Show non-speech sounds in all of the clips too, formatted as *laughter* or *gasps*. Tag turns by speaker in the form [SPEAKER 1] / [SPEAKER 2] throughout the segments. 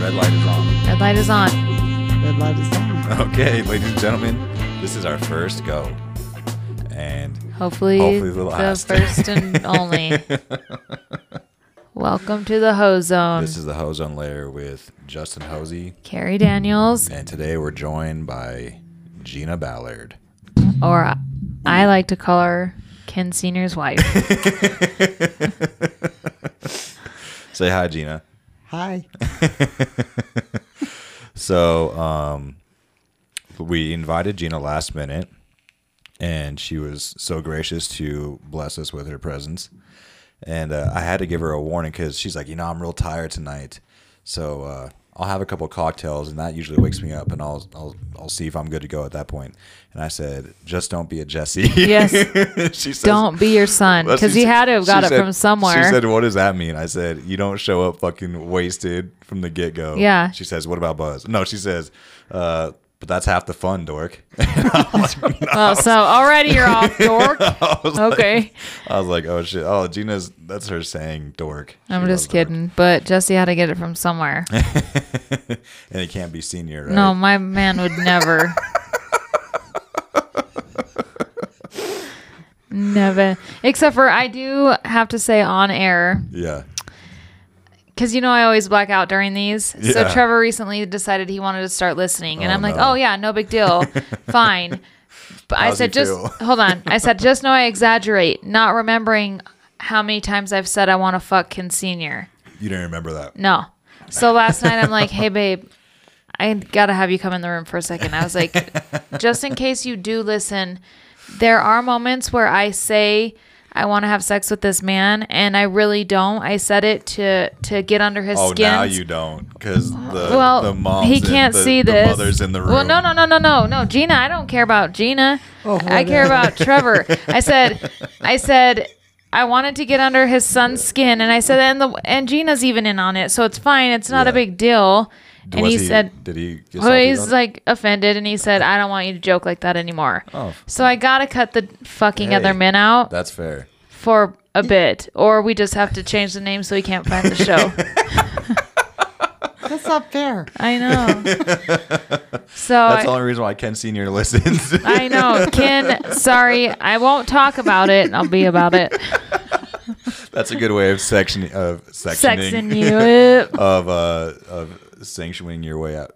[SPEAKER 1] Red light is on. *laughs*
[SPEAKER 2] Red light is on.
[SPEAKER 3] Red light is down.
[SPEAKER 1] Okay, ladies and gentlemen, this is our first go. And
[SPEAKER 2] Hopefully,
[SPEAKER 1] Hopefully the last. *laughs*
[SPEAKER 2] first and only. Welcome to the Ho Zone.
[SPEAKER 1] this is the Hose on Layer with Justin Hosey.
[SPEAKER 2] Carrie Daniels,
[SPEAKER 1] And today we're joined by Gina Ballard.
[SPEAKER 2] or I like to call her Ken
[SPEAKER 1] *laughs*
[SPEAKER 2] Senior's wife.
[SPEAKER 1] Say hi, Gina.
[SPEAKER 3] Hi.
[SPEAKER 1] *laughs* So um, we invited Gina last minute, and she was so gracious to bless us with her presence. And uh, I had to give her a warning because she's like, you know, I'm real tired tonight, so uh, I'll have a couple cocktails, and that usually wakes me up, and I'll I'll I'll see if I'm good to go at that point. And I said, just don't be a Jesse.
[SPEAKER 2] Yes.
[SPEAKER 1] *laughs* she says,
[SPEAKER 2] Don't be your son,
[SPEAKER 1] well,
[SPEAKER 2] because
[SPEAKER 1] she
[SPEAKER 2] he
[SPEAKER 1] sa-
[SPEAKER 2] had to have got
[SPEAKER 1] she
[SPEAKER 2] it
[SPEAKER 1] said-
[SPEAKER 2] from somewhere.
[SPEAKER 1] She said, "What does that mean?" I said, "You don't show up fucking wasted from the get go."
[SPEAKER 2] Yeah.
[SPEAKER 1] She says, "What about Buzz?" No, she says, uh, "But that's half the fun, dork." *laughs* I was like-
[SPEAKER 2] oh, so already you're
[SPEAKER 1] *laughs*
[SPEAKER 2] off, dork.
[SPEAKER 1] I was like-
[SPEAKER 2] Okay,
[SPEAKER 1] I was like, "Oh shit!" Oh, Gina's that's her saying, "Dork." She
[SPEAKER 2] I'm
[SPEAKER 1] loves
[SPEAKER 2] just
[SPEAKER 1] dork.
[SPEAKER 2] kidding. But Jesse had to get it from somewhere.
[SPEAKER 1] And it can't be senior, right?
[SPEAKER 2] No, my man would never. never. Except for I do have to say on air,
[SPEAKER 1] Yeah.
[SPEAKER 2] because you know I always black out during these.
[SPEAKER 1] Yeah.
[SPEAKER 2] So Trevor recently decided he wanted to start listening, and
[SPEAKER 1] Oh,
[SPEAKER 2] I'm like,
[SPEAKER 1] no.
[SPEAKER 2] oh yeah, no big
[SPEAKER 1] *laughs*
[SPEAKER 2] deal, fine. But I
[SPEAKER 1] How's he
[SPEAKER 2] said, just
[SPEAKER 1] feel?
[SPEAKER 2] hold on. I said,
[SPEAKER 1] *laughs*
[SPEAKER 2] just know I exaggerate, not remembering how many times I've said I want to fuck Ken Senior.
[SPEAKER 1] You didn't remember that.
[SPEAKER 2] No. So last night I'm like, hey babe, I gotta have you come in the room for a second. I
[SPEAKER 1] *laughs*
[SPEAKER 2] was like, just in case you do listen, there are moments where I say I want to have sex with this man, and I really don't. I said it to to get under his
[SPEAKER 1] Oh,
[SPEAKER 2] skin.
[SPEAKER 1] now you don't, because the
[SPEAKER 2] well,
[SPEAKER 1] the mom's
[SPEAKER 2] he
[SPEAKER 1] in-
[SPEAKER 2] can't
[SPEAKER 1] the-
[SPEAKER 2] see
[SPEAKER 1] the
[SPEAKER 2] this.
[SPEAKER 1] mother's in the room.
[SPEAKER 2] Well, no, no, no, no, no, no, Gina. I don't care about Gina.
[SPEAKER 1] Oh,
[SPEAKER 2] I care about Trevor.
[SPEAKER 1] *laughs*
[SPEAKER 2] I said, I said, I wanted to get under his son's skin, and I said, and the and Gina's even in on it, so it's fine. It's not
[SPEAKER 1] Yeah.
[SPEAKER 2] a big deal. And
[SPEAKER 1] Was
[SPEAKER 2] he, said,
[SPEAKER 1] "Did he?" get
[SPEAKER 2] well,
[SPEAKER 1] salty
[SPEAKER 2] he's
[SPEAKER 1] about it?
[SPEAKER 2] like offended, and he said, I don't want you to joke like that anymore.
[SPEAKER 1] Oh.
[SPEAKER 2] So I gotta cut the fucking
[SPEAKER 1] Hey.
[SPEAKER 2] other men out
[SPEAKER 1] "That's fair."
[SPEAKER 2] for a bit, or we just have to change the name so he can't find
[SPEAKER 1] *laughs*
[SPEAKER 2] the show.
[SPEAKER 3] That's not fair.
[SPEAKER 1] *laughs*
[SPEAKER 2] I know.
[SPEAKER 1] That's
[SPEAKER 2] So "Oh, I,
[SPEAKER 1] the only reason why Ken Senior *laughs* listens. *laughs*
[SPEAKER 2] I know. Ken, sorry, I won't talk about it. I'll be about
[SPEAKER 1] *laughs*
[SPEAKER 2] it.
[SPEAKER 1] That's a good way of section of sectioning
[SPEAKER 2] Sexing you
[SPEAKER 1] *laughs*
[SPEAKER 2] up.
[SPEAKER 1] of uh of sanctioning your way out.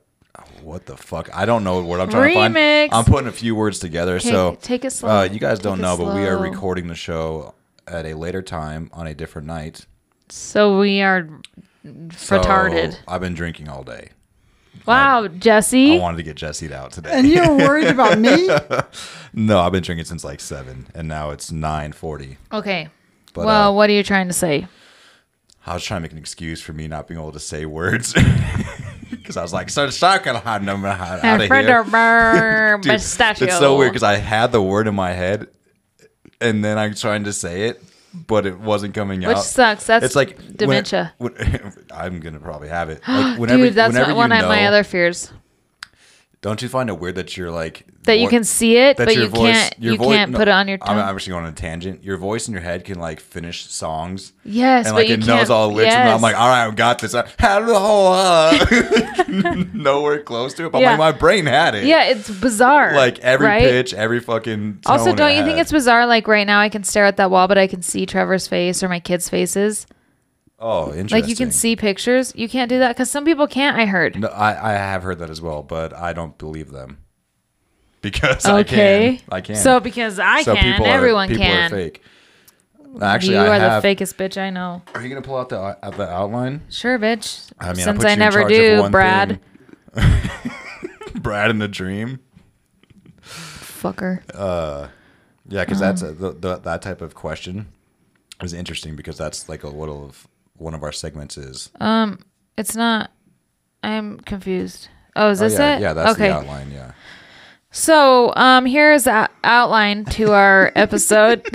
[SPEAKER 1] What the fuck? I don't know what I'm trying
[SPEAKER 2] Remix.
[SPEAKER 1] to find. I'm putting a few words together.
[SPEAKER 2] Take-
[SPEAKER 1] so
[SPEAKER 2] take it
[SPEAKER 1] Uh,
[SPEAKER 2] slow.
[SPEAKER 1] you guys don't
[SPEAKER 2] Take it
[SPEAKER 1] know, but we are
[SPEAKER 2] slow.
[SPEAKER 1] recording the show at a later time on a different night.
[SPEAKER 2] So we are
[SPEAKER 1] So
[SPEAKER 2] retarded.
[SPEAKER 1] Oh, I've been drinking all day.
[SPEAKER 2] Wow,
[SPEAKER 1] I
[SPEAKER 2] Jesse.
[SPEAKER 1] wanted to get Jesse out
[SPEAKER 3] And
[SPEAKER 1] today.
[SPEAKER 3] you were worried about me?
[SPEAKER 1] no, I've been drinking since like seven, and now it's nine forty.
[SPEAKER 2] Okay.
[SPEAKER 1] But,
[SPEAKER 2] well,
[SPEAKER 1] uh,
[SPEAKER 2] what are you trying to say?
[SPEAKER 1] I was trying to make an excuse for me not being able to say words. *laughs* Because I was like, so start gonna hide them out of here.
[SPEAKER 2] *laughs* Fritter
[SPEAKER 1] Dude,
[SPEAKER 2] pistachio.
[SPEAKER 1] It's so weird because I had the word in my head, and then I'm trying to say it, but it wasn't coming out.
[SPEAKER 2] Which sucks. That's
[SPEAKER 1] it's like when-
[SPEAKER 2] dementia.
[SPEAKER 1] when- *laughs* I'm gonna probably have
[SPEAKER 2] *gasps*
[SPEAKER 1] it. Like, whenever,
[SPEAKER 2] Dude, that's
[SPEAKER 1] whenever you
[SPEAKER 2] one of
[SPEAKER 1] know,
[SPEAKER 2] my other fears.
[SPEAKER 1] Don't you find it weird that you're like
[SPEAKER 2] That you
[SPEAKER 1] what-
[SPEAKER 2] can see it,
[SPEAKER 1] that
[SPEAKER 2] but
[SPEAKER 1] your
[SPEAKER 2] you
[SPEAKER 1] voice-
[SPEAKER 2] can't.
[SPEAKER 1] your
[SPEAKER 2] You
[SPEAKER 1] voi-
[SPEAKER 2] can't
[SPEAKER 1] no,
[SPEAKER 2] put it on your tongue.
[SPEAKER 1] I'm actually going on a tangent. Your voice in your head can like finish songs.
[SPEAKER 2] Yes,
[SPEAKER 1] and
[SPEAKER 2] but
[SPEAKER 1] like
[SPEAKER 2] you
[SPEAKER 1] it knows
[SPEAKER 2] can't-
[SPEAKER 1] all the lyrics, and
[SPEAKER 2] yes.
[SPEAKER 1] I'm like, all right, I got this. Hello, *laughs* nowhere close to it, but
[SPEAKER 2] Yeah.
[SPEAKER 1] like my brain had it.
[SPEAKER 2] yeah, it's bizarre.
[SPEAKER 1] like every
[SPEAKER 2] right?
[SPEAKER 1] pitch, every fucking. Tone
[SPEAKER 2] Also,
[SPEAKER 1] it
[SPEAKER 2] don't you think
[SPEAKER 1] had.
[SPEAKER 2] it's bizarre? Like right now, I can stare at that wall, but I can see Trevor's face or my kids' faces.
[SPEAKER 1] oh interesting?
[SPEAKER 2] Like you can see pictures. You can't do that because some people can't. I heard.
[SPEAKER 1] No, I I have heard that as well, but I don't believe them *laughs* because I
[SPEAKER 2] okay.
[SPEAKER 1] can. I can.
[SPEAKER 2] So because I
[SPEAKER 1] So
[SPEAKER 2] can,
[SPEAKER 1] people are-
[SPEAKER 2] everyone
[SPEAKER 1] people are
[SPEAKER 2] can.
[SPEAKER 1] fake. Actually,
[SPEAKER 2] you
[SPEAKER 1] I
[SPEAKER 2] are
[SPEAKER 1] have.
[SPEAKER 2] the fakest bitch I know.
[SPEAKER 1] Are you gonna pull out the uh, the outline?
[SPEAKER 2] Sure, bitch.
[SPEAKER 1] I mean,
[SPEAKER 2] Since
[SPEAKER 1] I, put
[SPEAKER 2] I,
[SPEAKER 1] you in
[SPEAKER 2] never
[SPEAKER 1] charge of
[SPEAKER 2] do,
[SPEAKER 1] one
[SPEAKER 2] Brad.
[SPEAKER 1] thing. *laughs* Brad in the dream.
[SPEAKER 2] Fucker.
[SPEAKER 1] Yeah, because that's a, the, the, that type of question is interesting because that's like a little of one of our segments is.
[SPEAKER 2] It's not. I'm confused. Oh, is this
[SPEAKER 1] yeah,
[SPEAKER 2] it?
[SPEAKER 1] yeah, that's
[SPEAKER 2] okay.
[SPEAKER 1] the outline. Yeah.
[SPEAKER 2] So, um, here is the outline
[SPEAKER 1] *laughs*
[SPEAKER 2] to our episode.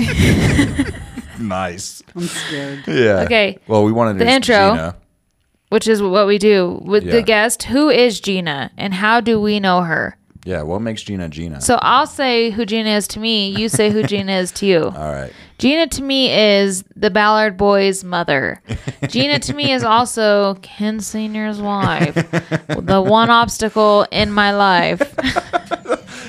[SPEAKER 1] Nice.
[SPEAKER 3] I'm scared.
[SPEAKER 1] Yeah.
[SPEAKER 2] Okay.
[SPEAKER 1] Well, we wanted to
[SPEAKER 2] The intro.
[SPEAKER 1] Gina.
[SPEAKER 2] which is what we do with
[SPEAKER 1] Yeah.
[SPEAKER 2] the guest. Who is Gina and how do we know her?
[SPEAKER 1] Yeah, what makes Gina Gina?
[SPEAKER 2] So I'll say who Gina is to me. You say
[SPEAKER 1] *laughs*
[SPEAKER 2] who Gina is to you.
[SPEAKER 1] All right.
[SPEAKER 2] Gina to me is the Ballard
[SPEAKER 1] *laughs*
[SPEAKER 2] boy's mother. Gina to me is also Ken Senior's
[SPEAKER 1] *laughs*
[SPEAKER 2] wife. the one obstacle in my life.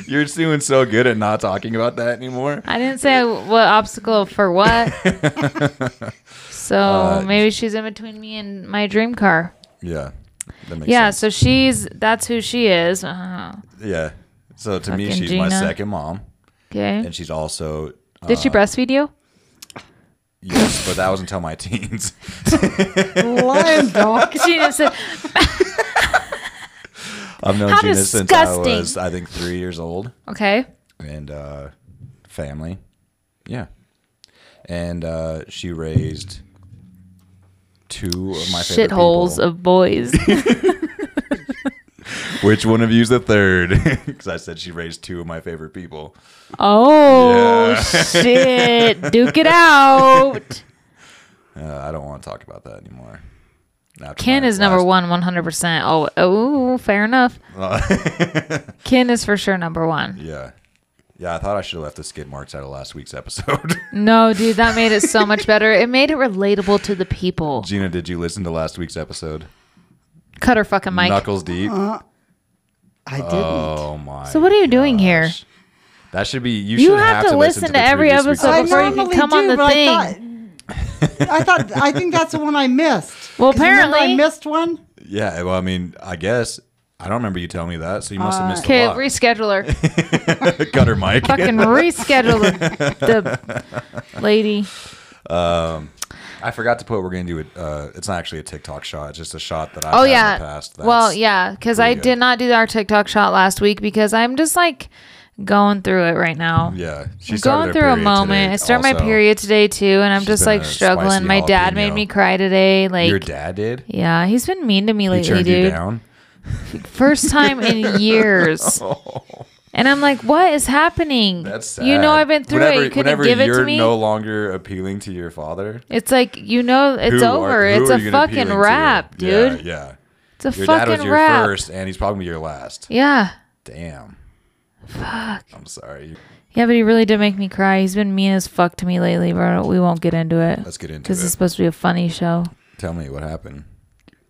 [SPEAKER 1] You're doing so good at not talking about that anymore.
[SPEAKER 2] I didn't say what obstacle for
[SPEAKER 1] *laughs*
[SPEAKER 2] what. so
[SPEAKER 1] Uh,
[SPEAKER 2] maybe she's in between me and my dream car.
[SPEAKER 1] Yeah. That makes
[SPEAKER 2] Yeah,
[SPEAKER 1] sense.
[SPEAKER 2] so she's that's who she is. Uh,
[SPEAKER 1] Yeah. So to me,
[SPEAKER 2] Fucking
[SPEAKER 1] she's my
[SPEAKER 2] Gina.
[SPEAKER 1] second mom,
[SPEAKER 2] okay.
[SPEAKER 1] and uh, she's also
[SPEAKER 2] Did she breastfeed you?
[SPEAKER 1] yes, but that was until my *laughs* teens.
[SPEAKER 3] Lion dog.
[SPEAKER 2] Gina said,
[SPEAKER 1] I've known
[SPEAKER 2] How
[SPEAKER 1] Gina since I
[SPEAKER 2] disgusting.
[SPEAKER 1] was, I think, three years old,
[SPEAKER 2] "Okay,
[SPEAKER 1] and uh, family. Yeah, and uh, she raised two of my favorite
[SPEAKER 2] shitholes
[SPEAKER 1] people.
[SPEAKER 2] of boys."
[SPEAKER 1] *laughs* Which one of you's the third? *laughs* Because I said she raised two of my favorite people.
[SPEAKER 2] Oh
[SPEAKER 1] Yeah. *laughs*
[SPEAKER 2] shit! Duke it out.
[SPEAKER 1] Uh, I don't want to talk about that anymore. After
[SPEAKER 2] Ken
[SPEAKER 1] my
[SPEAKER 2] is number
[SPEAKER 1] last-
[SPEAKER 2] one, one hundred percent. Oh, oh, fair enough. Ken is for sure number one.
[SPEAKER 1] *laughs* Yeah, yeah. I thought I should have left the skid marks out of last week's episode. *laughs*
[SPEAKER 2] No, dude, that made it so much better. It made it relatable to the people.
[SPEAKER 1] Gina, did you listen to last week's episode?
[SPEAKER 2] Cut her fucking mic.
[SPEAKER 1] Knuckles deep.
[SPEAKER 3] I didn't.
[SPEAKER 1] oh my.
[SPEAKER 2] So what are you doing here?
[SPEAKER 1] gosh. That should be you.
[SPEAKER 2] You
[SPEAKER 1] should
[SPEAKER 2] have to listen to
[SPEAKER 1] the
[SPEAKER 2] every
[SPEAKER 1] previous
[SPEAKER 2] episode
[SPEAKER 1] week's
[SPEAKER 3] I
[SPEAKER 2] before you can
[SPEAKER 3] normally
[SPEAKER 2] come on
[SPEAKER 3] do,
[SPEAKER 2] the
[SPEAKER 3] but
[SPEAKER 2] thing.
[SPEAKER 3] I thought, I thought I think that's the one I missed.
[SPEAKER 2] Well,
[SPEAKER 3] 'Cause remember
[SPEAKER 2] apparently-
[SPEAKER 3] I missed one.
[SPEAKER 1] Yeah. Well, I mean, I guess I don't remember you telling me that, so you must have missed
[SPEAKER 2] Okay,
[SPEAKER 1] a lot.
[SPEAKER 2] reschedule her.
[SPEAKER 1] *laughs* Cut her mic.
[SPEAKER 2] fucking reschedule
[SPEAKER 1] *laughs*
[SPEAKER 2] the, the lady.
[SPEAKER 1] I forgot to put. We're gonna do it. Uh, it's not actually a TikTok shot. It's just a shot that I've
[SPEAKER 2] Oh
[SPEAKER 1] had
[SPEAKER 2] yeah.
[SPEAKER 1] in the past.
[SPEAKER 2] well,
[SPEAKER 1] that's-
[SPEAKER 2] yeah, because I
[SPEAKER 1] pretty good.
[SPEAKER 2] did not do our TikTok shot last week because I'm just like going through it right now.
[SPEAKER 1] Yeah,
[SPEAKER 2] I'm
[SPEAKER 1] she's
[SPEAKER 2] going through a moment. I started my period today too, and I'm
[SPEAKER 1] She's
[SPEAKER 2] just
[SPEAKER 1] been
[SPEAKER 2] like
[SPEAKER 1] a
[SPEAKER 2] struggling.
[SPEAKER 1] spicy
[SPEAKER 2] My dad made
[SPEAKER 1] jalapeno.
[SPEAKER 2] me cry today. Like,
[SPEAKER 1] Your dad did.
[SPEAKER 2] yeah, he's been mean to me
[SPEAKER 1] He
[SPEAKER 2] lately,
[SPEAKER 1] turned you
[SPEAKER 2] dude.
[SPEAKER 1] down.
[SPEAKER 2] First
[SPEAKER 1] *laughs*
[SPEAKER 2] time in years. And I'm like, what is happening?
[SPEAKER 1] Oh. That's sad.
[SPEAKER 2] You know, I've been through
[SPEAKER 1] whenever,
[SPEAKER 2] it. You couldn't
[SPEAKER 1] whenever
[SPEAKER 2] give it
[SPEAKER 1] you're
[SPEAKER 2] to me.
[SPEAKER 1] no longer appealing to your father.
[SPEAKER 2] it's like you know, it's
[SPEAKER 1] who are-
[SPEAKER 2] over.
[SPEAKER 1] who
[SPEAKER 2] it's
[SPEAKER 1] are
[SPEAKER 2] a
[SPEAKER 1] you gonna be
[SPEAKER 2] fucking
[SPEAKER 1] appealing to?
[SPEAKER 2] wrap,
[SPEAKER 1] Yeah,
[SPEAKER 2] dude.
[SPEAKER 1] Yeah,
[SPEAKER 2] It's a
[SPEAKER 1] your dad
[SPEAKER 2] fucking
[SPEAKER 1] was your
[SPEAKER 2] wrap.
[SPEAKER 1] first, and he's probably your last.
[SPEAKER 2] Yeah.
[SPEAKER 1] Damn. Fuck. I'm sorry.
[SPEAKER 2] Yeah, but he really did make me cry. He's been mean as fuck to me lately, but we won't get into it
[SPEAKER 1] Let's get into it.
[SPEAKER 2] because it's supposed to be a funny show.
[SPEAKER 1] Tell me what happened.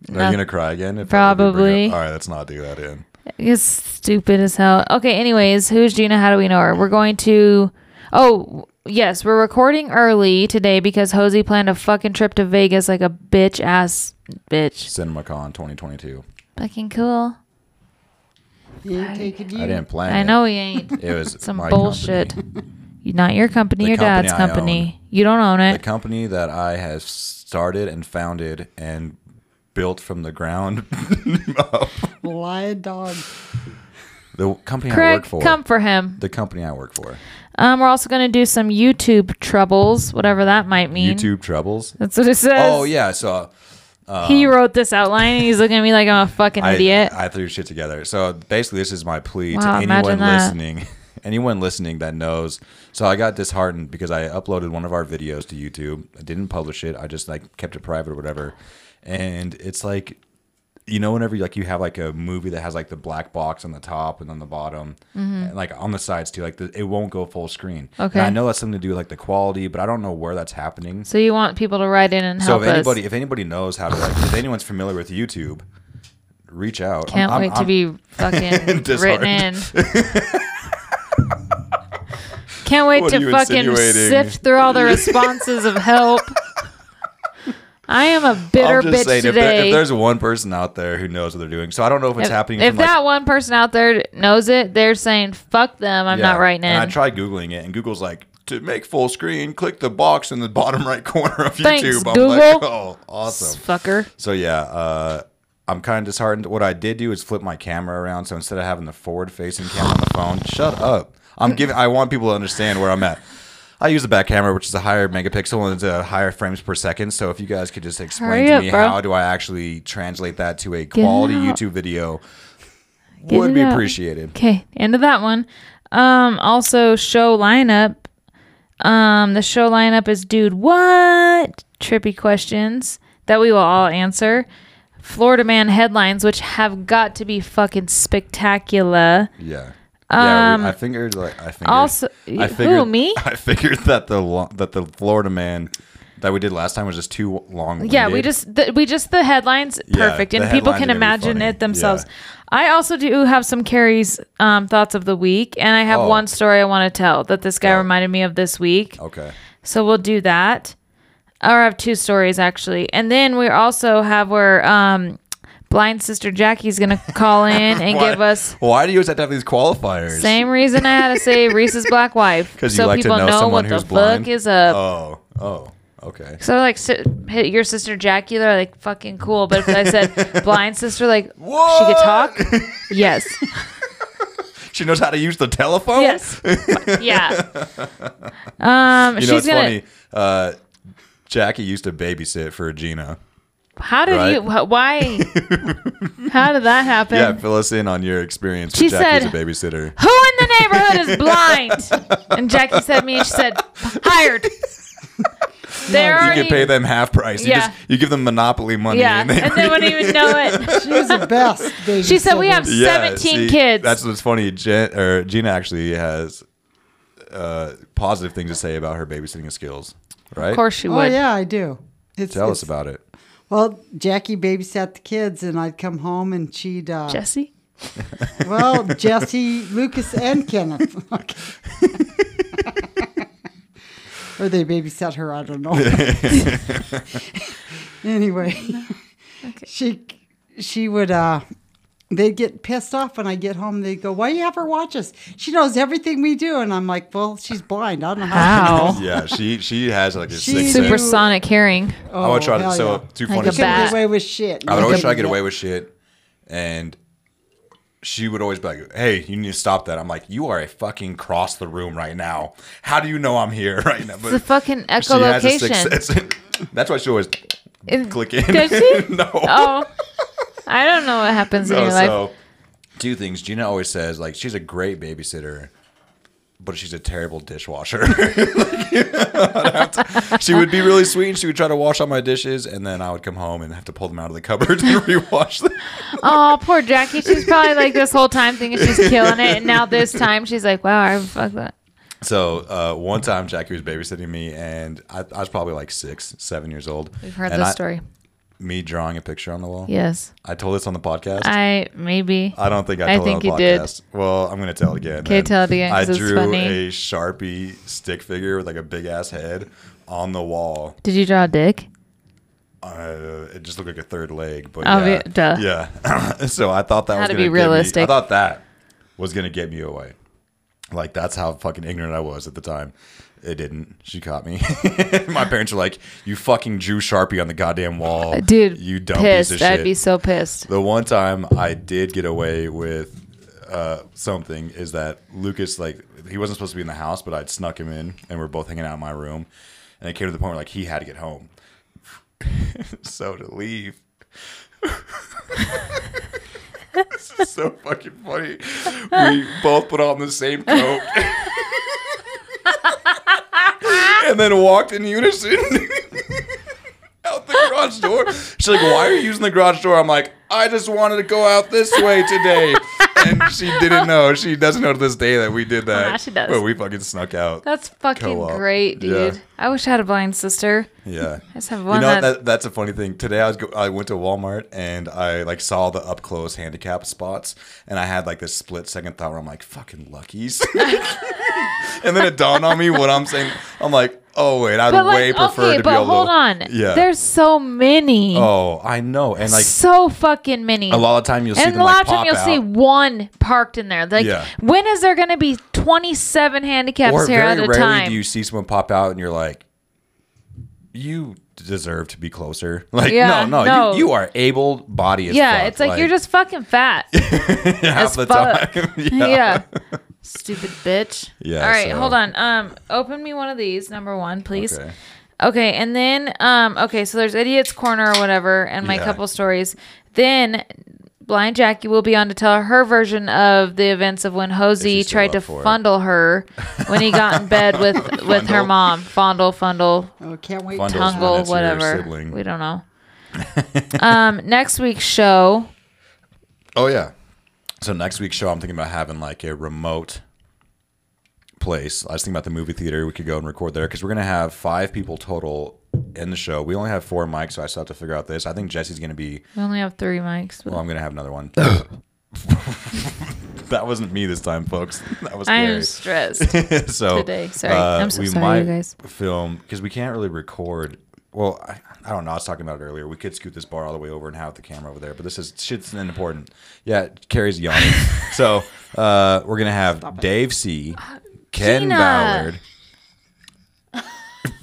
[SPEAKER 1] Are
[SPEAKER 2] Noth-
[SPEAKER 1] you gonna cry again? if I- if we bring
[SPEAKER 2] Probably.
[SPEAKER 1] it up- All right, let's not do that in.
[SPEAKER 2] It's stupid as hell. Okay, anyways, who's Gina? How do we know her? We're going to. Oh, yes, we're recording early today because Hosey planned a fucking trip to Vegas like a bitch ass bitch.
[SPEAKER 1] CinemaCon 2022.
[SPEAKER 2] Fucking cool.
[SPEAKER 3] You ain't taking you.
[SPEAKER 1] I didn't plan.
[SPEAKER 2] I
[SPEAKER 1] it.
[SPEAKER 2] know
[SPEAKER 1] *laughs*
[SPEAKER 2] he ain't. *laughs*
[SPEAKER 1] It was
[SPEAKER 2] Some
[SPEAKER 1] my
[SPEAKER 2] bullshit.
[SPEAKER 1] company.
[SPEAKER 2] You- Not your company,
[SPEAKER 1] The
[SPEAKER 2] your dad's
[SPEAKER 1] company I
[SPEAKER 2] company. You don't own
[SPEAKER 1] The
[SPEAKER 2] it.
[SPEAKER 1] company that I have started and founded and built from the ground *laughs* up.
[SPEAKER 3] Lion dog.
[SPEAKER 1] The company I
[SPEAKER 2] Craig,
[SPEAKER 1] work for.
[SPEAKER 2] come for him.
[SPEAKER 1] the company I work for.
[SPEAKER 2] Um, we're also going to do some YouTube troubles, whatever that might mean.
[SPEAKER 1] YouTube troubles.
[SPEAKER 2] That's what it says.
[SPEAKER 1] Oh yeah, so
[SPEAKER 2] He wrote this outline and he's looking at me like I'm a fucking
[SPEAKER 1] I,
[SPEAKER 2] idiot.
[SPEAKER 1] I threw shit together. So basically, this is my plea
[SPEAKER 2] Wow,
[SPEAKER 1] to
[SPEAKER 2] imagine
[SPEAKER 1] anyone
[SPEAKER 2] that.
[SPEAKER 1] listening, *laughs* anyone listening that knows. So I got disheartened because I uploaded one of our videos to YouTube. I didn't publish it. I just like kept it private or whatever. And it's like, you know, whenever like you have like a movie that has like the black box on the top and on the bottom, and, like on the sides too, like the, it won't go full screen. And
[SPEAKER 2] Mm-hmm. Okay.
[SPEAKER 1] I know that's something to do with like the quality, but I don't know where that's happening.
[SPEAKER 2] so you want people to write in and
[SPEAKER 1] So
[SPEAKER 2] help
[SPEAKER 1] if anybody,
[SPEAKER 2] us.
[SPEAKER 1] if anybody knows how to, like, if anyone's familiar with YouTube, reach out.
[SPEAKER 2] Can't
[SPEAKER 1] I'm-
[SPEAKER 2] wait to
[SPEAKER 1] I'm-
[SPEAKER 2] be
[SPEAKER 1] *laughs*
[SPEAKER 2] fucking written in.
[SPEAKER 1] Disheartened. *laughs*
[SPEAKER 2] Can't wait
[SPEAKER 1] What are
[SPEAKER 2] to
[SPEAKER 1] you
[SPEAKER 2] fucking
[SPEAKER 1] insinuating?
[SPEAKER 2] sift through all the responses of
[SPEAKER 1] *laughs*
[SPEAKER 2] help. I am a bitter
[SPEAKER 1] I'm just
[SPEAKER 2] bitch
[SPEAKER 1] saying, if, there,
[SPEAKER 2] today.
[SPEAKER 1] if there's one person out there who knows what they're doing, so I don't know if it's
[SPEAKER 2] If-
[SPEAKER 1] happening.
[SPEAKER 2] if
[SPEAKER 1] from, like,
[SPEAKER 2] that one person out there knows it, they're saying "fuck them." I'm
[SPEAKER 1] yeah,
[SPEAKER 2] not writing
[SPEAKER 1] And I
[SPEAKER 2] in.
[SPEAKER 1] tried googling it, and Google's like, to make full screen, click the box in the *laughs* bottom right corner of
[SPEAKER 2] Thanks,
[SPEAKER 1] YouTube. I'm like,
[SPEAKER 2] Google.
[SPEAKER 1] oh, awesome.
[SPEAKER 2] Fucker.
[SPEAKER 1] So yeah, uh, I'm kind of disheartened. What I did do is flip my camera around. So instead of having the forward-facing camera on the phone, shut up. I'm giving. I want people to understand where I'm at. I use the back camera, which is a higher megapixel and it's a higher frames per second. So if you guys could just explain
[SPEAKER 2] Hurry
[SPEAKER 1] to
[SPEAKER 2] up,
[SPEAKER 1] me
[SPEAKER 2] bro.
[SPEAKER 1] how do I actually translate that to a quality
[SPEAKER 2] out.
[SPEAKER 1] YouTube video,
[SPEAKER 2] Get
[SPEAKER 1] would
[SPEAKER 2] it
[SPEAKER 1] be
[SPEAKER 2] out.
[SPEAKER 1] appreciated.
[SPEAKER 2] Okay, end of that one. Um, also show lineup. Um, the show lineup is dude what trippy questions that we will all answer. Florida man headlines, which have got to be fucking spectacular.
[SPEAKER 1] Yeah. Yeah,
[SPEAKER 2] Um,
[SPEAKER 1] we, I figured like I figured
[SPEAKER 2] also-
[SPEAKER 1] I
[SPEAKER 2] who,
[SPEAKER 1] figured
[SPEAKER 2] me?
[SPEAKER 1] *laughs* I figured that the lo- that the Florida man that we did last time was just too long.
[SPEAKER 2] Yeah, we just the, we just the headlines
[SPEAKER 1] Yeah,
[SPEAKER 2] perfect,
[SPEAKER 1] the
[SPEAKER 2] and people
[SPEAKER 1] headlines
[SPEAKER 2] can
[SPEAKER 1] are gonna be
[SPEAKER 2] imagine
[SPEAKER 1] funny.
[SPEAKER 2] it themselves.
[SPEAKER 1] Yeah.
[SPEAKER 2] I also do have some Carrie's um, thoughts of the week, and I have
[SPEAKER 1] Oh.
[SPEAKER 2] one story I want to tell that this guy reminded me of this week.
[SPEAKER 1] okay.
[SPEAKER 2] So we'll do that. Or I have two stories actually, and then we also have where um, blind sister Jackie's gonna call in
[SPEAKER 1] *laughs*
[SPEAKER 2] and
[SPEAKER 1] Why-
[SPEAKER 2] give us
[SPEAKER 1] Why do you always have to have these qualifiers?
[SPEAKER 2] same reason I had to say Reese's black wife
[SPEAKER 1] *laughs* 'Cause you like to know someone
[SPEAKER 2] what
[SPEAKER 1] who's
[SPEAKER 2] the
[SPEAKER 1] blind?
[SPEAKER 2] fuck is up.
[SPEAKER 1] Oh, oh, okay.
[SPEAKER 2] So like si- hit your sister Jackie, they're like fucking cool. But if
[SPEAKER 1] *laughs*
[SPEAKER 2] I said blind sister, like she could talk. Yes, *laughs*
[SPEAKER 1] She knows how to use the telephone. *laughs*
[SPEAKER 2] yes, yeah. Um,
[SPEAKER 1] You
[SPEAKER 2] she's
[SPEAKER 1] know, it's
[SPEAKER 2] gonna.
[SPEAKER 1] funny. Uh, Jackie used to babysit for Gina.
[SPEAKER 2] How did
[SPEAKER 1] right?
[SPEAKER 2] you?
[SPEAKER 1] *laughs*
[SPEAKER 2] wh- Why? how did that happen?
[SPEAKER 1] Yeah, fill us in on your experience with
[SPEAKER 2] She
[SPEAKER 1] Jackie
[SPEAKER 2] said-
[SPEAKER 1] as a babysitter.
[SPEAKER 2] Who in the neighborhood is blind? And Jackie said me. and She said hired. There
[SPEAKER 1] You can pay them half price. You
[SPEAKER 2] Yeah.
[SPEAKER 1] just you give them monopoly money.
[SPEAKER 2] Yeah,
[SPEAKER 1] and they-
[SPEAKER 2] and
[SPEAKER 1] *laughs*
[SPEAKER 2] they wouldn't even know it.
[SPEAKER 3] She was the best.
[SPEAKER 2] *laughs*
[SPEAKER 3] baby
[SPEAKER 2] She said we
[SPEAKER 3] sitter.
[SPEAKER 2] have 17
[SPEAKER 1] see,
[SPEAKER 2] kids.
[SPEAKER 1] That's what's funny. Jen, or Gina actually has uh, positive things to say about her babysitting skills, right?
[SPEAKER 2] Of course she
[SPEAKER 3] Oh
[SPEAKER 2] would.
[SPEAKER 3] yeah, I do. It's,
[SPEAKER 1] Tell us
[SPEAKER 3] it's-
[SPEAKER 1] about it.
[SPEAKER 3] Well, Jackie babysat the kids, and I'd come home, and she'd uh,
[SPEAKER 2] Jesse.
[SPEAKER 3] well, Jesse, Lucas, and Kenneth. *laughs* Okay. or they babysat her. I don't know. anyway, she she would. uh They'd get pissed off when I get home. They'd go, "Why do you have her watch us? She knows everything we do." And I'm like, "Well, she's blind. I don't know how." she
[SPEAKER 2] *laughs*
[SPEAKER 3] knows."
[SPEAKER 2] Wow.
[SPEAKER 1] Yeah, she she has like a
[SPEAKER 3] She-
[SPEAKER 1] sixth sense.
[SPEAKER 3] Super-
[SPEAKER 2] Supersonic hearing.
[SPEAKER 1] I would try to.
[SPEAKER 3] hell
[SPEAKER 1] So
[SPEAKER 3] yeah.
[SPEAKER 1] two
[SPEAKER 2] Oh, Like
[SPEAKER 1] funny
[SPEAKER 2] a
[SPEAKER 1] stories.
[SPEAKER 2] bat.
[SPEAKER 3] Get away with shit.
[SPEAKER 1] I would always
[SPEAKER 3] Yeah.
[SPEAKER 1] try to get away with shit, and she would always be like, "Hey, you need to stop that." I'm like, "You are a fucking cross the room right now. How do you know I'm here *laughs* right now?" But
[SPEAKER 2] The fucking
[SPEAKER 1] she has a sixth
[SPEAKER 2] echolocation.
[SPEAKER 1] sense. *laughs* That's why she always
[SPEAKER 2] It-
[SPEAKER 1] click in. *laughs*
[SPEAKER 2] Does she?
[SPEAKER 1] no.
[SPEAKER 2] Oh, I don't know what happens in
[SPEAKER 1] No,
[SPEAKER 2] your life.
[SPEAKER 1] Oh, so two things. Gina always says like she's a great babysitter, but she's a terrible dishwasher. *laughs* Like, *laughs* you know, I'd have to- she would be really sweet and she would try to wash all my dishes, and then I would come home and have to pull them out of the cupboard *laughs* and rewash them.
[SPEAKER 2] Oh, poor Jackie. She's probably like this whole time thinking she's killing it, and now this time she's like, "Wow, I fuck that."
[SPEAKER 1] So uh, one time Jackie was babysitting me, and I, I was probably like six, seven years old.
[SPEAKER 2] We've heard
[SPEAKER 1] and
[SPEAKER 2] this
[SPEAKER 1] I-
[SPEAKER 2] story.
[SPEAKER 1] Me drawing a picture on the wall.
[SPEAKER 2] Yes,
[SPEAKER 1] I told this on the podcast.
[SPEAKER 2] I maybe.
[SPEAKER 1] I don't think I
[SPEAKER 2] I
[SPEAKER 1] told
[SPEAKER 2] think
[SPEAKER 1] it on the
[SPEAKER 2] you did.
[SPEAKER 1] podcast. Well, I'm gonna tell it again.
[SPEAKER 2] Okay,
[SPEAKER 1] then.
[SPEAKER 2] tell it again,
[SPEAKER 1] I
[SPEAKER 2] 'cause it's
[SPEAKER 1] drew
[SPEAKER 2] funny.
[SPEAKER 1] a sharpie stick figure with like a big ass head on the wall.
[SPEAKER 2] Did you draw a dick?
[SPEAKER 1] Uh, it just looked like a third leg, but yeah,
[SPEAKER 2] Oh, yeah, duh.
[SPEAKER 1] yeah. *laughs* so I thought that was
[SPEAKER 2] to
[SPEAKER 1] gonna
[SPEAKER 2] be
[SPEAKER 1] get me- I
[SPEAKER 2] realistic.
[SPEAKER 1] thought that was gonna get me away. Like that's how fucking ignorant I was at the time. It didn't. She caught me. *laughs* My parents were like, "You fucking drew sharpie on the goddamn wall,
[SPEAKER 2] Uh, Dude,
[SPEAKER 1] You dumb
[SPEAKER 2] pissed.
[SPEAKER 1] piece of
[SPEAKER 2] I'd
[SPEAKER 1] shit."
[SPEAKER 2] be so pissed.
[SPEAKER 1] The one time I did get away with uh, something is that Lucas, like, he wasn't supposed to be in the house, but I'd snuck him in, and we are both hanging out in my room. And it came to the point where, like, he had to get home. *laughs* so to leave. this is so fucking funny. We both put on the same coat. *laughs* and then walked in unison. *laughs* out the garage door. She's like, "Why are you using the garage door?" I'm like, "I just wanted to go out this way today," and she didn't know. She doesn't know to this day that we did that.
[SPEAKER 2] Nah, Oh, she does.
[SPEAKER 1] But we fucking snuck out.
[SPEAKER 2] That's fucking
[SPEAKER 1] Co-op.
[SPEAKER 2] great, dude.
[SPEAKER 1] Yeah.
[SPEAKER 2] I wish I had a blind sister.
[SPEAKER 1] yeah. I
[SPEAKER 2] just have one
[SPEAKER 1] you know
[SPEAKER 2] that-
[SPEAKER 1] that that's a funny thing. Today I was go- I went to Walmart and I like saw the up close handicap spots and I had like this split second thought where I'm like fucking luckies. *laughs* and then it dawned on me what I'm saying. I'm like, "Oh wait, I'd
[SPEAKER 2] But like,
[SPEAKER 1] way prefer
[SPEAKER 2] okay,
[SPEAKER 1] to
[SPEAKER 2] but
[SPEAKER 1] be a
[SPEAKER 2] hold
[SPEAKER 1] little-
[SPEAKER 2] on.
[SPEAKER 1] Yeah.
[SPEAKER 2] There's so many.
[SPEAKER 1] Oh, I know. And like
[SPEAKER 2] so fucking many.
[SPEAKER 1] a lot of time you'll see
[SPEAKER 2] and
[SPEAKER 1] them
[SPEAKER 2] a lot
[SPEAKER 1] like
[SPEAKER 2] of time
[SPEAKER 1] pop
[SPEAKER 2] you'll
[SPEAKER 1] out.
[SPEAKER 2] see one parked in there. Like,
[SPEAKER 1] Yeah.
[SPEAKER 2] when is there going to be 27 handicaps
[SPEAKER 1] or
[SPEAKER 2] here
[SPEAKER 1] very
[SPEAKER 2] at a
[SPEAKER 1] rarely
[SPEAKER 2] time?
[SPEAKER 1] do you see someone pop out and you're like, you deserve to be closer. *laughs* Like,
[SPEAKER 2] Yeah,
[SPEAKER 1] no, no,
[SPEAKER 2] no.
[SPEAKER 1] You, you are able body as
[SPEAKER 2] yeah,
[SPEAKER 1] fuck.
[SPEAKER 2] it's like, you're just fucking fat.
[SPEAKER 1] *laughs* half
[SPEAKER 2] as
[SPEAKER 1] the
[SPEAKER 2] fuck.
[SPEAKER 1] time. *laughs*
[SPEAKER 2] yeah.
[SPEAKER 1] yeah.
[SPEAKER 2] Stupid bitch.
[SPEAKER 1] Yeah,
[SPEAKER 2] All right,
[SPEAKER 1] so-
[SPEAKER 2] hold on. Um, open me one of these, number one, please.
[SPEAKER 1] Okay.
[SPEAKER 2] Okay, and then um, okay, so there's Idiot's Corner or whatever, and my
[SPEAKER 1] Yeah.
[SPEAKER 2] couple stories. Then Blind Jackie will be on to tell her version of the events of when Hosey
[SPEAKER 1] she's still
[SPEAKER 2] tried to
[SPEAKER 1] up for it.
[SPEAKER 2] fondle her when he got in
[SPEAKER 1] *laughs*
[SPEAKER 2] bed with with
[SPEAKER 1] Fondle.
[SPEAKER 2] her mom. Fondle, fondle,
[SPEAKER 3] Oh, can't wait.
[SPEAKER 1] Fun
[SPEAKER 3] till-
[SPEAKER 1] Fondle's when
[SPEAKER 2] tungle,
[SPEAKER 1] it's your
[SPEAKER 2] whatever.
[SPEAKER 1] sibling. *laughs*
[SPEAKER 2] We don't know. um, next week's show.
[SPEAKER 1] Oh yeah. So next week's show, I'm thinking about having like a remote place. I was thinking about the movie theater. We could go and record there because we're gonna have five people total in the show. We only have four mics, so I still have to figure out this. I think Jesse's gonna be.
[SPEAKER 2] We only have three mics.
[SPEAKER 1] Well, I'm gonna have another *laughs* one. that wasn't me this time, folks. That was
[SPEAKER 2] I'm
[SPEAKER 1] Gary. *laughs*
[SPEAKER 2] stressed.
[SPEAKER 1] so
[SPEAKER 2] today. Sorry.
[SPEAKER 1] uh,
[SPEAKER 2] I'm so
[SPEAKER 1] we
[SPEAKER 2] sorry,
[SPEAKER 1] might
[SPEAKER 2] you guys.
[SPEAKER 1] Film because we can't really record. Well, I, I don't know. I was talking about it earlier. We could scoot this bar all the way over and have the camera over there, but this is shit's important. Yeah, Carrie's
[SPEAKER 2] *laughs*
[SPEAKER 1] yawning. so uh, we're gonna have Dave C, Ken
[SPEAKER 2] Uh, Gina. *laughs*
[SPEAKER 1] Ballard.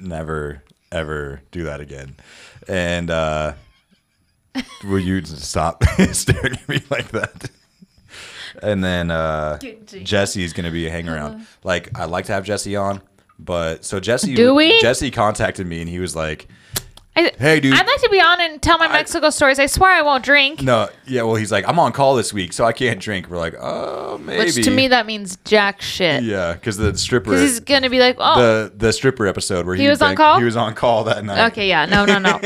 [SPEAKER 1] Never ever do that again. And uh, will you stop *laughs* staring at me like that? And then uh, Jesse is going to be a hang around. Like I'd like to have Jesse on, but so Jesse
[SPEAKER 2] Do we?
[SPEAKER 1] Jesse contacted me and he was like,
[SPEAKER 2] I,
[SPEAKER 1] Hey, dude.
[SPEAKER 2] I'd like to be on and tell my Mexico stories. I swear I won't drink.
[SPEAKER 1] "No, yeah, well, he's like, I'm on call this week, so I can't drink." We're like, "Oh, maybe."
[SPEAKER 2] Which to me that means jack shit.
[SPEAKER 1] yeah, because the stripper,
[SPEAKER 2] 'Cause he's gonna be like, oh,
[SPEAKER 1] the the stripper episode where he,
[SPEAKER 2] was on
[SPEAKER 1] banged-
[SPEAKER 2] call?
[SPEAKER 1] he was on call that night.
[SPEAKER 2] okay, yeah, no,
[SPEAKER 1] *laughs*
[SPEAKER 2] no, no.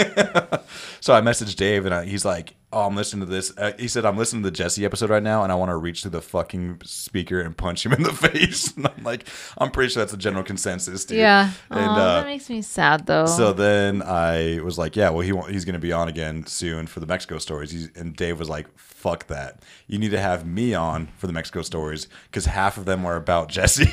[SPEAKER 1] So I messaged Dave, and I, he's like, "Oh, I'm listening to this." Uh, he said, "I'm listening to the Jesse episode right now, and I want to reach through the fucking speaker and punch him in the *laughs* face." And I'm like, "I'm pretty sure that's the general consensus, dude."
[SPEAKER 2] yeah.
[SPEAKER 1] And
[SPEAKER 2] Aw, that
[SPEAKER 1] uh,
[SPEAKER 2] makes me sad though.
[SPEAKER 1] so then I was like, "Yeah, well, he won't, he's going to be on again soon for the Mexico stories." He's, and Dave was like, "Fuck that! You need to have me on for the Mexico stories because half of them are about *laughs* Jesse."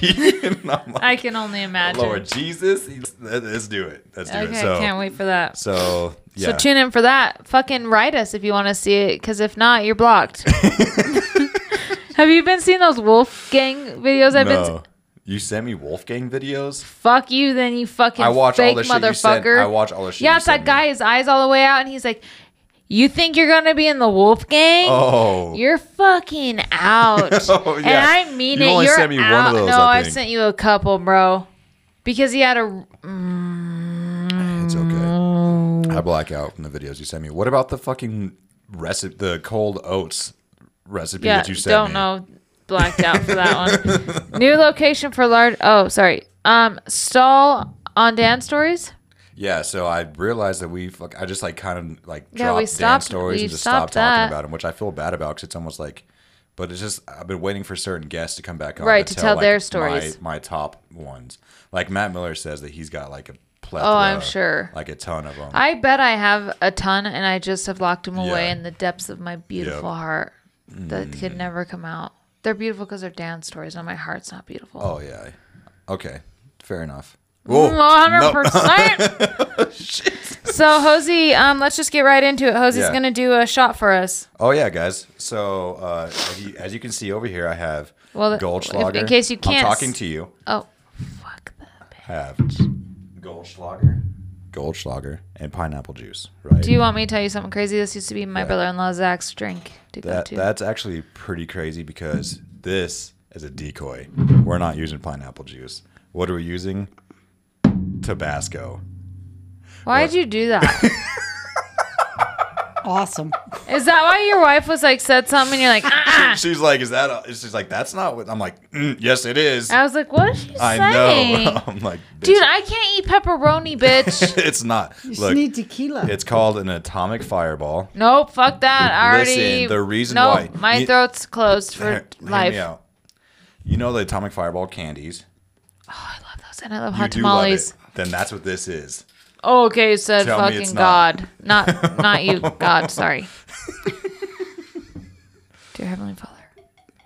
[SPEAKER 1] and I'm like,
[SPEAKER 2] I can only imagine.
[SPEAKER 1] "Lord Jesus, he's- let's do it. Let's do
[SPEAKER 2] okay,
[SPEAKER 1] it." So,
[SPEAKER 2] can't wait for that.
[SPEAKER 1] so yeah.
[SPEAKER 2] So tune in for that. Fucking write us if you want to see it, because if not,
[SPEAKER 1] *laughs*
[SPEAKER 2] you're blocked. *laughs* Have you been seeing those Wolfgang videos? I've been.
[SPEAKER 1] no. You sent me Wolfgang videos.
[SPEAKER 2] Fuck you, then you fucking
[SPEAKER 1] I watch all
[SPEAKER 2] fake
[SPEAKER 1] the shit
[SPEAKER 2] motherfucker.
[SPEAKER 1] you sent. I watch all the shit.
[SPEAKER 2] yeah,
[SPEAKER 1] you
[SPEAKER 2] it's that
[SPEAKER 1] sent me.
[SPEAKER 2] guy. His eyes all the way out, and he's like, "You think you're gonna be in the Wolf Gang?
[SPEAKER 1] Oh,
[SPEAKER 2] You're fucking out."
[SPEAKER 1] *laughs* Oh,
[SPEAKER 2] And
[SPEAKER 1] yeah.
[SPEAKER 2] I mean
[SPEAKER 1] You
[SPEAKER 2] it.
[SPEAKER 1] only
[SPEAKER 2] you're
[SPEAKER 1] sent me one of
[SPEAKER 2] out.
[SPEAKER 1] those,
[SPEAKER 2] no,
[SPEAKER 1] I
[SPEAKER 2] have
[SPEAKER 1] think.
[SPEAKER 2] sent you a couple, bro. Because he had a
[SPEAKER 1] it's
[SPEAKER 2] Mm.
[SPEAKER 1] okay. I black out from the videos you sent me. What about the fucking recipe? The cold oats recipe
[SPEAKER 2] yeah.
[SPEAKER 1] that you sent
[SPEAKER 2] Don't
[SPEAKER 1] me?
[SPEAKER 2] know. Blacked out for that
[SPEAKER 1] *laughs*
[SPEAKER 2] one. New location for large. Oh, sorry. Um, stall on Dan stories.
[SPEAKER 1] Yeah, so I realized that we fuck. I just like kind of like
[SPEAKER 2] Yeah,
[SPEAKER 1] dropped
[SPEAKER 2] we
[SPEAKER 1] Dan
[SPEAKER 2] stopped-
[SPEAKER 1] stories
[SPEAKER 2] we
[SPEAKER 1] and just stopped
[SPEAKER 2] stopped
[SPEAKER 1] talking
[SPEAKER 2] that.
[SPEAKER 1] about him, which I feel bad about because it's almost like. But it's just I've been waiting for certain guests to come back on
[SPEAKER 2] Right, to tell
[SPEAKER 1] like,
[SPEAKER 2] their
[SPEAKER 1] my-
[SPEAKER 2] stories.
[SPEAKER 1] My, top ones, like Matt Miller says that he's got like a plethora.
[SPEAKER 2] Oh, I'm sure.
[SPEAKER 1] like a ton of them.
[SPEAKER 2] I bet I have a ton, and I just have locked them away
[SPEAKER 1] Yeah.
[SPEAKER 2] in the depths of my beautiful
[SPEAKER 1] Yep. Mm.
[SPEAKER 2] heart that could never come out. They're beautiful because they're dance stories, and my heart's not beautiful.
[SPEAKER 1] oh yeah, okay, fair enough.
[SPEAKER 2] Mm, *laughs*
[SPEAKER 1] Whoa, no.
[SPEAKER 2] 100%.
[SPEAKER 1] *laughs*
[SPEAKER 2] So, Hosey, um, let's just get right into it. Hosey's
[SPEAKER 1] Yeah.
[SPEAKER 2] going to do a shot for us.
[SPEAKER 1] Oh yeah, guys. So uh, as, you, as you can see over here, I have
[SPEAKER 2] Well,
[SPEAKER 1] well,
[SPEAKER 2] the-
[SPEAKER 1] Goldschlager.
[SPEAKER 2] if- in case you can't
[SPEAKER 1] I'm
[SPEAKER 2] s-
[SPEAKER 1] talking to you.
[SPEAKER 2] Oh, fuck that.
[SPEAKER 1] Have Goldschlager, Goldschlager, and pineapple juice. Right.
[SPEAKER 2] Do you want me to tell you something crazy? This used to be my brother in law Zach's drink to
[SPEAKER 1] that
[SPEAKER 2] go to.
[SPEAKER 1] that's actually pretty crazy because this is a decoy. We're not using pineapple juice. What are we using? Tabasco.
[SPEAKER 2] Why'd you do that?
[SPEAKER 3] Awesome.
[SPEAKER 2] Is that why your wife was like, said something, and you're like, *laughs* ah?
[SPEAKER 1] She's like, is that? A, she's like, that's not what. I'm like, mm, yes, it is.
[SPEAKER 2] I was like, what is she
[SPEAKER 1] I
[SPEAKER 2] saying?
[SPEAKER 1] *laughs* know. I'm like,
[SPEAKER 2] Dude,
[SPEAKER 1] "Bitch,
[SPEAKER 2] I can't eat
[SPEAKER 1] *laughs*
[SPEAKER 2] pepperoni, bitch.
[SPEAKER 1] it's not.
[SPEAKER 3] You just
[SPEAKER 1] Look,
[SPEAKER 3] need tequila.
[SPEAKER 1] It's called an atomic fireball.
[SPEAKER 2] nope, fuck that. I already.
[SPEAKER 1] Listen, the reason
[SPEAKER 2] nope,
[SPEAKER 1] why-
[SPEAKER 2] my
[SPEAKER 1] You-
[SPEAKER 2] throat's closed for
[SPEAKER 1] Hear
[SPEAKER 2] life.
[SPEAKER 1] me out. You know the atomic fireball candies.
[SPEAKER 2] Oh, I love those, and I love
[SPEAKER 1] You
[SPEAKER 2] hot
[SPEAKER 1] do love
[SPEAKER 2] tamales.
[SPEAKER 1] it. Then that's what this is.
[SPEAKER 2] Oh, okay, you said
[SPEAKER 1] Tell me it's
[SPEAKER 2] fucking God,
[SPEAKER 1] *laughs*
[SPEAKER 2] not not you, God. Sorry, dear Heavenly Father.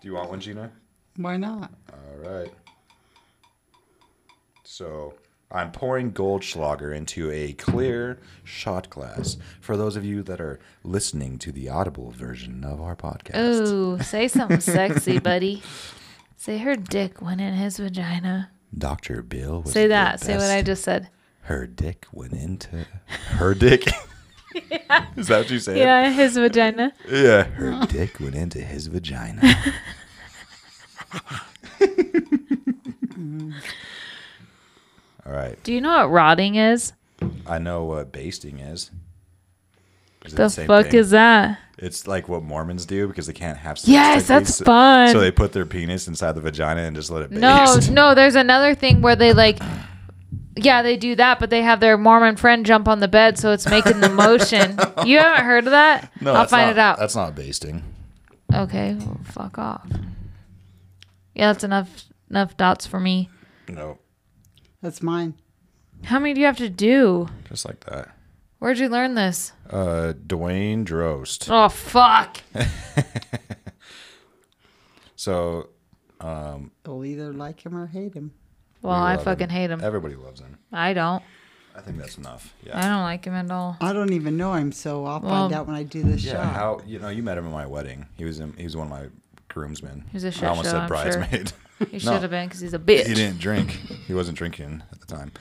[SPEAKER 1] Do you want one, Gina?
[SPEAKER 3] Why not?
[SPEAKER 1] All right. So I'm pouring Goldschlager into a clear shot glass for those of you that are listening to the audible version of our podcast.
[SPEAKER 2] Ooh, say
[SPEAKER 1] *laughs*
[SPEAKER 2] something sexy, buddy. Say her dick went in his vagina.
[SPEAKER 1] Dr. Bill was
[SPEAKER 2] Say
[SPEAKER 1] the
[SPEAKER 2] that. Say what
[SPEAKER 1] best.
[SPEAKER 2] I just said.
[SPEAKER 1] Her dick went into her
[SPEAKER 2] *laughs*
[SPEAKER 1] dick. *laughs* Is that what you said?
[SPEAKER 2] Yeah, his vagina.
[SPEAKER 1] Yeah. Her dick went into his
[SPEAKER 2] *laughs*
[SPEAKER 1] vagina. *laughs* All right.
[SPEAKER 2] Do you know what rotting is?
[SPEAKER 1] I know what basting is. Is it
[SPEAKER 2] The
[SPEAKER 1] same
[SPEAKER 2] fuck
[SPEAKER 1] thing?
[SPEAKER 2] is that?
[SPEAKER 1] It's like what Mormons do because they can't have sex.
[SPEAKER 2] Yes,
[SPEAKER 1] like
[SPEAKER 2] that's
[SPEAKER 1] this.
[SPEAKER 2] fun.
[SPEAKER 1] So they put their penis inside the vagina and just let it baste.
[SPEAKER 2] No, no, there's another thing where they like Yeah, they do that, but they have their Mormon friend jump on the bed, so it's making
[SPEAKER 1] *laughs*
[SPEAKER 2] the motion. you haven't heard of that?
[SPEAKER 1] No, *laughs*
[SPEAKER 2] I'll
[SPEAKER 1] that's
[SPEAKER 2] find
[SPEAKER 1] not-
[SPEAKER 2] it out.
[SPEAKER 1] That's not basting.
[SPEAKER 2] Okay, well, fuck off. Yeah, that's enough enough dots for me.
[SPEAKER 1] No,
[SPEAKER 3] That's mine.
[SPEAKER 2] How many do you have to do?
[SPEAKER 1] just like that.
[SPEAKER 2] Where'd you learn this?
[SPEAKER 1] Uh, Dwayne Drost.
[SPEAKER 2] Oh fuck.
[SPEAKER 1] So
[SPEAKER 3] They'll either like him or hate him.
[SPEAKER 2] Well,
[SPEAKER 1] we
[SPEAKER 2] I
[SPEAKER 1] love him.
[SPEAKER 2] fucking hate him.
[SPEAKER 1] Everybody loves him.
[SPEAKER 2] I don't.
[SPEAKER 1] I think that's enough. Yeah.
[SPEAKER 2] I don't like him at all.
[SPEAKER 3] I don't even know him, so I'll
[SPEAKER 2] Well-
[SPEAKER 3] find out when I do this
[SPEAKER 1] Yeah,
[SPEAKER 3] shot.
[SPEAKER 1] how you know you met him at my wedding. He was in, he was one of my groomsmen.
[SPEAKER 2] He's a shit
[SPEAKER 1] I almost
[SPEAKER 2] show,
[SPEAKER 1] said
[SPEAKER 2] I'm sure.
[SPEAKER 1] bridesmaid. *laughs*
[SPEAKER 2] He
[SPEAKER 1] No.
[SPEAKER 2] should have been because he's a bitch.
[SPEAKER 1] he didn't drink. He wasn't drinking at the time.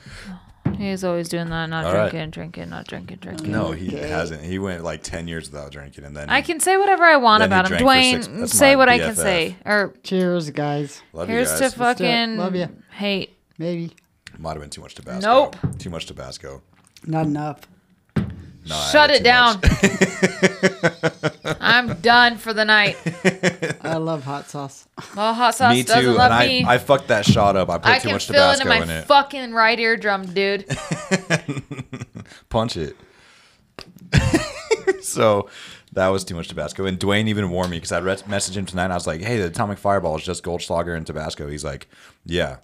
[SPEAKER 2] He's always doing that, not
[SPEAKER 1] All right.
[SPEAKER 2] drinking, drinking, not drinking, drinking.
[SPEAKER 1] No, he
[SPEAKER 3] Okay.
[SPEAKER 1] hasn't. He went like ten years without drinking, and then
[SPEAKER 2] I can say whatever I want
[SPEAKER 1] Then he
[SPEAKER 2] about him.
[SPEAKER 1] drank for six-
[SPEAKER 2] Dwayne,
[SPEAKER 1] that's
[SPEAKER 2] say
[SPEAKER 1] my
[SPEAKER 2] what I can
[SPEAKER 1] BFF.
[SPEAKER 2] say. Or
[SPEAKER 3] Cheers, guys.
[SPEAKER 1] love
[SPEAKER 2] here's
[SPEAKER 1] you
[SPEAKER 2] to
[SPEAKER 1] guys.
[SPEAKER 3] do it.
[SPEAKER 2] fucking
[SPEAKER 3] Love ya.
[SPEAKER 2] hate.
[SPEAKER 3] Maybe
[SPEAKER 1] Might have been too much Tabasco.
[SPEAKER 2] Nope.
[SPEAKER 1] Too much Tabasco.
[SPEAKER 3] not enough.
[SPEAKER 1] No, I
[SPEAKER 2] Shut
[SPEAKER 1] had
[SPEAKER 2] it
[SPEAKER 1] too much. *laughs*
[SPEAKER 2] down. I'm done for
[SPEAKER 1] *laughs*
[SPEAKER 2] the night.
[SPEAKER 3] I love hot sauce.
[SPEAKER 2] Well, hot sauce
[SPEAKER 1] Me too.
[SPEAKER 2] doesn't
[SPEAKER 1] And
[SPEAKER 2] love
[SPEAKER 1] I,
[SPEAKER 2] me.
[SPEAKER 1] I fucked that shot up. I put
[SPEAKER 2] I
[SPEAKER 1] too
[SPEAKER 2] can
[SPEAKER 1] much
[SPEAKER 2] feel it in
[SPEAKER 1] Tabasco
[SPEAKER 2] my
[SPEAKER 1] in it.
[SPEAKER 2] fucking right eardrum,
[SPEAKER 1] *laughs*
[SPEAKER 2] dude.
[SPEAKER 1] Punch it. *laughs* so that was too much Tabasco. And Dwayne even warned me because I re- messaged him tonight. And I was like, hey, the Atomic Fireball is just Goldschlager and Tabasco. He's like, yeah,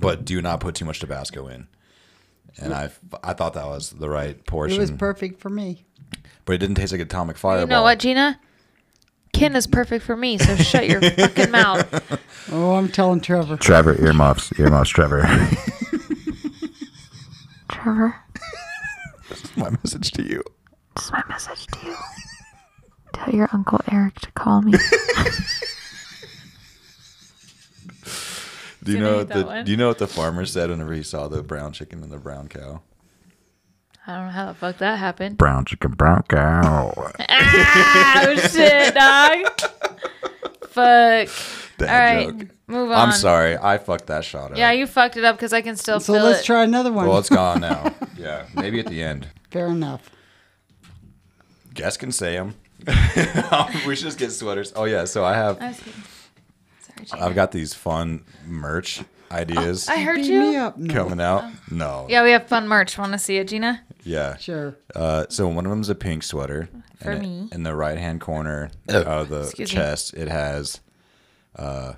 [SPEAKER 1] but do not put too much Tabasco in. And I, I thought that was the right
[SPEAKER 3] It
[SPEAKER 1] portion,
[SPEAKER 3] was perfect for me.
[SPEAKER 1] but it didn't taste like Atomic Fireball.
[SPEAKER 2] You know what, Gina? Ken is perfect for me, so shut
[SPEAKER 1] *laughs*
[SPEAKER 2] your fucking mouth.
[SPEAKER 3] Oh, I'm telling Trevor.
[SPEAKER 1] Trevor earmuffs, earmuffs, Trevor.
[SPEAKER 2] Trevor,
[SPEAKER 1] *laughs* my message to you.
[SPEAKER 2] this is my message to you. Tell your Uncle Eric to call me.
[SPEAKER 1] Do you
[SPEAKER 2] Gonna
[SPEAKER 1] know
[SPEAKER 2] eat
[SPEAKER 1] what
[SPEAKER 2] that
[SPEAKER 1] the
[SPEAKER 2] one.
[SPEAKER 1] Do you know what the farmer said whenever he saw the brown chicken and the brown cow?
[SPEAKER 2] I don't know how the fuck that happened.
[SPEAKER 1] Brown chicken, brown *laughs*
[SPEAKER 2] *laughs*
[SPEAKER 1] cow.
[SPEAKER 2] Oh shit,
[SPEAKER 1] *laughs*
[SPEAKER 2] dog. Fuck.
[SPEAKER 1] Dad
[SPEAKER 2] All right,
[SPEAKER 1] joke.
[SPEAKER 2] move on.
[SPEAKER 1] I'm sorry, I fucked that shot up.
[SPEAKER 2] Yeah, you fucked it up because I can still
[SPEAKER 3] So
[SPEAKER 2] feel
[SPEAKER 3] let's
[SPEAKER 2] it.
[SPEAKER 3] try another one.
[SPEAKER 1] Well, it's gone
[SPEAKER 2] *laughs*
[SPEAKER 1] now. yeah, maybe at the end.
[SPEAKER 3] Fair enough.
[SPEAKER 1] Guess can say *laughs* them. we should just get sweaters. Oh yeah, so I have
[SPEAKER 2] I see. Sorry, Gina.
[SPEAKER 1] I've got these fun merch ideas
[SPEAKER 2] Oh, I heard
[SPEAKER 3] Beat
[SPEAKER 2] you.
[SPEAKER 3] me up. No.
[SPEAKER 1] coming out. No.
[SPEAKER 2] Yeah, we have fun merch. Want to see it, Gina?
[SPEAKER 1] Yeah.
[SPEAKER 3] Sure.
[SPEAKER 1] Uh, so one of them's a pink sweater.
[SPEAKER 2] For
[SPEAKER 1] and it-
[SPEAKER 2] me.
[SPEAKER 1] in the right hand corner
[SPEAKER 3] Oh.
[SPEAKER 1] of the
[SPEAKER 2] Excuse me.
[SPEAKER 1] chest, it has uh,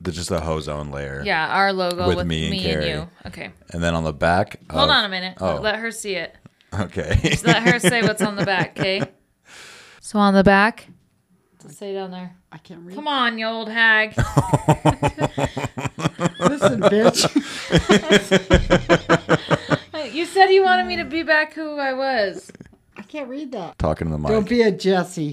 [SPEAKER 1] the, just a ozone layer.
[SPEAKER 2] Yeah, our logo with,
[SPEAKER 1] With me
[SPEAKER 2] me,
[SPEAKER 1] and
[SPEAKER 2] and,
[SPEAKER 1] Carrie.
[SPEAKER 2] you. Okay.
[SPEAKER 1] And then on the back.
[SPEAKER 2] Hold
[SPEAKER 1] of-
[SPEAKER 2] on a minute.
[SPEAKER 1] Oh.
[SPEAKER 2] Let her see it.
[SPEAKER 1] *laughs* Okay.
[SPEAKER 2] Let her say what's on the
[SPEAKER 1] *laughs*
[SPEAKER 2] back, okay? So on the back, let's say down there.
[SPEAKER 3] I can't read.
[SPEAKER 2] Come on, you
[SPEAKER 1] *laughs*
[SPEAKER 2] old hag.
[SPEAKER 3] Listen,
[SPEAKER 2] *laughs*
[SPEAKER 3] bitch.
[SPEAKER 2] you said you wanted me to be back who I was.
[SPEAKER 3] I can't read that.
[SPEAKER 1] Talking to the mic.
[SPEAKER 3] Don't be
[SPEAKER 1] *laughs*
[SPEAKER 3] a Jesse.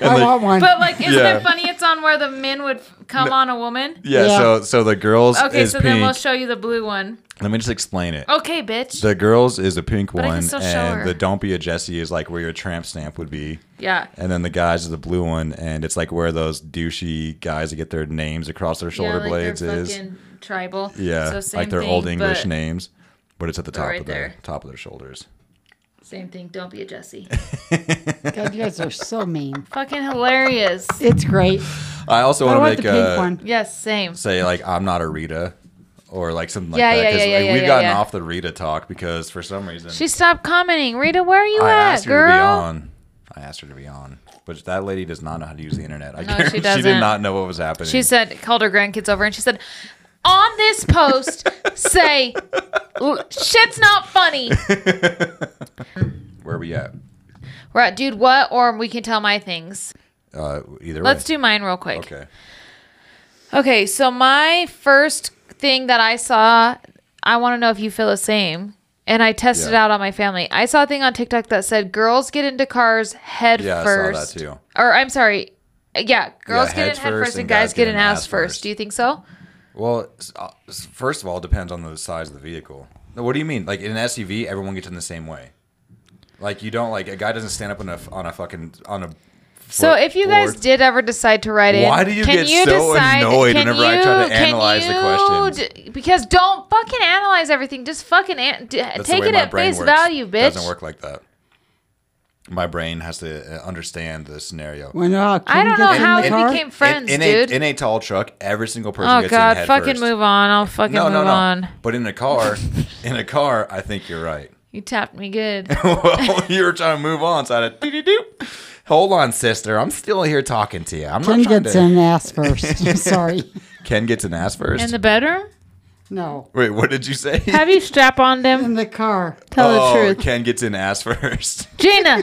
[SPEAKER 1] And
[SPEAKER 3] I
[SPEAKER 1] the-
[SPEAKER 3] want one.
[SPEAKER 2] But like, isn't
[SPEAKER 1] Yeah.
[SPEAKER 2] it funny? It's on where the men would f- come on a woman.
[SPEAKER 1] yeah,
[SPEAKER 3] Yeah.
[SPEAKER 1] So so the girls
[SPEAKER 2] Okay,
[SPEAKER 1] is
[SPEAKER 2] so
[SPEAKER 1] pink.
[SPEAKER 2] then we'll show you the blue one.
[SPEAKER 1] Let me just explain it.
[SPEAKER 2] Okay, bitch.
[SPEAKER 1] The girls is a pink
[SPEAKER 2] I can
[SPEAKER 1] one,
[SPEAKER 2] still show
[SPEAKER 1] and
[SPEAKER 2] her.
[SPEAKER 1] the Don't Be a Jesse is like where your tramp stamp would be.
[SPEAKER 2] yeah.
[SPEAKER 1] And then the guys is the blue one, and it's like where those douchey guys that get their names across their shoulder
[SPEAKER 2] yeah, like
[SPEAKER 1] blades
[SPEAKER 2] they're
[SPEAKER 1] is.
[SPEAKER 2] fucking tribal.
[SPEAKER 1] Yeah,
[SPEAKER 2] So same
[SPEAKER 1] like their
[SPEAKER 2] thing,
[SPEAKER 1] old English
[SPEAKER 2] but
[SPEAKER 1] names, but it's at the top
[SPEAKER 2] right
[SPEAKER 1] of their
[SPEAKER 2] there.
[SPEAKER 1] top of their shoulders.
[SPEAKER 2] Same thing. Don't be a Jesse.
[SPEAKER 3] God, you guys are
[SPEAKER 2] *laughs*
[SPEAKER 3] so mean.
[SPEAKER 2] fucking hilarious.
[SPEAKER 1] *laughs*
[SPEAKER 3] It's great.
[SPEAKER 1] I also
[SPEAKER 3] I
[SPEAKER 1] want to
[SPEAKER 3] want the
[SPEAKER 1] make
[SPEAKER 3] pink
[SPEAKER 1] a
[SPEAKER 3] one.
[SPEAKER 2] Yes, same.
[SPEAKER 1] say like I'm not a Rita, or like something like that
[SPEAKER 2] Yeah, yeah, yeah,
[SPEAKER 1] like,
[SPEAKER 2] yeah,
[SPEAKER 1] we've
[SPEAKER 2] yeah,
[SPEAKER 1] gotten
[SPEAKER 2] yeah.
[SPEAKER 1] off the Rita talk because for some reason
[SPEAKER 2] She stopped commenting. Rita, where are you
[SPEAKER 1] I
[SPEAKER 2] at,
[SPEAKER 1] asked her
[SPEAKER 2] girl?
[SPEAKER 1] to be on. I asked her to be on, but that lady does not know how to use the internet. I
[SPEAKER 2] No,
[SPEAKER 1] guarantee *laughs*
[SPEAKER 2] she
[SPEAKER 1] she
[SPEAKER 2] doesn't.
[SPEAKER 1] did not know what was happening.
[SPEAKER 2] She said, called her grandkids over and she said, on this
[SPEAKER 1] *laughs*
[SPEAKER 2] post, say, "L- shit's not funny.
[SPEAKER 1] Where are we at?
[SPEAKER 2] We're at, dude, what? Or we can tell my things.
[SPEAKER 1] Uh, either
[SPEAKER 2] Let's
[SPEAKER 1] way.
[SPEAKER 2] do mine real quick.
[SPEAKER 1] Okay.
[SPEAKER 2] Okay, so my first thing that I saw, I want to know if you feel the same. And I tested
[SPEAKER 1] Yeah.
[SPEAKER 2] out on my family. I saw a thing on TikTok that said girls get into cars head
[SPEAKER 1] Yeah, I saw that
[SPEAKER 2] first.
[SPEAKER 1] too.
[SPEAKER 2] Or I'm sorry. Yeah, girls get in
[SPEAKER 1] heads
[SPEAKER 2] head
[SPEAKER 1] first
[SPEAKER 2] first and
[SPEAKER 1] and
[SPEAKER 2] guys get in ass, first.
[SPEAKER 1] first.
[SPEAKER 2] Do you think so?
[SPEAKER 1] Well, s- uh, s- first of all, it depends on the size of the vehicle. No, What do you mean? Like in an SUV, everyone gets in the same way. Like you don't like a guy doesn't stand up on a f- on a fucking on a.
[SPEAKER 2] So if you guys
[SPEAKER 1] did.
[SPEAKER 2] did ever decide to write in,
[SPEAKER 1] Why do you get so annoyed
[SPEAKER 2] can
[SPEAKER 1] whenever I try to
[SPEAKER 2] can
[SPEAKER 1] analyze the
[SPEAKER 2] you
[SPEAKER 1] questions?
[SPEAKER 2] d- because don't fucking analyze everything. Just fucking an- d-
[SPEAKER 1] That's the
[SPEAKER 2] take
[SPEAKER 1] way
[SPEAKER 2] it
[SPEAKER 1] my
[SPEAKER 2] at
[SPEAKER 1] brain
[SPEAKER 2] face
[SPEAKER 1] works.
[SPEAKER 2] value, bitch.
[SPEAKER 1] Doesn't work like that. my brain has to uh, understand the scenario.
[SPEAKER 3] When uh,
[SPEAKER 2] I don't
[SPEAKER 3] Kim
[SPEAKER 2] know
[SPEAKER 3] gets in
[SPEAKER 2] how
[SPEAKER 3] the
[SPEAKER 2] we
[SPEAKER 3] car,
[SPEAKER 2] became friends,
[SPEAKER 1] in, in
[SPEAKER 2] dude.
[SPEAKER 1] A, in a tall truck, every single person
[SPEAKER 2] oh
[SPEAKER 1] gets in
[SPEAKER 2] God,
[SPEAKER 1] head
[SPEAKER 2] fucking
[SPEAKER 1] first.
[SPEAKER 2] move on. I'll fucking
[SPEAKER 1] No,
[SPEAKER 2] move
[SPEAKER 1] no, no.
[SPEAKER 2] on.
[SPEAKER 1] But in a car, in a car, I think you're right. *laughs*
[SPEAKER 2] You tapped me good.
[SPEAKER 1] well, you were trying to move on, so I had to doo-doo-doo. Hold on, sister. I'm still here talking to you. I'm
[SPEAKER 3] Kim
[SPEAKER 1] not trying
[SPEAKER 3] gets
[SPEAKER 1] to.
[SPEAKER 3] in
[SPEAKER 1] *laughs*
[SPEAKER 3] ass first. *laughs* I'm sorry.
[SPEAKER 1] Ken gets an ass first.
[SPEAKER 2] In the bedroom?
[SPEAKER 3] No.
[SPEAKER 1] Wait, what did you say?
[SPEAKER 2] Have you strap on them?
[SPEAKER 3] In the car.
[SPEAKER 2] *laughs* Tell
[SPEAKER 1] oh,
[SPEAKER 2] the truth.
[SPEAKER 1] Ken gets an ass first. *laughs*
[SPEAKER 2] Gina.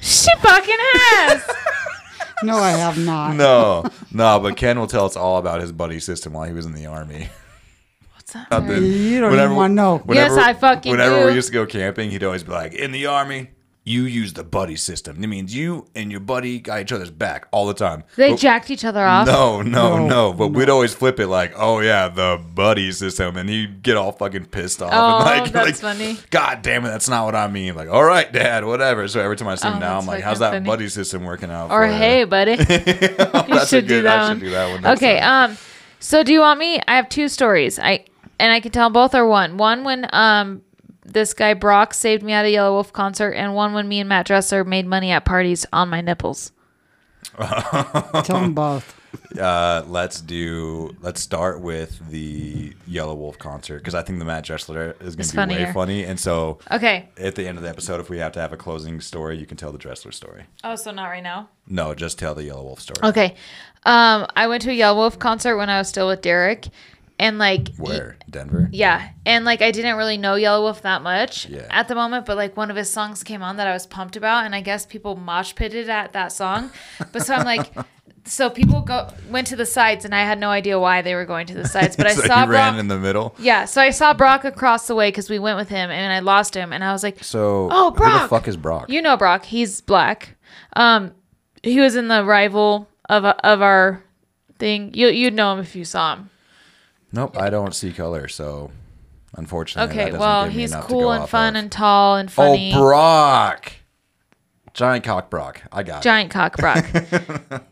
[SPEAKER 2] she fucking has.
[SPEAKER 3] No, I have not.
[SPEAKER 1] no, no, but Ken will tell us all about his buddy system while he was in the army.
[SPEAKER 2] What's that?
[SPEAKER 1] About the-
[SPEAKER 3] You don't even want to know.
[SPEAKER 1] whenever-
[SPEAKER 2] Yes, I fucking
[SPEAKER 1] Whenever
[SPEAKER 2] do.
[SPEAKER 1] we used to go camping, he'd always be like, "In the army, you use the buddy system. It means you and your buddy got each other's back all the time."
[SPEAKER 2] They
[SPEAKER 1] But-
[SPEAKER 2] jacked each other off.
[SPEAKER 1] Oh. No, no, no,
[SPEAKER 3] No,
[SPEAKER 1] But we'd always flip it like, "Oh yeah, the buddy system," and he'd get all fucking pissed off.
[SPEAKER 2] Oh,
[SPEAKER 1] and like, *laughs*
[SPEAKER 2] that's
[SPEAKER 1] like,
[SPEAKER 2] funny.
[SPEAKER 1] God damn it, that's not what I mean. Like, all right, Dad, whatever. So every time I see him
[SPEAKER 2] Oh,
[SPEAKER 1] now,
[SPEAKER 2] that's
[SPEAKER 1] I'm like,
[SPEAKER 2] fucking
[SPEAKER 1] "How's that
[SPEAKER 2] funny.
[SPEAKER 1] buddy system working out?"
[SPEAKER 2] Or
[SPEAKER 1] for ya?"
[SPEAKER 2] hey,
[SPEAKER 1] *laughs*
[SPEAKER 2] buddy. you
[SPEAKER 1] That's a
[SPEAKER 2] should do
[SPEAKER 1] good-
[SPEAKER 2] that
[SPEAKER 1] I
[SPEAKER 2] one.
[SPEAKER 1] should do that one next
[SPEAKER 2] okay.
[SPEAKER 1] time.
[SPEAKER 2] Um. So do you want me? I have two stories. I and I can tell both are one. One when um this guy Brock saved me at a Yellow Wolf concert, and one when me and Matt Dresser made money at parties on my nipples.
[SPEAKER 3] Tell them both. *laughs*
[SPEAKER 1] Uh, let's do. Let's start with the Yellow Wolf concert because I think the Matt Dressler is going
[SPEAKER 2] It's
[SPEAKER 1] to be way
[SPEAKER 2] funnier.
[SPEAKER 1] funny. And so,
[SPEAKER 2] Okay.
[SPEAKER 1] at the end of the episode, if we have to have a closing story, you can tell the Dressler story.
[SPEAKER 2] Oh, so not right now.
[SPEAKER 1] No, just tell the Yellow Wolf story.
[SPEAKER 2] Okay. Um, I went to a Yellow Wolf concert when I was still with Derek, and like
[SPEAKER 1] Where Denver?
[SPEAKER 2] Yeah. And like I didn't really know Yellow Wolf that much
[SPEAKER 1] Yeah.
[SPEAKER 2] at the moment, but like one of his songs came on that I was pumped about and I guess people mosh pitted at that song. But so I'm like
[SPEAKER 1] *laughs*
[SPEAKER 2] so people go went to the sides and I had no idea why they were going to the sides,
[SPEAKER 1] *laughs*
[SPEAKER 2] but I
[SPEAKER 1] so
[SPEAKER 2] saw
[SPEAKER 1] you ran
[SPEAKER 2] Brock
[SPEAKER 1] in the middle.
[SPEAKER 2] Yeah, so I saw Brock across the way cuz we went with him and I lost him and I was like
[SPEAKER 1] So,
[SPEAKER 2] Oh,
[SPEAKER 1] who the
[SPEAKER 2] Brock!
[SPEAKER 1] fuck is Brock?
[SPEAKER 2] you know Brock, he's black. Um he was in the rival of of our thing. You you'd know him if you saw him.
[SPEAKER 1] nope, I don't see color, so unfortunately, that
[SPEAKER 2] Okay,
[SPEAKER 1] doesn't
[SPEAKER 2] well,
[SPEAKER 1] give me
[SPEAKER 2] he's
[SPEAKER 1] enough to go
[SPEAKER 2] cool and
[SPEAKER 1] off
[SPEAKER 2] fun
[SPEAKER 1] of.
[SPEAKER 2] and tall and funny.
[SPEAKER 1] oh, Brock, giant cock, Brock. I got
[SPEAKER 2] Giant
[SPEAKER 1] *laughs*
[SPEAKER 2] cock Brock.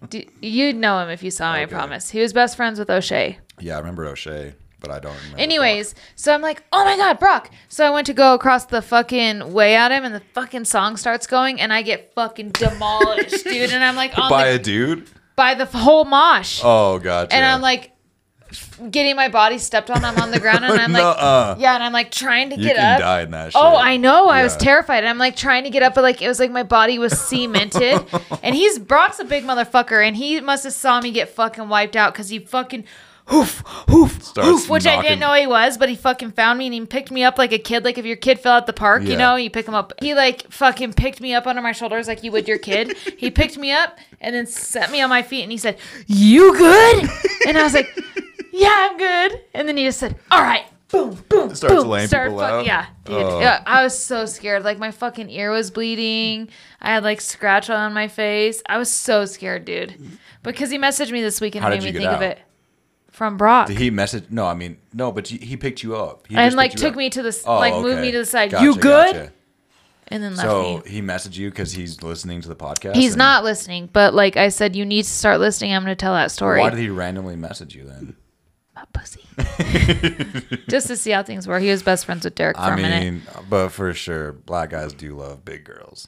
[SPEAKER 2] D- you'd know him if you saw him, I promise. He was best friends with O'Shea.
[SPEAKER 1] it. Yeah, I remember O'Shea, but I don't. remember Brock.
[SPEAKER 2] Anyways, so I'm like, oh my God, Brock. So I went to go across the fucking way at him, and the fucking song starts going, and I get fucking
[SPEAKER 1] *laughs*
[SPEAKER 2] demolished, dude. And I'm like, on
[SPEAKER 1] by
[SPEAKER 2] the,
[SPEAKER 1] a dude.
[SPEAKER 2] by the f- whole mosh.
[SPEAKER 1] Oh, gotcha.
[SPEAKER 2] and I'm like, getting my body stepped on. I'm on
[SPEAKER 1] *laughs*
[SPEAKER 2] the ground, and I'm like,
[SPEAKER 1] Nuh-uh.
[SPEAKER 2] yeah, and I'm like trying to
[SPEAKER 1] uh, you
[SPEAKER 2] get
[SPEAKER 1] can
[SPEAKER 2] up.
[SPEAKER 1] die in that.
[SPEAKER 2] Oh,
[SPEAKER 1] shit.
[SPEAKER 2] I know. I was
[SPEAKER 1] Yeah.
[SPEAKER 2] terrified. And I'm like trying to get up, but like it was like my body
[SPEAKER 1] *laughs*
[SPEAKER 2] was cemented. and he's Brock's a big motherfucker, and he must have saw me get fucking wiped out because he fucking hoof hoof
[SPEAKER 1] Starts
[SPEAKER 2] hoof, which I
[SPEAKER 1] knocking-
[SPEAKER 2] didn't know he was, but he fucking found me and he picked me up like a kid. Like if your kid fell at the park,
[SPEAKER 1] Yeah.
[SPEAKER 2] you know, you pick him up. He like fucking picked me up under my shoulders like you would your kid.
[SPEAKER 1] *laughs*
[SPEAKER 2] he picked me up and then set me on my feet, and he said, "You good?" and I
[SPEAKER 1] *laughs*
[SPEAKER 2] was like. Yeah, I'm good. And then he just said, "All right, boom, boom,
[SPEAKER 1] Starts
[SPEAKER 2] boom."
[SPEAKER 1] laying
[SPEAKER 2] Started
[SPEAKER 1] people
[SPEAKER 2] fuck-
[SPEAKER 1] out?
[SPEAKER 2] Yeah, dude.
[SPEAKER 1] Oh.
[SPEAKER 2] Yeah, I was so scared. Like my fucking ear was bleeding. I had like scratch on my face. I was so scared, dude. Because he messaged me this week and
[SPEAKER 1] How
[SPEAKER 2] made
[SPEAKER 1] did
[SPEAKER 2] me
[SPEAKER 1] you
[SPEAKER 2] think
[SPEAKER 1] get
[SPEAKER 2] of
[SPEAKER 1] out?
[SPEAKER 2] it from Brock.
[SPEAKER 1] Did he message? No, I mean no, but he- he picked you up. He
[SPEAKER 2] and
[SPEAKER 1] just
[SPEAKER 2] like
[SPEAKER 1] picked you
[SPEAKER 2] took
[SPEAKER 1] up.
[SPEAKER 2] me to the s
[SPEAKER 1] Oh,
[SPEAKER 2] like moved
[SPEAKER 1] okay.
[SPEAKER 2] me to the side.
[SPEAKER 1] Gotcha,
[SPEAKER 2] you good?
[SPEAKER 1] gotcha.
[SPEAKER 2] And then left
[SPEAKER 1] So
[SPEAKER 2] me.
[SPEAKER 1] he messaged you because he's listening to the podcast.
[SPEAKER 2] He's
[SPEAKER 1] and-
[SPEAKER 2] not listening, but like I said, you need to start listening. I'm gonna tell that story.
[SPEAKER 1] Why did he randomly message you then?
[SPEAKER 2] My pussy. *laughs* Just to see how things were. He was best friends with Derek for
[SPEAKER 1] I
[SPEAKER 2] a minute.
[SPEAKER 1] mean, but for sure, black guys do love big girls.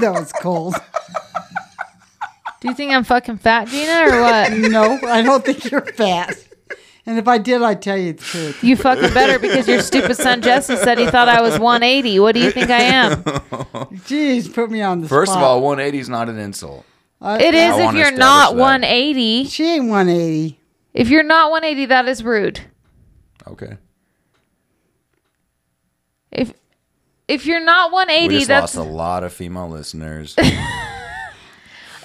[SPEAKER 3] That was cold.
[SPEAKER 2] Do you think I'm fucking fat, Gina,
[SPEAKER 1] *laughs*
[SPEAKER 2] or what?
[SPEAKER 3] No, I don't think you're fat. And if I did, I'd tell you the truth.
[SPEAKER 2] You fucking better because your stupid son Justin said he thought I was 180. What do you think I am?
[SPEAKER 3] Jeez, put me on the
[SPEAKER 1] First
[SPEAKER 3] spot.
[SPEAKER 1] of all, 180 is not an insult.
[SPEAKER 2] It is if
[SPEAKER 1] wanna
[SPEAKER 2] you're
[SPEAKER 1] establish
[SPEAKER 2] not
[SPEAKER 1] that.
[SPEAKER 2] 180.
[SPEAKER 3] she ain't 180.
[SPEAKER 2] If you're not 180, that is rude.
[SPEAKER 1] Okay.
[SPEAKER 2] If if you're not
[SPEAKER 1] We
[SPEAKER 2] 180,
[SPEAKER 1] just
[SPEAKER 2] that's
[SPEAKER 1] lost a lot of female
[SPEAKER 2] *laughs*
[SPEAKER 1] listeners.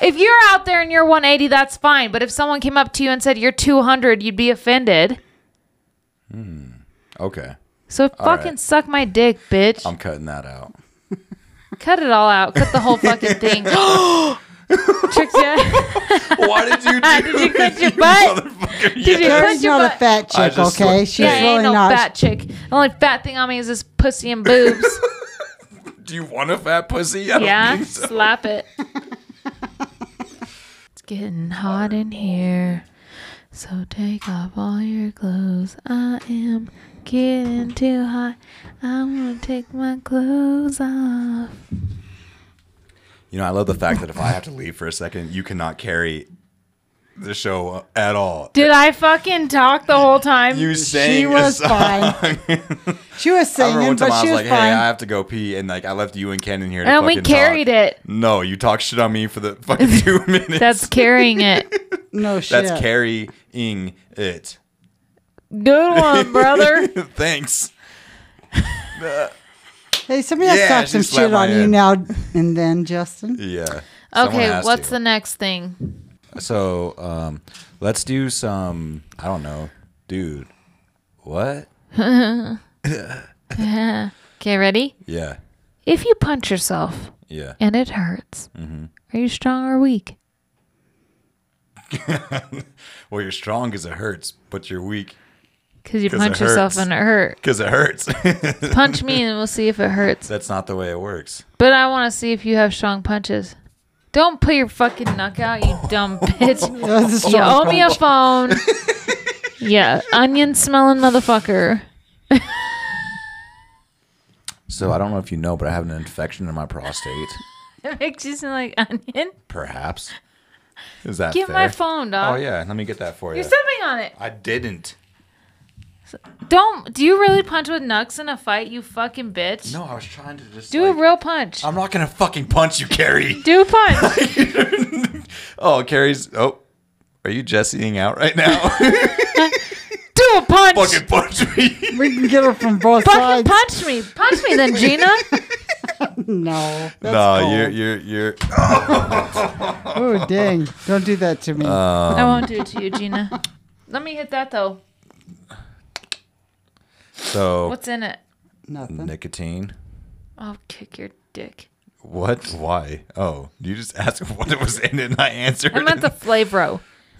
[SPEAKER 2] if you're out there and you're 180, that's fine. But if someone came up to you and said you're 200, you'd be offended.
[SPEAKER 1] Okay.
[SPEAKER 2] So fucking
[SPEAKER 1] right. Um.
[SPEAKER 2] suck my dick, bitch.
[SPEAKER 1] I'm cutting that out.
[SPEAKER 2] Cut it all out. Cut the whole
[SPEAKER 1] *laughs*
[SPEAKER 2] fucking thing. Tricked ya.
[SPEAKER 1] Why did you do *laughs*
[SPEAKER 2] *laughs* Did you cut your butt? Did you cut
[SPEAKER 3] Carrie's
[SPEAKER 2] your
[SPEAKER 3] not a
[SPEAKER 2] butt?
[SPEAKER 3] fat
[SPEAKER 1] I
[SPEAKER 3] chick,
[SPEAKER 1] just
[SPEAKER 3] okay?
[SPEAKER 1] looked-
[SPEAKER 3] She's
[SPEAKER 2] Yeah, I ain't
[SPEAKER 3] really
[SPEAKER 2] no
[SPEAKER 3] not.
[SPEAKER 2] fat chick. The only fat thing on me is this pussy and boobs.
[SPEAKER 1] Do you want a fat pussy? *laughs* I don't
[SPEAKER 2] Yeah,
[SPEAKER 1] think so. *laughs*
[SPEAKER 2] slap it. it's getting hot in here. So take off all your clothes. I am getting too hot. I want to take my clothes off.
[SPEAKER 1] You know, I love the fact that if I have to leave for a second, you cannot carry the show at all.
[SPEAKER 2] Did I fucking talk the whole time?
[SPEAKER 1] You sang
[SPEAKER 3] She
[SPEAKER 1] a
[SPEAKER 3] was
[SPEAKER 1] song.
[SPEAKER 3] fine.
[SPEAKER 1] *laughs*
[SPEAKER 3] She was
[SPEAKER 1] I remember
[SPEAKER 3] singing,
[SPEAKER 1] one
[SPEAKER 3] but
[SPEAKER 1] time I
[SPEAKER 3] she
[SPEAKER 1] was
[SPEAKER 3] was
[SPEAKER 1] like, "Hey,
[SPEAKER 3] fine.
[SPEAKER 1] I have to go pee," and like I left you and Ken in here. To
[SPEAKER 2] And we
[SPEAKER 1] fucking
[SPEAKER 2] carried
[SPEAKER 1] talk.
[SPEAKER 2] it.
[SPEAKER 1] No, you talked shit on me for the fucking
[SPEAKER 2] *laughs*
[SPEAKER 1] two minutes. *laughs*
[SPEAKER 2] That's carrying it.
[SPEAKER 3] no shit.
[SPEAKER 1] that's carrying it. *laughs*
[SPEAKER 2] Good one, brother.
[SPEAKER 1] Thanks.
[SPEAKER 3] Hey, somebody else
[SPEAKER 1] Yeah,
[SPEAKER 3] talk
[SPEAKER 1] she
[SPEAKER 3] some
[SPEAKER 1] slapped
[SPEAKER 3] shit
[SPEAKER 1] my
[SPEAKER 3] on you
[SPEAKER 1] head.
[SPEAKER 3] now and then,
[SPEAKER 1] *laughs*
[SPEAKER 3] Justin. *laughs*
[SPEAKER 1] Yeah.
[SPEAKER 2] Okay, what's the next thing?
[SPEAKER 1] the so? Um, let's do some. I don't know, dude. What?
[SPEAKER 2] Okay, ready?
[SPEAKER 1] Yeah,
[SPEAKER 2] If you punch yourself
[SPEAKER 1] yeah.
[SPEAKER 2] and it hurts,
[SPEAKER 1] Mm-hmm.
[SPEAKER 2] are you strong or weak?
[SPEAKER 1] Well, you're strong because it hurts, but you're weak
[SPEAKER 2] Because you
[SPEAKER 1] 'Cause it
[SPEAKER 2] punch yourself
[SPEAKER 1] hurts.
[SPEAKER 2] and
[SPEAKER 1] *laughs*
[SPEAKER 2] it hurt.
[SPEAKER 1] because it hurts.
[SPEAKER 2] Punch me and we'll see if it hurts.
[SPEAKER 1] That's not the way it works.
[SPEAKER 2] But I want to see if you have strong punches. Don't put your fucking knock out, you
[SPEAKER 1] *laughs*
[SPEAKER 2] dumb bitch.
[SPEAKER 3] That was a
[SPEAKER 2] You
[SPEAKER 3] strong
[SPEAKER 2] owe me a phone. yeah, onion smelling motherfucker. *laughs*
[SPEAKER 1] So I don't know if you know, but I have an infection in my prostate.
[SPEAKER 2] It makes you smell like onion.
[SPEAKER 1] Perhaps. Is that
[SPEAKER 2] Give
[SPEAKER 1] fair?
[SPEAKER 2] my phone,
[SPEAKER 1] Oh
[SPEAKER 2] dog.
[SPEAKER 1] yeah, let me get that for you.
[SPEAKER 2] You're stepping on it.
[SPEAKER 1] I didn't.
[SPEAKER 2] Don't. Do you really punch with nucks in a fight, you fucking bitch?
[SPEAKER 1] No, I was trying to just.
[SPEAKER 2] Do
[SPEAKER 1] like-
[SPEAKER 2] a real punch.
[SPEAKER 1] I'm not gonna fucking punch you, Carrie. *laughs*
[SPEAKER 2] Do a punch.
[SPEAKER 1] Oh, Carrie's. Oh, are you Jesseing out right now? *laughs*
[SPEAKER 2] Do a punch.
[SPEAKER 1] fucking punch me.
[SPEAKER 3] We can get her from both
[SPEAKER 2] Fucking
[SPEAKER 3] sides.
[SPEAKER 2] punch me. Punch me
[SPEAKER 1] *laughs*
[SPEAKER 2] then, Gina.
[SPEAKER 3] No. That's
[SPEAKER 1] no,
[SPEAKER 3] cold.
[SPEAKER 1] you're you're you're.
[SPEAKER 3] Oh, dang. Don't do that to me.
[SPEAKER 1] Uh, Um,
[SPEAKER 2] I won't do it to you, Gina. *laughs* Let me hit that though.
[SPEAKER 1] So
[SPEAKER 2] What's in it?
[SPEAKER 3] Nothing.
[SPEAKER 1] nicotine.
[SPEAKER 2] I'll kick your dick.
[SPEAKER 1] What? Why? Oh, you just *laughs* asked what it was in, and I answered.
[SPEAKER 2] I meant the flavor.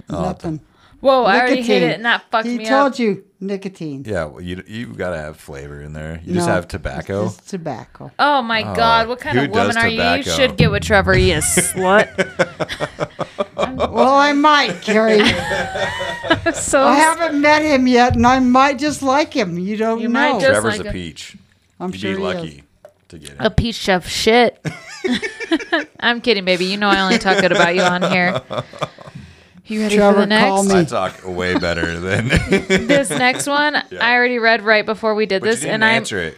[SPEAKER 3] Nothing.
[SPEAKER 2] Whoa, I already hit
[SPEAKER 3] Nicotine.
[SPEAKER 2] it and that fucked
[SPEAKER 3] he
[SPEAKER 2] me
[SPEAKER 3] told
[SPEAKER 2] up.
[SPEAKER 3] you nicotine.
[SPEAKER 1] *laughs* yeah, well, you you gotta have flavor in there. You just
[SPEAKER 3] No,
[SPEAKER 1] have tobacco.
[SPEAKER 3] It's just tobacco.
[SPEAKER 2] Oh my god, what kind
[SPEAKER 1] Uh, who
[SPEAKER 2] of woman
[SPEAKER 1] does
[SPEAKER 2] are you? You
[SPEAKER 1] tobacco?
[SPEAKER 2] should get with Trevor,
[SPEAKER 1] *laughs*
[SPEAKER 2] you slut.
[SPEAKER 3] Well, I might,
[SPEAKER 2] *laughs*
[SPEAKER 3] Carrie.
[SPEAKER 2] so
[SPEAKER 3] I haven't met him yet, and I might just like him. You don't
[SPEAKER 2] You
[SPEAKER 3] know.
[SPEAKER 2] might just-
[SPEAKER 1] Trevor's
[SPEAKER 2] like
[SPEAKER 1] a
[SPEAKER 2] a-
[SPEAKER 1] peach.
[SPEAKER 3] I'm
[SPEAKER 1] You'd
[SPEAKER 3] sure
[SPEAKER 1] be
[SPEAKER 3] he
[SPEAKER 1] lucky
[SPEAKER 3] is.
[SPEAKER 1] to get it.
[SPEAKER 2] a piece of shit. *laughs* I'm kidding, baby. You know I only talk good about you on here. You ready for
[SPEAKER 3] Trevor,
[SPEAKER 2] the
[SPEAKER 3] call
[SPEAKER 2] next?
[SPEAKER 1] I
[SPEAKER 3] me.
[SPEAKER 1] talk way better than. *laughs* but
[SPEAKER 2] This next
[SPEAKER 1] *laughs*
[SPEAKER 2] one I already read right before we did
[SPEAKER 1] you
[SPEAKER 2] this,
[SPEAKER 1] didn't
[SPEAKER 2] and I'm
[SPEAKER 1] answer it.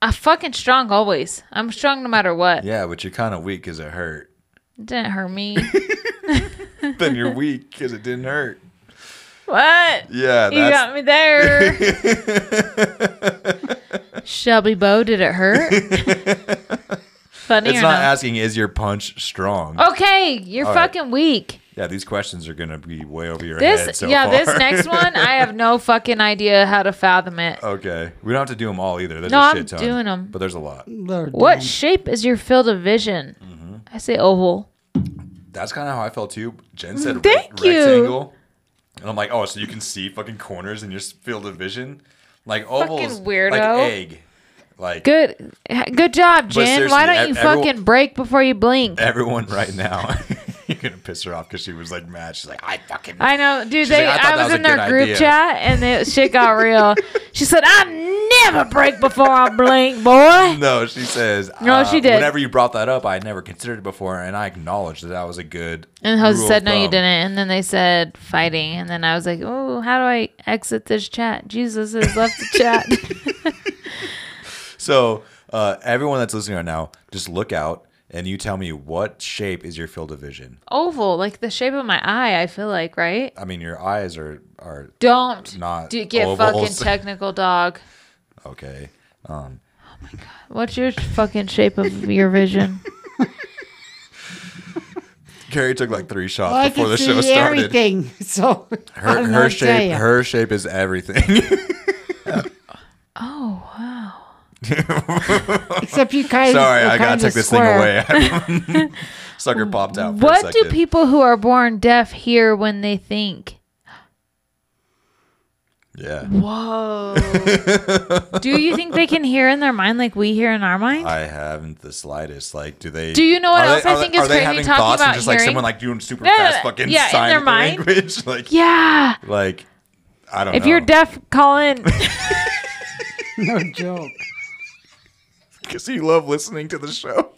[SPEAKER 2] I'm fucking strong always. I'm strong no matter what.
[SPEAKER 1] Yeah, but you're kind of weak because it hurt.
[SPEAKER 2] It didn't hurt
[SPEAKER 1] *laughs*
[SPEAKER 2] me.
[SPEAKER 1] then
[SPEAKER 2] *laughs*
[SPEAKER 1] you're weak because it didn't hurt.
[SPEAKER 2] what?
[SPEAKER 1] Yeah,
[SPEAKER 2] You got me there.
[SPEAKER 1] *laughs*
[SPEAKER 2] Shelby Bow, did it hurt? Funny
[SPEAKER 1] It's
[SPEAKER 2] or
[SPEAKER 1] not
[SPEAKER 2] not?
[SPEAKER 1] asking is your punch strong.
[SPEAKER 2] Oh. okay, you're
[SPEAKER 1] All right.
[SPEAKER 2] fucking weak.
[SPEAKER 1] Yeah, these questions are gonna be way over your head
[SPEAKER 2] This,
[SPEAKER 1] so
[SPEAKER 2] yeah,
[SPEAKER 1] far.
[SPEAKER 2] this next one, I have no fucking idea how to fathom it.
[SPEAKER 1] *laughs* Oh. okay, we don't have to do them all either. There's
[SPEAKER 2] No,
[SPEAKER 1] a
[SPEAKER 2] I'm
[SPEAKER 1] shit ton,
[SPEAKER 2] doing 'em.
[SPEAKER 1] but there's a lot.
[SPEAKER 3] Lord,
[SPEAKER 2] What shape is your field of vision?
[SPEAKER 1] Mm-hmm.
[SPEAKER 2] I say oval.
[SPEAKER 1] That's kind of how I felt too. Jen said re-
[SPEAKER 2] Thank you.
[SPEAKER 1] rectangle, and I'm like, oh, so you can see fucking corners in your s- field of vision, like ovals, like
[SPEAKER 2] weirdo.
[SPEAKER 1] egg, like
[SPEAKER 2] Good, good job, Jen.
[SPEAKER 1] seriously,
[SPEAKER 2] Why
[SPEAKER 1] e-
[SPEAKER 2] don't
[SPEAKER 1] ev-
[SPEAKER 2] you
[SPEAKER 1] everyone-
[SPEAKER 2] fucking break before you blink?
[SPEAKER 1] everyone right now. *laughs* You're gonna piss her off because she was like mad. She's like, I fucking.
[SPEAKER 2] I know, dude.
[SPEAKER 1] She's
[SPEAKER 2] They,
[SPEAKER 1] like, I
[SPEAKER 2] I,
[SPEAKER 1] thought that
[SPEAKER 2] was
[SPEAKER 1] was
[SPEAKER 2] in
[SPEAKER 1] a
[SPEAKER 2] their
[SPEAKER 1] good
[SPEAKER 2] group
[SPEAKER 1] idea.
[SPEAKER 2] chat and it, shit
[SPEAKER 1] *laughs*
[SPEAKER 2] got real. she said, "I never break before I blink,
[SPEAKER 1] *laughs*
[SPEAKER 2] boy."
[SPEAKER 1] No, she says. uh,
[SPEAKER 2] No, she did.
[SPEAKER 1] Whenever you brought that up, I had never considered it before, and I acknowledged that that was a good.
[SPEAKER 2] And Jose
[SPEAKER 1] rule of
[SPEAKER 2] said, "No, you
[SPEAKER 1] thumb."
[SPEAKER 2] didn't." And then they said, "Fighting." And then I was like, "Oh, how do I exit this chat?" Jesus has left the
[SPEAKER 1] *laughs*
[SPEAKER 2] chat.
[SPEAKER 1] So, uh, everyone that's listening right now, just look out and you tell me what shape is your field of vision.
[SPEAKER 2] Oval, like the shape of my eye. I feel like right.
[SPEAKER 1] I mean, your eyes are are
[SPEAKER 2] Don't
[SPEAKER 1] Not
[SPEAKER 2] do, get fucking
[SPEAKER 1] *laughs* ovals.
[SPEAKER 2] technical, dog.
[SPEAKER 1] okay.
[SPEAKER 2] What's your fucking shape of
[SPEAKER 1] *laughs*
[SPEAKER 2] your vision?
[SPEAKER 1] Carrie took like three shots
[SPEAKER 3] I
[SPEAKER 1] before
[SPEAKER 3] can
[SPEAKER 1] the
[SPEAKER 3] see
[SPEAKER 1] show started.
[SPEAKER 3] everything. *laughs* So I
[SPEAKER 1] Her,
[SPEAKER 3] don't know
[SPEAKER 1] her
[SPEAKER 3] what to tell
[SPEAKER 1] shape,
[SPEAKER 3] ya.
[SPEAKER 1] her shape is everything.
[SPEAKER 2] Oh wow.
[SPEAKER 3] Except you kind
[SPEAKER 1] *laughs*
[SPEAKER 3] of.
[SPEAKER 1] Sorry, I gotta
[SPEAKER 3] kinda
[SPEAKER 1] take this
[SPEAKER 3] square.
[SPEAKER 1] thing away. *laughs*
[SPEAKER 2] *laughs*
[SPEAKER 1] Sucker popped out. For a
[SPEAKER 2] What do
[SPEAKER 1] second.
[SPEAKER 2] people who are born deaf hear when
[SPEAKER 1] *laughs*
[SPEAKER 2] they think?
[SPEAKER 1] Yeah,
[SPEAKER 2] Whoa. Do you think they can hear in their mind like we hear in our mind?
[SPEAKER 1] I haven't the slightest. Like, do they?
[SPEAKER 2] Do you know what
[SPEAKER 1] are
[SPEAKER 2] else I
[SPEAKER 1] are
[SPEAKER 2] think
[SPEAKER 1] are
[SPEAKER 2] is
[SPEAKER 1] they
[SPEAKER 2] crazy
[SPEAKER 1] having
[SPEAKER 2] talking
[SPEAKER 1] thoughts and
[SPEAKER 2] about
[SPEAKER 1] just like
[SPEAKER 2] hearing?
[SPEAKER 1] someone like doing super
[SPEAKER 2] No, no,
[SPEAKER 1] fast
[SPEAKER 2] no.
[SPEAKER 1] fucking *laughs*
[SPEAKER 2] Yeah, in
[SPEAKER 1] sign
[SPEAKER 2] their mind.
[SPEAKER 1] language? Like,
[SPEAKER 2] yeah.
[SPEAKER 1] like I don't
[SPEAKER 2] If
[SPEAKER 1] know.
[SPEAKER 2] you're deaf, call in.
[SPEAKER 3] No joke.
[SPEAKER 1] *laughs* because you love listening to the show.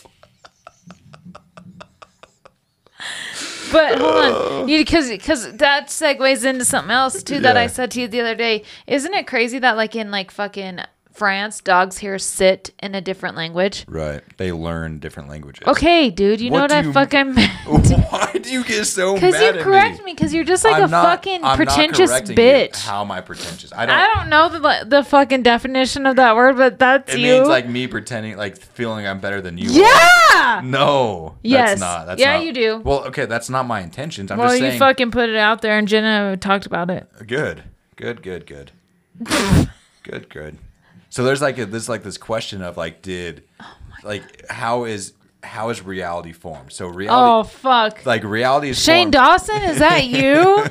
[SPEAKER 2] But
[SPEAKER 1] Uh.
[SPEAKER 2] hold on, because because that segues into something else too that I
[SPEAKER 1] Yeah.
[SPEAKER 2] said to you the other day. Isn't it crazy that like in like fucking France, dogs here sit in a different language?
[SPEAKER 1] Right. They learn different languages.
[SPEAKER 2] Okay, dude, you know
[SPEAKER 1] What
[SPEAKER 2] what
[SPEAKER 1] do
[SPEAKER 2] I
[SPEAKER 1] you-
[SPEAKER 2] fucking *laughs* meant.
[SPEAKER 1] *laughs* Why do you get
[SPEAKER 2] *laughs*
[SPEAKER 1] so mad
[SPEAKER 2] Because you
[SPEAKER 1] at
[SPEAKER 2] correct
[SPEAKER 1] me?
[SPEAKER 2] me, because you're just like a
[SPEAKER 1] I'm not-
[SPEAKER 2] fucking
[SPEAKER 1] I'm not
[SPEAKER 2] pretentious
[SPEAKER 1] correcting you.
[SPEAKER 2] bitch.
[SPEAKER 1] How am I pretentious? I don't.
[SPEAKER 2] I don't know the the fucking definition of that word, but that's
[SPEAKER 1] it
[SPEAKER 2] you.
[SPEAKER 1] means like me pretending, like feeling I'm better than you. are.
[SPEAKER 2] yeah.
[SPEAKER 1] No.
[SPEAKER 2] Yes.
[SPEAKER 1] That's not. That's
[SPEAKER 2] Yeah,
[SPEAKER 1] not-
[SPEAKER 2] you do.
[SPEAKER 1] Well, okay, that's not my intentions. I'm
[SPEAKER 2] Well,
[SPEAKER 1] just
[SPEAKER 2] you
[SPEAKER 1] saying.
[SPEAKER 2] fucking put it out there, and Jenna talked about it.
[SPEAKER 1] Good. Good. Good.
[SPEAKER 2] *laughs*
[SPEAKER 1] Good. good. Good. So there's like a, this like this question of like did
[SPEAKER 2] Oh
[SPEAKER 1] like how is how is reality formed? So
[SPEAKER 2] Oh
[SPEAKER 1] reality
[SPEAKER 2] fuck,
[SPEAKER 1] like reality is
[SPEAKER 2] Shane
[SPEAKER 1] formed,
[SPEAKER 2] Dawson,
[SPEAKER 1] *laughs*
[SPEAKER 2] is that you?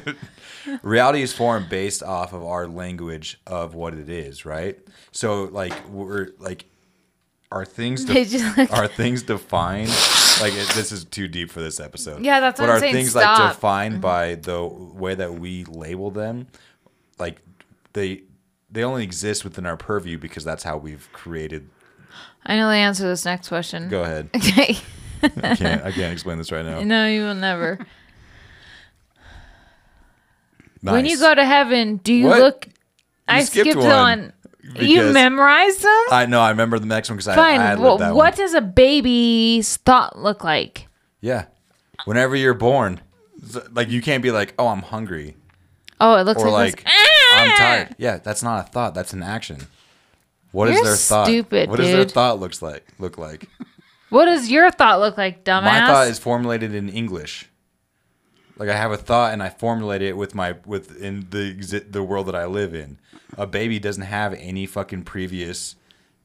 [SPEAKER 1] reality is formed based off of our language of what it is, right? So like we're like are things
[SPEAKER 2] They just like-
[SPEAKER 1] are things defined like it, this is too deep for this episode.
[SPEAKER 2] Yeah, that's what
[SPEAKER 1] but
[SPEAKER 2] I'm
[SPEAKER 1] are
[SPEAKER 2] saying,
[SPEAKER 1] things like
[SPEAKER 2] stop. Mm-hmm.
[SPEAKER 1] defined by the way that we label them? Like they they only exist within our purview because that's how we've created.
[SPEAKER 2] I know the answer to this next question. *laughs*
[SPEAKER 1] Go ahead.
[SPEAKER 2] Okay.
[SPEAKER 1] I can't I can't explain this right now.
[SPEAKER 2] No, you will never. When you
[SPEAKER 1] Nice.
[SPEAKER 2] go to heaven, do you
[SPEAKER 1] What?
[SPEAKER 2] look? I
[SPEAKER 1] skipped
[SPEAKER 2] skipped,
[SPEAKER 1] one
[SPEAKER 2] one. You
[SPEAKER 1] because-
[SPEAKER 2] memorized them?
[SPEAKER 1] I know I remember the next one because I, I
[SPEAKER 2] Fine.
[SPEAKER 1] had
[SPEAKER 2] Well,
[SPEAKER 1] lived that one.
[SPEAKER 2] what does a baby's thought look like?
[SPEAKER 1] Yeah. Whenever you're born, z- like you can't be like, "Oh, I'm hungry,"
[SPEAKER 2] Oh, it looks
[SPEAKER 1] or
[SPEAKER 2] like,
[SPEAKER 1] like,
[SPEAKER 2] this. Ah!
[SPEAKER 1] "I'm tired." Yeah, that's not a thought. That's an action. What is
[SPEAKER 2] You're
[SPEAKER 1] their thought?
[SPEAKER 2] stupid,
[SPEAKER 1] what does their
[SPEAKER 2] dude.
[SPEAKER 1] thought looks like? Look like
[SPEAKER 2] *laughs* What does your thought look like, dumbass?
[SPEAKER 1] my thought is formulated in English. Like I have a thought and I formulate it with my with in the exi- the world that I live in. A baby doesn't have any fucking previous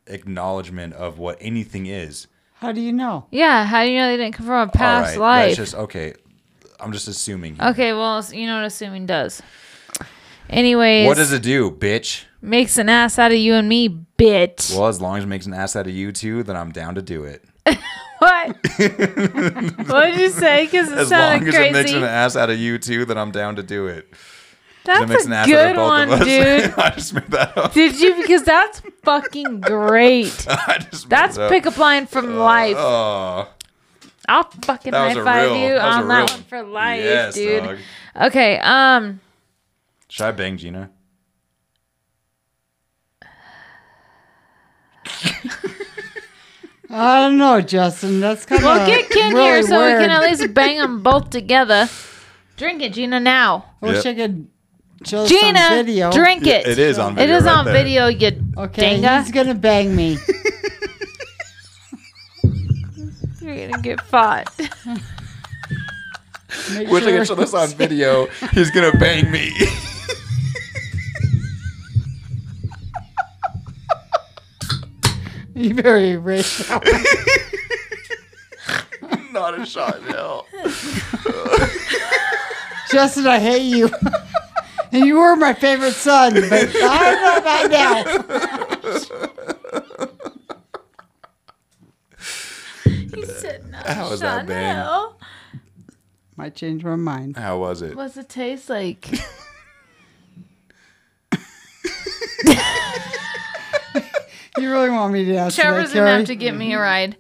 [SPEAKER 1] acknowledgement of what anything is.
[SPEAKER 3] How do you know?
[SPEAKER 2] yeah. How do you know they didn't come from a
[SPEAKER 1] All
[SPEAKER 2] past
[SPEAKER 1] right,
[SPEAKER 2] life?
[SPEAKER 1] that's just okay. I'm just assuming. here.
[SPEAKER 2] okay. Well, you know what assuming does. Anyways,
[SPEAKER 1] What does it do, bitch?
[SPEAKER 2] makes an ass out of you and me, bitch.
[SPEAKER 1] Well, as long as it makes an ass out of you too, then I'm down to do it.
[SPEAKER 2] What? *laughs* what did you say? Because it
[SPEAKER 1] As
[SPEAKER 2] sounded
[SPEAKER 1] long as
[SPEAKER 2] crazy.
[SPEAKER 1] it makes an ass out of you too, then I'm down to do it.
[SPEAKER 2] that's
[SPEAKER 1] it makes an
[SPEAKER 2] a
[SPEAKER 1] ass out
[SPEAKER 2] good
[SPEAKER 1] of
[SPEAKER 2] one,
[SPEAKER 1] both of us. *laughs*
[SPEAKER 2] dude.
[SPEAKER 1] I just made that up.
[SPEAKER 2] Did you? Because that's fucking great.
[SPEAKER 1] *laughs* I just made
[SPEAKER 2] That's
[SPEAKER 1] it up.
[SPEAKER 2] pickup line from life.
[SPEAKER 1] Uh, Oh,
[SPEAKER 2] I'll fucking
[SPEAKER 1] that
[SPEAKER 2] high
[SPEAKER 1] was a
[SPEAKER 2] five
[SPEAKER 1] real.
[SPEAKER 2] you
[SPEAKER 1] that was a
[SPEAKER 2] on that
[SPEAKER 1] real
[SPEAKER 2] one for life,
[SPEAKER 1] yes,
[SPEAKER 2] dude.
[SPEAKER 1] dog.
[SPEAKER 2] Okay. Um.
[SPEAKER 1] Should I bang Gina?
[SPEAKER 3] I don't know, Justin. That's kind of
[SPEAKER 2] Well, get Ken
[SPEAKER 3] really
[SPEAKER 2] here so
[SPEAKER 3] weird.
[SPEAKER 2] we can at least bang them both together. Drink it, Gina. Now,
[SPEAKER 3] I wish
[SPEAKER 1] Yep.
[SPEAKER 3] I could show
[SPEAKER 2] Gina.
[SPEAKER 3] some video.
[SPEAKER 2] Drink
[SPEAKER 1] Yeah,
[SPEAKER 2] it.
[SPEAKER 1] it is on
[SPEAKER 2] It
[SPEAKER 1] video
[SPEAKER 2] is
[SPEAKER 1] right
[SPEAKER 2] on
[SPEAKER 1] there.
[SPEAKER 2] video. You
[SPEAKER 3] Okay,
[SPEAKER 2] danga.
[SPEAKER 3] he's gonna bang me.
[SPEAKER 2] You're gonna get fought.
[SPEAKER 1] *laughs*
[SPEAKER 3] Make
[SPEAKER 1] Wish I
[SPEAKER 3] sure-
[SPEAKER 1] could show
[SPEAKER 3] *laughs*
[SPEAKER 1] this on video. He's gonna bang me. *laughs*
[SPEAKER 3] You're very rich.
[SPEAKER 1] Not a shot in
[SPEAKER 2] *laughs*
[SPEAKER 1] hell.
[SPEAKER 3] Justin, I hate you. *laughs* and you were my favorite son, but I don't know about now.
[SPEAKER 2] he said no.
[SPEAKER 1] How is that bang?
[SPEAKER 2] Chanel.
[SPEAKER 3] Might change my mind.
[SPEAKER 1] How was it?
[SPEAKER 2] What's it taste like?
[SPEAKER 3] You really want me to answer
[SPEAKER 2] Trevor's
[SPEAKER 3] that,
[SPEAKER 2] gonna
[SPEAKER 3] Carrie?
[SPEAKER 2] have to get me a ride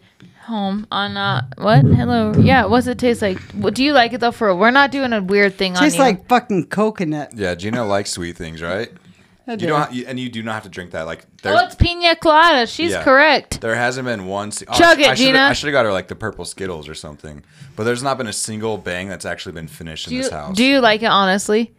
[SPEAKER 2] home on uh what? Hello. Yeah, what's it taste like? What do you like it though for real? We're not doing a weird thing on
[SPEAKER 3] Tastes
[SPEAKER 2] you.
[SPEAKER 3] like fucking coconut.
[SPEAKER 1] Yeah, Gina likes sweet things, right? You don't, ha- you- and you do not have to drink that. Like,
[SPEAKER 2] Oh,
[SPEAKER 1] there's,
[SPEAKER 2] it's pina colada. She's
[SPEAKER 1] Yeah.
[SPEAKER 2] correct.
[SPEAKER 1] There hasn't been one. se- oh,
[SPEAKER 2] Chug
[SPEAKER 1] I,
[SPEAKER 2] it,
[SPEAKER 1] I should've-
[SPEAKER 2] Gina.
[SPEAKER 1] I should have got her like the purple Skittles or something. But there's not been a single bang that's actually been finished in
[SPEAKER 2] Do you,
[SPEAKER 1] this house.
[SPEAKER 2] do you like it honestly?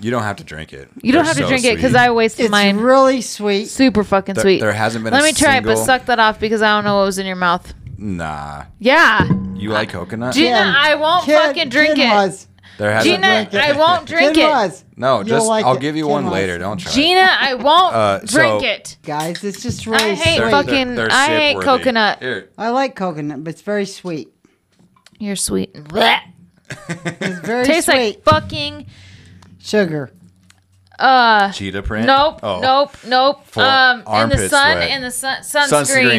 [SPEAKER 1] You don't have to drink it.
[SPEAKER 2] You don't have to drink it 'cause it because I wasted
[SPEAKER 3] It's
[SPEAKER 2] mine.
[SPEAKER 3] really sweet.
[SPEAKER 2] Super fucking
[SPEAKER 1] There-
[SPEAKER 2] sweet.
[SPEAKER 1] there hasn't been
[SPEAKER 2] Let
[SPEAKER 1] a
[SPEAKER 2] me try it, but
[SPEAKER 1] single-
[SPEAKER 2] suck that off because I don't know what was in your mouth.
[SPEAKER 1] Nah.
[SPEAKER 2] Yeah,
[SPEAKER 1] You like coconut?
[SPEAKER 2] Gina, I won't
[SPEAKER 3] Ken-
[SPEAKER 2] fucking drink
[SPEAKER 3] Ken
[SPEAKER 2] it.
[SPEAKER 3] Was.
[SPEAKER 1] there hasn't
[SPEAKER 2] Gina,
[SPEAKER 1] *laughs* been.
[SPEAKER 2] I won't drink
[SPEAKER 3] Ken
[SPEAKER 2] it.
[SPEAKER 3] Was.
[SPEAKER 1] No,
[SPEAKER 3] You'll
[SPEAKER 1] just
[SPEAKER 3] like
[SPEAKER 1] I'll
[SPEAKER 3] it.
[SPEAKER 1] give you
[SPEAKER 3] Ken
[SPEAKER 1] one
[SPEAKER 3] was.
[SPEAKER 1] later. Don't try. it.
[SPEAKER 2] Gina, I won't
[SPEAKER 1] Uh, so-
[SPEAKER 2] drink it.
[SPEAKER 3] Guys, it's just really
[SPEAKER 2] I hate
[SPEAKER 1] They're-
[SPEAKER 3] sweet.
[SPEAKER 2] fucking-
[SPEAKER 1] they're- they're
[SPEAKER 2] I
[SPEAKER 1] sip
[SPEAKER 2] hate
[SPEAKER 1] worthy.
[SPEAKER 2] coconut.
[SPEAKER 1] Here.
[SPEAKER 3] I like coconut, but it's very sweet.
[SPEAKER 2] You're sweet. Blech.
[SPEAKER 3] It's very
[SPEAKER 2] Tastes
[SPEAKER 3] sweet.
[SPEAKER 2] like fucking
[SPEAKER 3] Sugar.
[SPEAKER 2] uh
[SPEAKER 1] Cheetah print.
[SPEAKER 2] Nope,
[SPEAKER 1] Oh.
[SPEAKER 2] nope, nope.
[SPEAKER 1] Full
[SPEAKER 2] um, in
[SPEAKER 1] armpit
[SPEAKER 2] the sun,
[SPEAKER 1] sweat.
[SPEAKER 2] in the sun,
[SPEAKER 1] Sunscreen.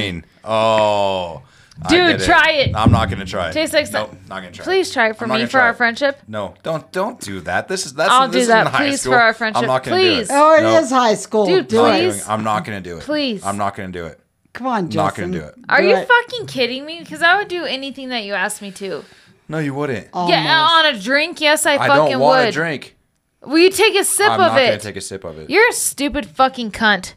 [SPEAKER 2] sunscreen.
[SPEAKER 1] Oh. I
[SPEAKER 2] Dude,
[SPEAKER 1] did
[SPEAKER 2] try it.
[SPEAKER 1] I'm not gonna try it.
[SPEAKER 2] Tastes like
[SPEAKER 1] nope,
[SPEAKER 2] some-
[SPEAKER 1] not gonna try.
[SPEAKER 2] Please
[SPEAKER 1] it.
[SPEAKER 2] try it for
[SPEAKER 1] I'm not
[SPEAKER 2] me
[SPEAKER 1] gonna
[SPEAKER 2] for
[SPEAKER 1] try
[SPEAKER 2] our
[SPEAKER 1] it.
[SPEAKER 2] friendship.
[SPEAKER 1] No, don't don't do that. This is that's
[SPEAKER 2] I'll
[SPEAKER 1] this
[SPEAKER 2] do
[SPEAKER 1] is
[SPEAKER 2] that,
[SPEAKER 1] in high
[SPEAKER 2] please, for
[SPEAKER 1] school.
[SPEAKER 2] our friendship.
[SPEAKER 1] I'm not gonna
[SPEAKER 2] Please.
[SPEAKER 1] do it.
[SPEAKER 3] Oh, it is
[SPEAKER 1] No,
[SPEAKER 3] high school.
[SPEAKER 2] Dude,
[SPEAKER 3] Do
[SPEAKER 1] I'm not
[SPEAKER 3] it.
[SPEAKER 2] please.
[SPEAKER 1] doing- I'm not gonna do it.
[SPEAKER 2] Please.
[SPEAKER 1] I'm not gonna do it.
[SPEAKER 3] Come on, Justin.
[SPEAKER 1] Not gonna do it.
[SPEAKER 2] Are
[SPEAKER 3] Do
[SPEAKER 2] you
[SPEAKER 3] it.
[SPEAKER 2] fucking kidding me? Because I would do anything that you asked me to.
[SPEAKER 1] No, you wouldn't.
[SPEAKER 3] Oh,
[SPEAKER 2] Yeah, on a drink, yes, I,
[SPEAKER 1] I
[SPEAKER 2] fucking
[SPEAKER 1] don't want
[SPEAKER 2] would.
[SPEAKER 1] to drink.
[SPEAKER 2] Will you take a sip
[SPEAKER 1] I'm
[SPEAKER 2] of
[SPEAKER 1] not
[SPEAKER 2] it?
[SPEAKER 1] gonna take a sip of it.
[SPEAKER 2] You're a stupid fucking cunt.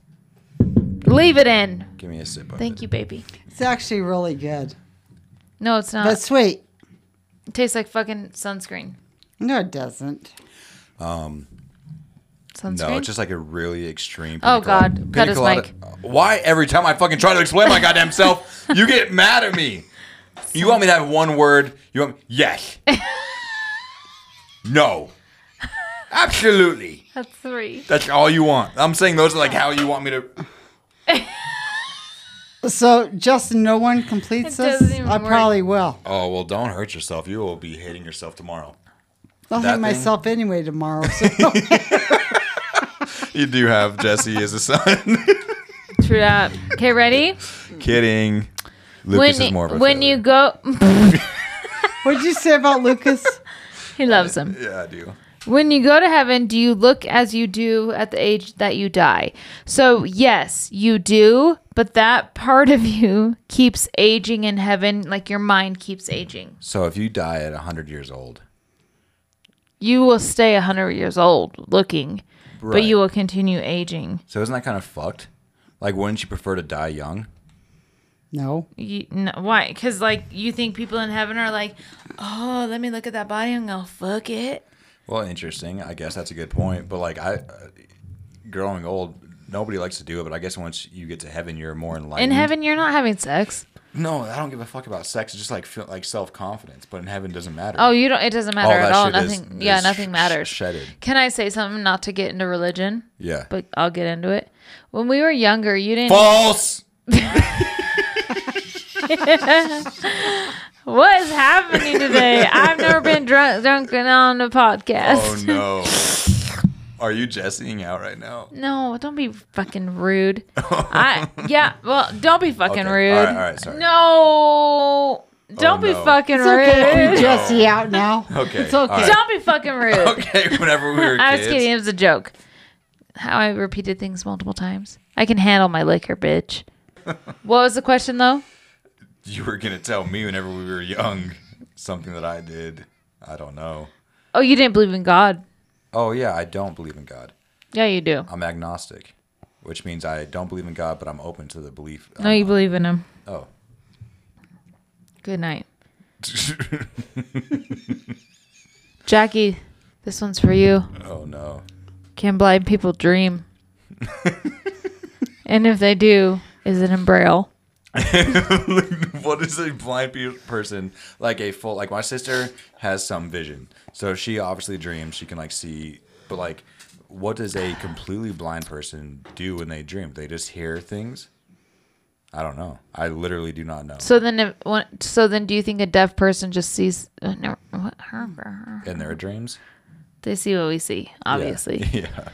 [SPEAKER 2] Leave it in.
[SPEAKER 1] Give me a sip of
[SPEAKER 2] Thank you, baby.
[SPEAKER 3] It's actually really good,
[SPEAKER 2] No, it's not.
[SPEAKER 3] but sweet.
[SPEAKER 2] It tastes like fucking sunscreen.
[SPEAKER 3] No, it doesn't.
[SPEAKER 1] it.
[SPEAKER 2] Sunscreen.
[SPEAKER 1] No, it's just like a really extreme.
[SPEAKER 2] Oh,
[SPEAKER 1] pina
[SPEAKER 2] God.
[SPEAKER 1] colada-
[SPEAKER 2] Cut
[SPEAKER 1] pina
[SPEAKER 2] his
[SPEAKER 1] colada- Why every time I fucking try to explain my goddamn
[SPEAKER 2] *laughs*
[SPEAKER 1] self, you get mad at me? You want me to have one word? You want me,
[SPEAKER 2] *laughs*
[SPEAKER 1] yes? no. Absolutely.
[SPEAKER 2] That's three.
[SPEAKER 1] That's all you want. I'm saying those are like how you want me to.
[SPEAKER 3] So, Justin, no one completes
[SPEAKER 2] It
[SPEAKER 3] this.
[SPEAKER 2] doesn't even
[SPEAKER 3] I
[SPEAKER 2] work.
[SPEAKER 3] probably will.
[SPEAKER 1] Oh well, don't hurt yourself. You will be hating yourself tomorrow.
[SPEAKER 3] I'll
[SPEAKER 1] That
[SPEAKER 3] hate
[SPEAKER 1] thing?
[SPEAKER 3] myself anyway tomorrow. So *laughs*
[SPEAKER 1] You do have Jesse as a *laughs* son.
[SPEAKER 2] True that. Okay,
[SPEAKER 1] *laughs*
[SPEAKER 2] ready?
[SPEAKER 1] Kidding. Lucas
[SPEAKER 2] when
[SPEAKER 1] is more of a
[SPEAKER 2] when you
[SPEAKER 1] failure.
[SPEAKER 2] go, *laughs*
[SPEAKER 3] what'd you say about Lucas?
[SPEAKER 2] he loves him.
[SPEAKER 1] Yeah, I do.
[SPEAKER 2] When you go to heaven, do you look as you do at the age that you die? So yes, you do, but that part of *laughs* you keeps aging in heaven, like your mind keeps aging.
[SPEAKER 1] So if you die at 100 years old,
[SPEAKER 2] You will stay hundred years old looking, but
[SPEAKER 1] Right.
[SPEAKER 2] you will continue aging.
[SPEAKER 1] so isn't that kind of fucked? Like, wouldn't you prefer to die young?
[SPEAKER 3] No.
[SPEAKER 2] You, no, why? Because like you think people in heaven are like, oh, let me look at that body and go fuck it.
[SPEAKER 1] Well, interesting. I guess that's a good point. But like, I uh, growing old, nobody likes to do it. But I guess once you get to heaven, you're more enlightened.
[SPEAKER 2] In heaven, you're not having sex.
[SPEAKER 1] no, I don't give a fuck about sex. It's just like feel, like self confidence. But in heaven, doesn't matter.
[SPEAKER 2] Oh, you don't. It doesn't matter
[SPEAKER 1] All that
[SPEAKER 2] at all.
[SPEAKER 1] shit is-
[SPEAKER 2] Nothing. yeah,
[SPEAKER 1] is sh-
[SPEAKER 2] nothing
[SPEAKER 1] sh-
[SPEAKER 2] matters.
[SPEAKER 1] shedded.
[SPEAKER 2] Can I say something not to get into religion?
[SPEAKER 1] yeah.
[SPEAKER 2] But I'll get into it. When we were younger, you didn't.
[SPEAKER 1] False.
[SPEAKER 2] What is
[SPEAKER 1] *laughs*
[SPEAKER 2] happening today? I've never been drunk, drunken on a
[SPEAKER 1] Oh
[SPEAKER 2] *laughs* podcast.
[SPEAKER 1] no. Are you jesseing out right now?
[SPEAKER 2] No, don't be
[SPEAKER 1] *laughs*
[SPEAKER 2] fucking rude. I yeah. Well, don't be fucking
[SPEAKER 1] Okay,
[SPEAKER 2] rude.
[SPEAKER 1] all right, all right, sorry.
[SPEAKER 2] No, don't be
[SPEAKER 1] no.
[SPEAKER 2] fucking
[SPEAKER 3] It's okay.
[SPEAKER 2] rude.
[SPEAKER 3] We Jesse
[SPEAKER 1] *laughs*
[SPEAKER 3] out now.
[SPEAKER 1] Okay,
[SPEAKER 3] It's okay.
[SPEAKER 1] all right.
[SPEAKER 2] *laughs* Don't be
[SPEAKER 1] *laughs*
[SPEAKER 2] fucking rude.
[SPEAKER 1] Okay, whenever we were kids.
[SPEAKER 2] I was kidding. It was a joke. How I repeated things multiple times. I can handle my
[SPEAKER 1] *laughs*
[SPEAKER 2] liquor, bitch. what was the question though?
[SPEAKER 1] You were gonna tell me whenever we were young something that I did. I don't know.
[SPEAKER 2] Oh, you didn't believe in God.
[SPEAKER 1] Oh yeah, I don't believe in God.
[SPEAKER 2] Yeah, you do.
[SPEAKER 1] I'm agnostic, which means I don't believe in God, but I'm open to the belief.
[SPEAKER 2] No, you believe in him.
[SPEAKER 1] oh. *laughs*
[SPEAKER 2] Good night. Jackie, this one's for you.
[SPEAKER 1] oh no.
[SPEAKER 2] Can blind
[SPEAKER 1] *laughs*
[SPEAKER 2] people dream? and if they do, is it in braille?
[SPEAKER 1] *laughs* what is a blind pe- person like a full like my sister has some vision so she obviously dreams she can like see but like what does a completely blind person do when they dream they just hear things i don't know i literally do not know
[SPEAKER 2] So then, if, what- so then, do you think a deaf person just sees? uh, no, what-
[SPEAKER 1] in their dreams
[SPEAKER 2] They see what we see, obviously.
[SPEAKER 1] *laughs* yeah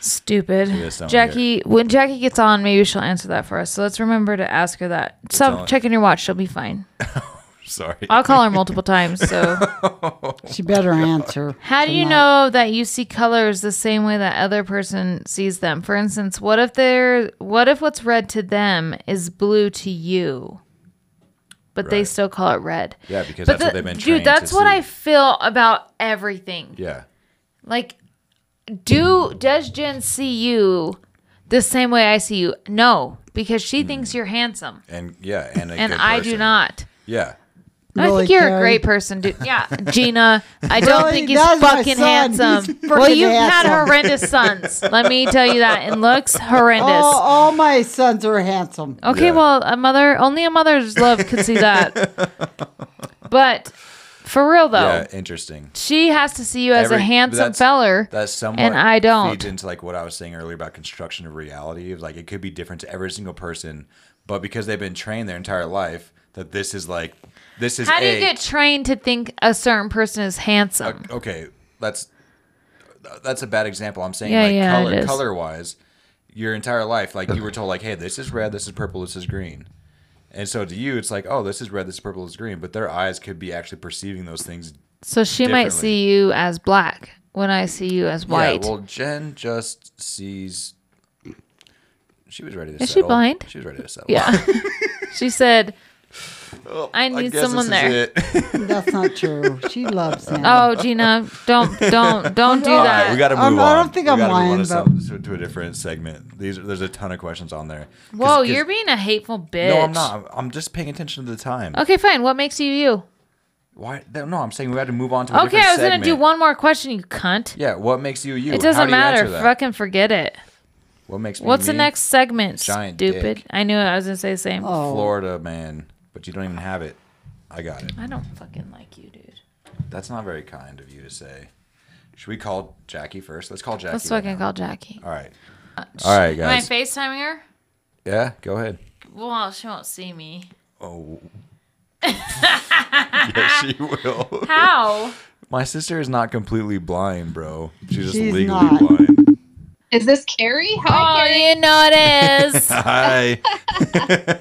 [SPEAKER 2] Stupid.
[SPEAKER 1] just don't
[SPEAKER 2] Jackie, when Jackie gets on, maybe she'll answer that for us. So let's remember to ask her that. Stop
[SPEAKER 1] on.
[SPEAKER 2] checking your watch. She'll be fine.
[SPEAKER 1] sorry
[SPEAKER 2] I'll call her multiple times.
[SPEAKER 1] *laughs*
[SPEAKER 2] So,
[SPEAKER 3] She better answer.
[SPEAKER 2] *laughs* how do you
[SPEAKER 3] tonight.
[SPEAKER 2] know that you see colors the same way that other person sees them? For instance, what if they're what if what's red to them is blue to you? But they
[SPEAKER 1] Right.
[SPEAKER 2] still call it red.
[SPEAKER 1] Yeah, because
[SPEAKER 2] But
[SPEAKER 1] that's what they've been trained
[SPEAKER 2] Dude, that's
[SPEAKER 1] to
[SPEAKER 2] what
[SPEAKER 1] see.
[SPEAKER 2] I feel about everything.
[SPEAKER 1] yeah
[SPEAKER 2] Like, do does Jen see you the same way I see you? No, because she thinks you're handsome,
[SPEAKER 1] and Mm. yeah and a
[SPEAKER 2] and
[SPEAKER 1] good
[SPEAKER 2] I do
[SPEAKER 1] person.
[SPEAKER 2] not.
[SPEAKER 1] yeah
[SPEAKER 2] I
[SPEAKER 3] Really,
[SPEAKER 2] think you're a
[SPEAKER 3] Carrie?
[SPEAKER 2] great person, dude.
[SPEAKER 3] *laughs*
[SPEAKER 2] Yeah, Gina, I don't
[SPEAKER 3] Really?
[SPEAKER 2] think he's
[SPEAKER 3] That's my
[SPEAKER 2] fucking
[SPEAKER 3] son. He's
[SPEAKER 2] handsome.
[SPEAKER 3] freaking
[SPEAKER 2] well, you've had
[SPEAKER 3] handsome.
[SPEAKER 2] horrendous sons. Let me tell you that, and
[SPEAKER 3] *laughs*
[SPEAKER 2] looks horrendous.
[SPEAKER 3] All, all my sons are handsome.
[SPEAKER 2] Okay,
[SPEAKER 1] Yeah.
[SPEAKER 2] well, a mother only a mother's love could
[SPEAKER 1] *laughs*
[SPEAKER 2] see that. But for real though,
[SPEAKER 1] yeah interesting
[SPEAKER 2] she has to see you as a
[SPEAKER 1] Every-
[SPEAKER 2] handsome
[SPEAKER 1] that's-
[SPEAKER 2] feller.
[SPEAKER 1] That's somewhat
[SPEAKER 2] And I don't.
[SPEAKER 1] feeds into like what I was saying earlier about construction of reality. It's Like it could be different to every single person, but because they've been trained their entire life that this is like this is
[SPEAKER 2] How do
[SPEAKER 1] a,
[SPEAKER 2] you get trained to think a certain person is handsome?
[SPEAKER 1] okay. That's that's a bad example. I'm saying
[SPEAKER 2] Yeah,
[SPEAKER 1] like
[SPEAKER 2] yeah, it
[SPEAKER 1] color
[SPEAKER 2] is.
[SPEAKER 1] color wise, your entire life like you were told like hey this is red, this is purple, this is green. And so to you, it's like, oh, this is red, this is purple, this is green. But their eyes could be actually perceiving those things.
[SPEAKER 2] So she might
[SPEAKER 1] Differently.
[SPEAKER 2] see you as black when I see you as white.
[SPEAKER 1] Yeah, well, Jen just sees. She was ready to
[SPEAKER 2] Is she
[SPEAKER 1] settle.
[SPEAKER 2] blind?
[SPEAKER 1] She was ready to settle. *laughs*
[SPEAKER 2] Yeah. she said,
[SPEAKER 1] Oh,
[SPEAKER 2] I need
[SPEAKER 1] guess
[SPEAKER 2] someone
[SPEAKER 1] this is
[SPEAKER 2] *laughs*
[SPEAKER 1] it.
[SPEAKER 3] That's not true. She loves him.
[SPEAKER 2] "Oh, Gina, don't, don't, don't do
[SPEAKER 1] All
[SPEAKER 2] that."
[SPEAKER 1] right, we got to move
[SPEAKER 3] I'm-
[SPEAKER 1] on.
[SPEAKER 3] I don't think
[SPEAKER 1] We
[SPEAKER 3] I'm
[SPEAKER 1] gotta move on
[SPEAKER 3] lying,
[SPEAKER 1] to,
[SPEAKER 3] but-
[SPEAKER 1] some- to- to a different segment. These are, there's a ton of questions on there. 'Cause-
[SPEAKER 2] Whoa,
[SPEAKER 1] 'cause-
[SPEAKER 2] you're being a hateful bitch.
[SPEAKER 1] No, I'm not. I'm- I'm just paying attention to the time.
[SPEAKER 2] Okay, fine. What makes you you?
[SPEAKER 1] Why? th- No, I'm saying we had to move on to. A
[SPEAKER 2] Okay,
[SPEAKER 1] different
[SPEAKER 2] I was gonna
[SPEAKER 1] segment.
[SPEAKER 2] do one more question, you cunt.
[SPEAKER 1] Yeah, what makes you you? How
[SPEAKER 2] it doesn't
[SPEAKER 1] do you
[SPEAKER 2] matter.
[SPEAKER 1] answer that?
[SPEAKER 2] Fucking forget it.
[SPEAKER 1] What makes me
[SPEAKER 2] What's the
[SPEAKER 1] me?
[SPEAKER 2] next segment?
[SPEAKER 1] Giant
[SPEAKER 2] Stupid.
[SPEAKER 1] dick.
[SPEAKER 2] I knew it. I was gonna say the same.
[SPEAKER 3] Oh.
[SPEAKER 1] Florida man, but you don't even have it. I got it.
[SPEAKER 2] I don't fucking like you, dude.
[SPEAKER 1] That's not very kind of you to say. Should we call Jackie first? Let's call Jackie.
[SPEAKER 2] Let's
[SPEAKER 1] right
[SPEAKER 2] fucking
[SPEAKER 1] now.
[SPEAKER 2] call Uh, Jackie.
[SPEAKER 1] All right. All right,
[SPEAKER 2] Am I
[SPEAKER 1] guys.
[SPEAKER 2] FaceTiming her?
[SPEAKER 1] yeah, go ahead.
[SPEAKER 2] Well, she won't see me. *laughs*
[SPEAKER 1] Oh. yes, she will.
[SPEAKER 2] How?
[SPEAKER 1] My sister is not completely blind, bro. She's just
[SPEAKER 3] She's
[SPEAKER 1] legally
[SPEAKER 2] *laughs*
[SPEAKER 3] not.
[SPEAKER 1] blind.
[SPEAKER 4] Is this Carrie? Hi,
[SPEAKER 2] oh,
[SPEAKER 4] Carrie.
[SPEAKER 2] you know it is.
[SPEAKER 1] Hi.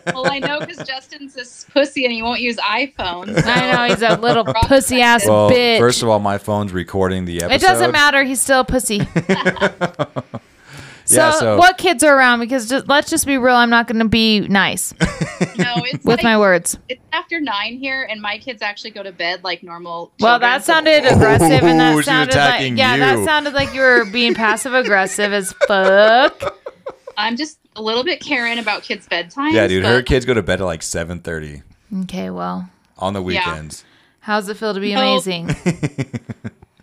[SPEAKER 4] Well, I know because Justin's this pussy and he won't use iPhones.
[SPEAKER 2] *laughs* *laughs* I know he's a little pussy ass
[SPEAKER 1] Well,
[SPEAKER 2] bitch.
[SPEAKER 1] first of all, my phone's recording the episode.
[SPEAKER 2] it doesn't matter. He's still a pussy. So,
[SPEAKER 1] Yeah, so-
[SPEAKER 2] what kids are around? Because just, let's just be real. I'm not going to be nice
[SPEAKER 4] No, it's
[SPEAKER 2] with
[SPEAKER 4] like,
[SPEAKER 2] my words.
[SPEAKER 4] It's after nine here, and my kids actually go to bed like normal.
[SPEAKER 2] Well,
[SPEAKER 4] children.
[SPEAKER 2] that
[SPEAKER 4] So-
[SPEAKER 2] sounded aggressive, and
[SPEAKER 1] Oh, *laughs*
[SPEAKER 2] that
[SPEAKER 1] she's
[SPEAKER 2] sounded
[SPEAKER 1] attacking
[SPEAKER 2] like yeah, that
[SPEAKER 1] you.
[SPEAKER 2] sounded like you were being passive aggressive as fuck.
[SPEAKER 4] I'm just a little bit Karen about kids' bedtime.
[SPEAKER 1] Yeah, dude. Her kids go to bed at like 7:30
[SPEAKER 2] Okay, well,
[SPEAKER 1] on the
[SPEAKER 4] Yeah.
[SPEAKER 1] weekends.
[SPEAKER 2] how's it feel to be
[SPEAKER 4] No.
[SPEAKER 2] amazing?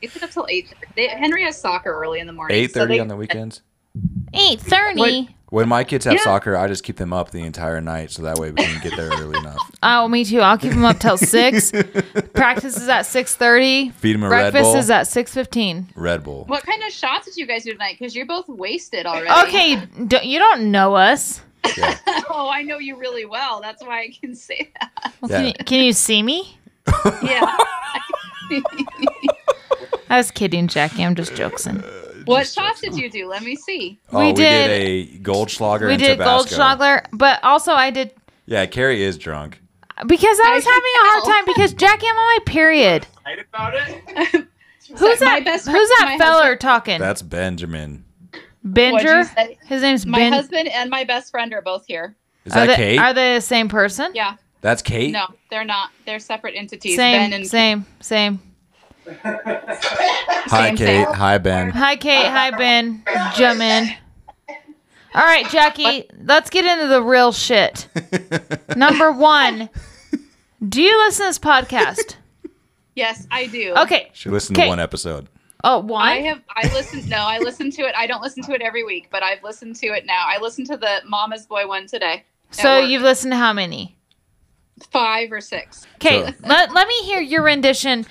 [SPEAKER 4] It's up till eight. They, Henry has soccer early in the morning.
[SPEAKER 1] Eight thirty
[SPEAKER 4] so they-
[SPEAKER 1] on the weekends.
[SPEAKER 2] Eight thirty.
[SPEAKER 1] When my kids have
[SPEAKER 4] Yeah.
[SPEAKER 1] soccer, I just keep them up the entire night, so that way we can get there
[SPEAKER 2] *laughs*
[SPEAKER 1] early enough.
[SPEAKER 2] Oh, me too. I'll keep him
[SPEAKER 1] *laughs*
[SPEAKER 2] up till six. Practice is at six thirty.
[SPEAKER 1] Feed 'em a Red
[SPEAKER 2] Breakfast
[SPEAKER 1] Bull.
[SPEAKER 2] is at six fifteen.
[SPEAKER 1] Red Bull.
[SPEAKER 4] What kind of shots did you guys do tonight? Because you're both wasted already.
[SPEAKER 2] Okay, do you don't know us.
[SPEAKER 4] *laughs* Oh, I know you really well. That's why I can say that.
[SPEAKER 2] Well,
[SPEAKER 1] Yeah.
[SPEAKER 2] can, you, can you see me?
[SPEAKER 4] Yeah.
[SPEAKER 2] I was kidding, Jackie. I'm just joking.
[SPEAKER 4] *laughs* what shots did you do? Let me see.
[SPEAKER 1] Oh,
[SPEAKER 2] We
[SPEAKER 1] we, did,
[SPEAKER 2] did-
[SPEAKER 1] a Goldschlager.
[SPEAKER 2] We
[SPEAKER 1] and
[SPEAKER 2] did
[SPEAKER 1] Tabasco.
[SPEAKER 2] Goldschlager, but also I did
[SPEAKER 1] Yeah, Carrie is drunk.
[SPEAKER 2] because I
[SPEAKER 4] I
[SPEAKER 2] was
[SPEAKER 4] can
[SPEAKER 2] having a hard
[SPEAKER 4] tell.
[SPEAKER 2] time because Jackie, I'm on my
[SPEAKER 4] *laughs*
[SPEAKER 2] period. Who's
[SPEAKER 4] My
[SPEAKER 2] that?
[SPEAKER 4] best friend-
[SPEAKER 2] who's that
[SPEAKER 4] my
[SPEAKER 2] feller
[SPEAKER 4] husband-
[SPEAKER 2] talking?
[SPEAKER 1] That's Benjamin.
[SPEAKER 2] Binger.
[SPEAKER 4] What'd you say?
[SPEAKER 2] His name's
[SPEAKER 4] My
[SPEAKER 2] Ben.
[SPEAKER 4] husband and my best friend are both here.
[SPEAKER 1] Is
[SPEAKER 2] are
[SPEAKER 1] that
[SPEAKER 2] they,
[SPEAKER 1] Kate?
[SPEAKER 2] Are they the same person?
[SPEAKER 4] Yeah.
[SPEAKER 1] That's Kate.
[SPEAKER 4] No, they're not. They're separate entities. ben
[SPEAKER 2] Same.
[SPEAKER 4] and
[SPEAKER 2] Same. Same.
[SPEAKER 1] Hi,
[SPEAKER 4] same,
[SPEAKER 1] Kate.
[SPEAKER 4] same.
[SPEAKER 1] Hi, Ben.
[SPEAKER 2] Hi, Kate. Hi, Ben. Jumin. All right, Jackie. Let's get into the
[SPEAKER 1] *laughs*
[SPEAKER 2] real shit. Number one. Do you listen to this
[SPEAKER 4] *laughs*
[SPEAKER 2] podcast?
[SPEAKER 4] Yes, I do.
[SPEAKER 2] Okay.
[SPEAKER 1] She listened
[SPEAKER 2] Kate.
[SPEAKER 1] to one episode.
[SPEAKER 2] Oh,
[SPEAKER 4] I
[SPEAKER 2] one.
[SPEAKER 4] have I listened no, I listened to it. I don't listen to it every week, but I've listened to it now. I listened to the Mama's Boy one today. at
[SPEAKER 2] So
[SPEAKER 4] work.
[SPEAKER 2] you've listened to how many?
[SPEAKER 4] five or six.
[SPEAKER 2] Okay,
[SPEAKER 1] So-
[SPEAKER 2] let, let me hear your rendition.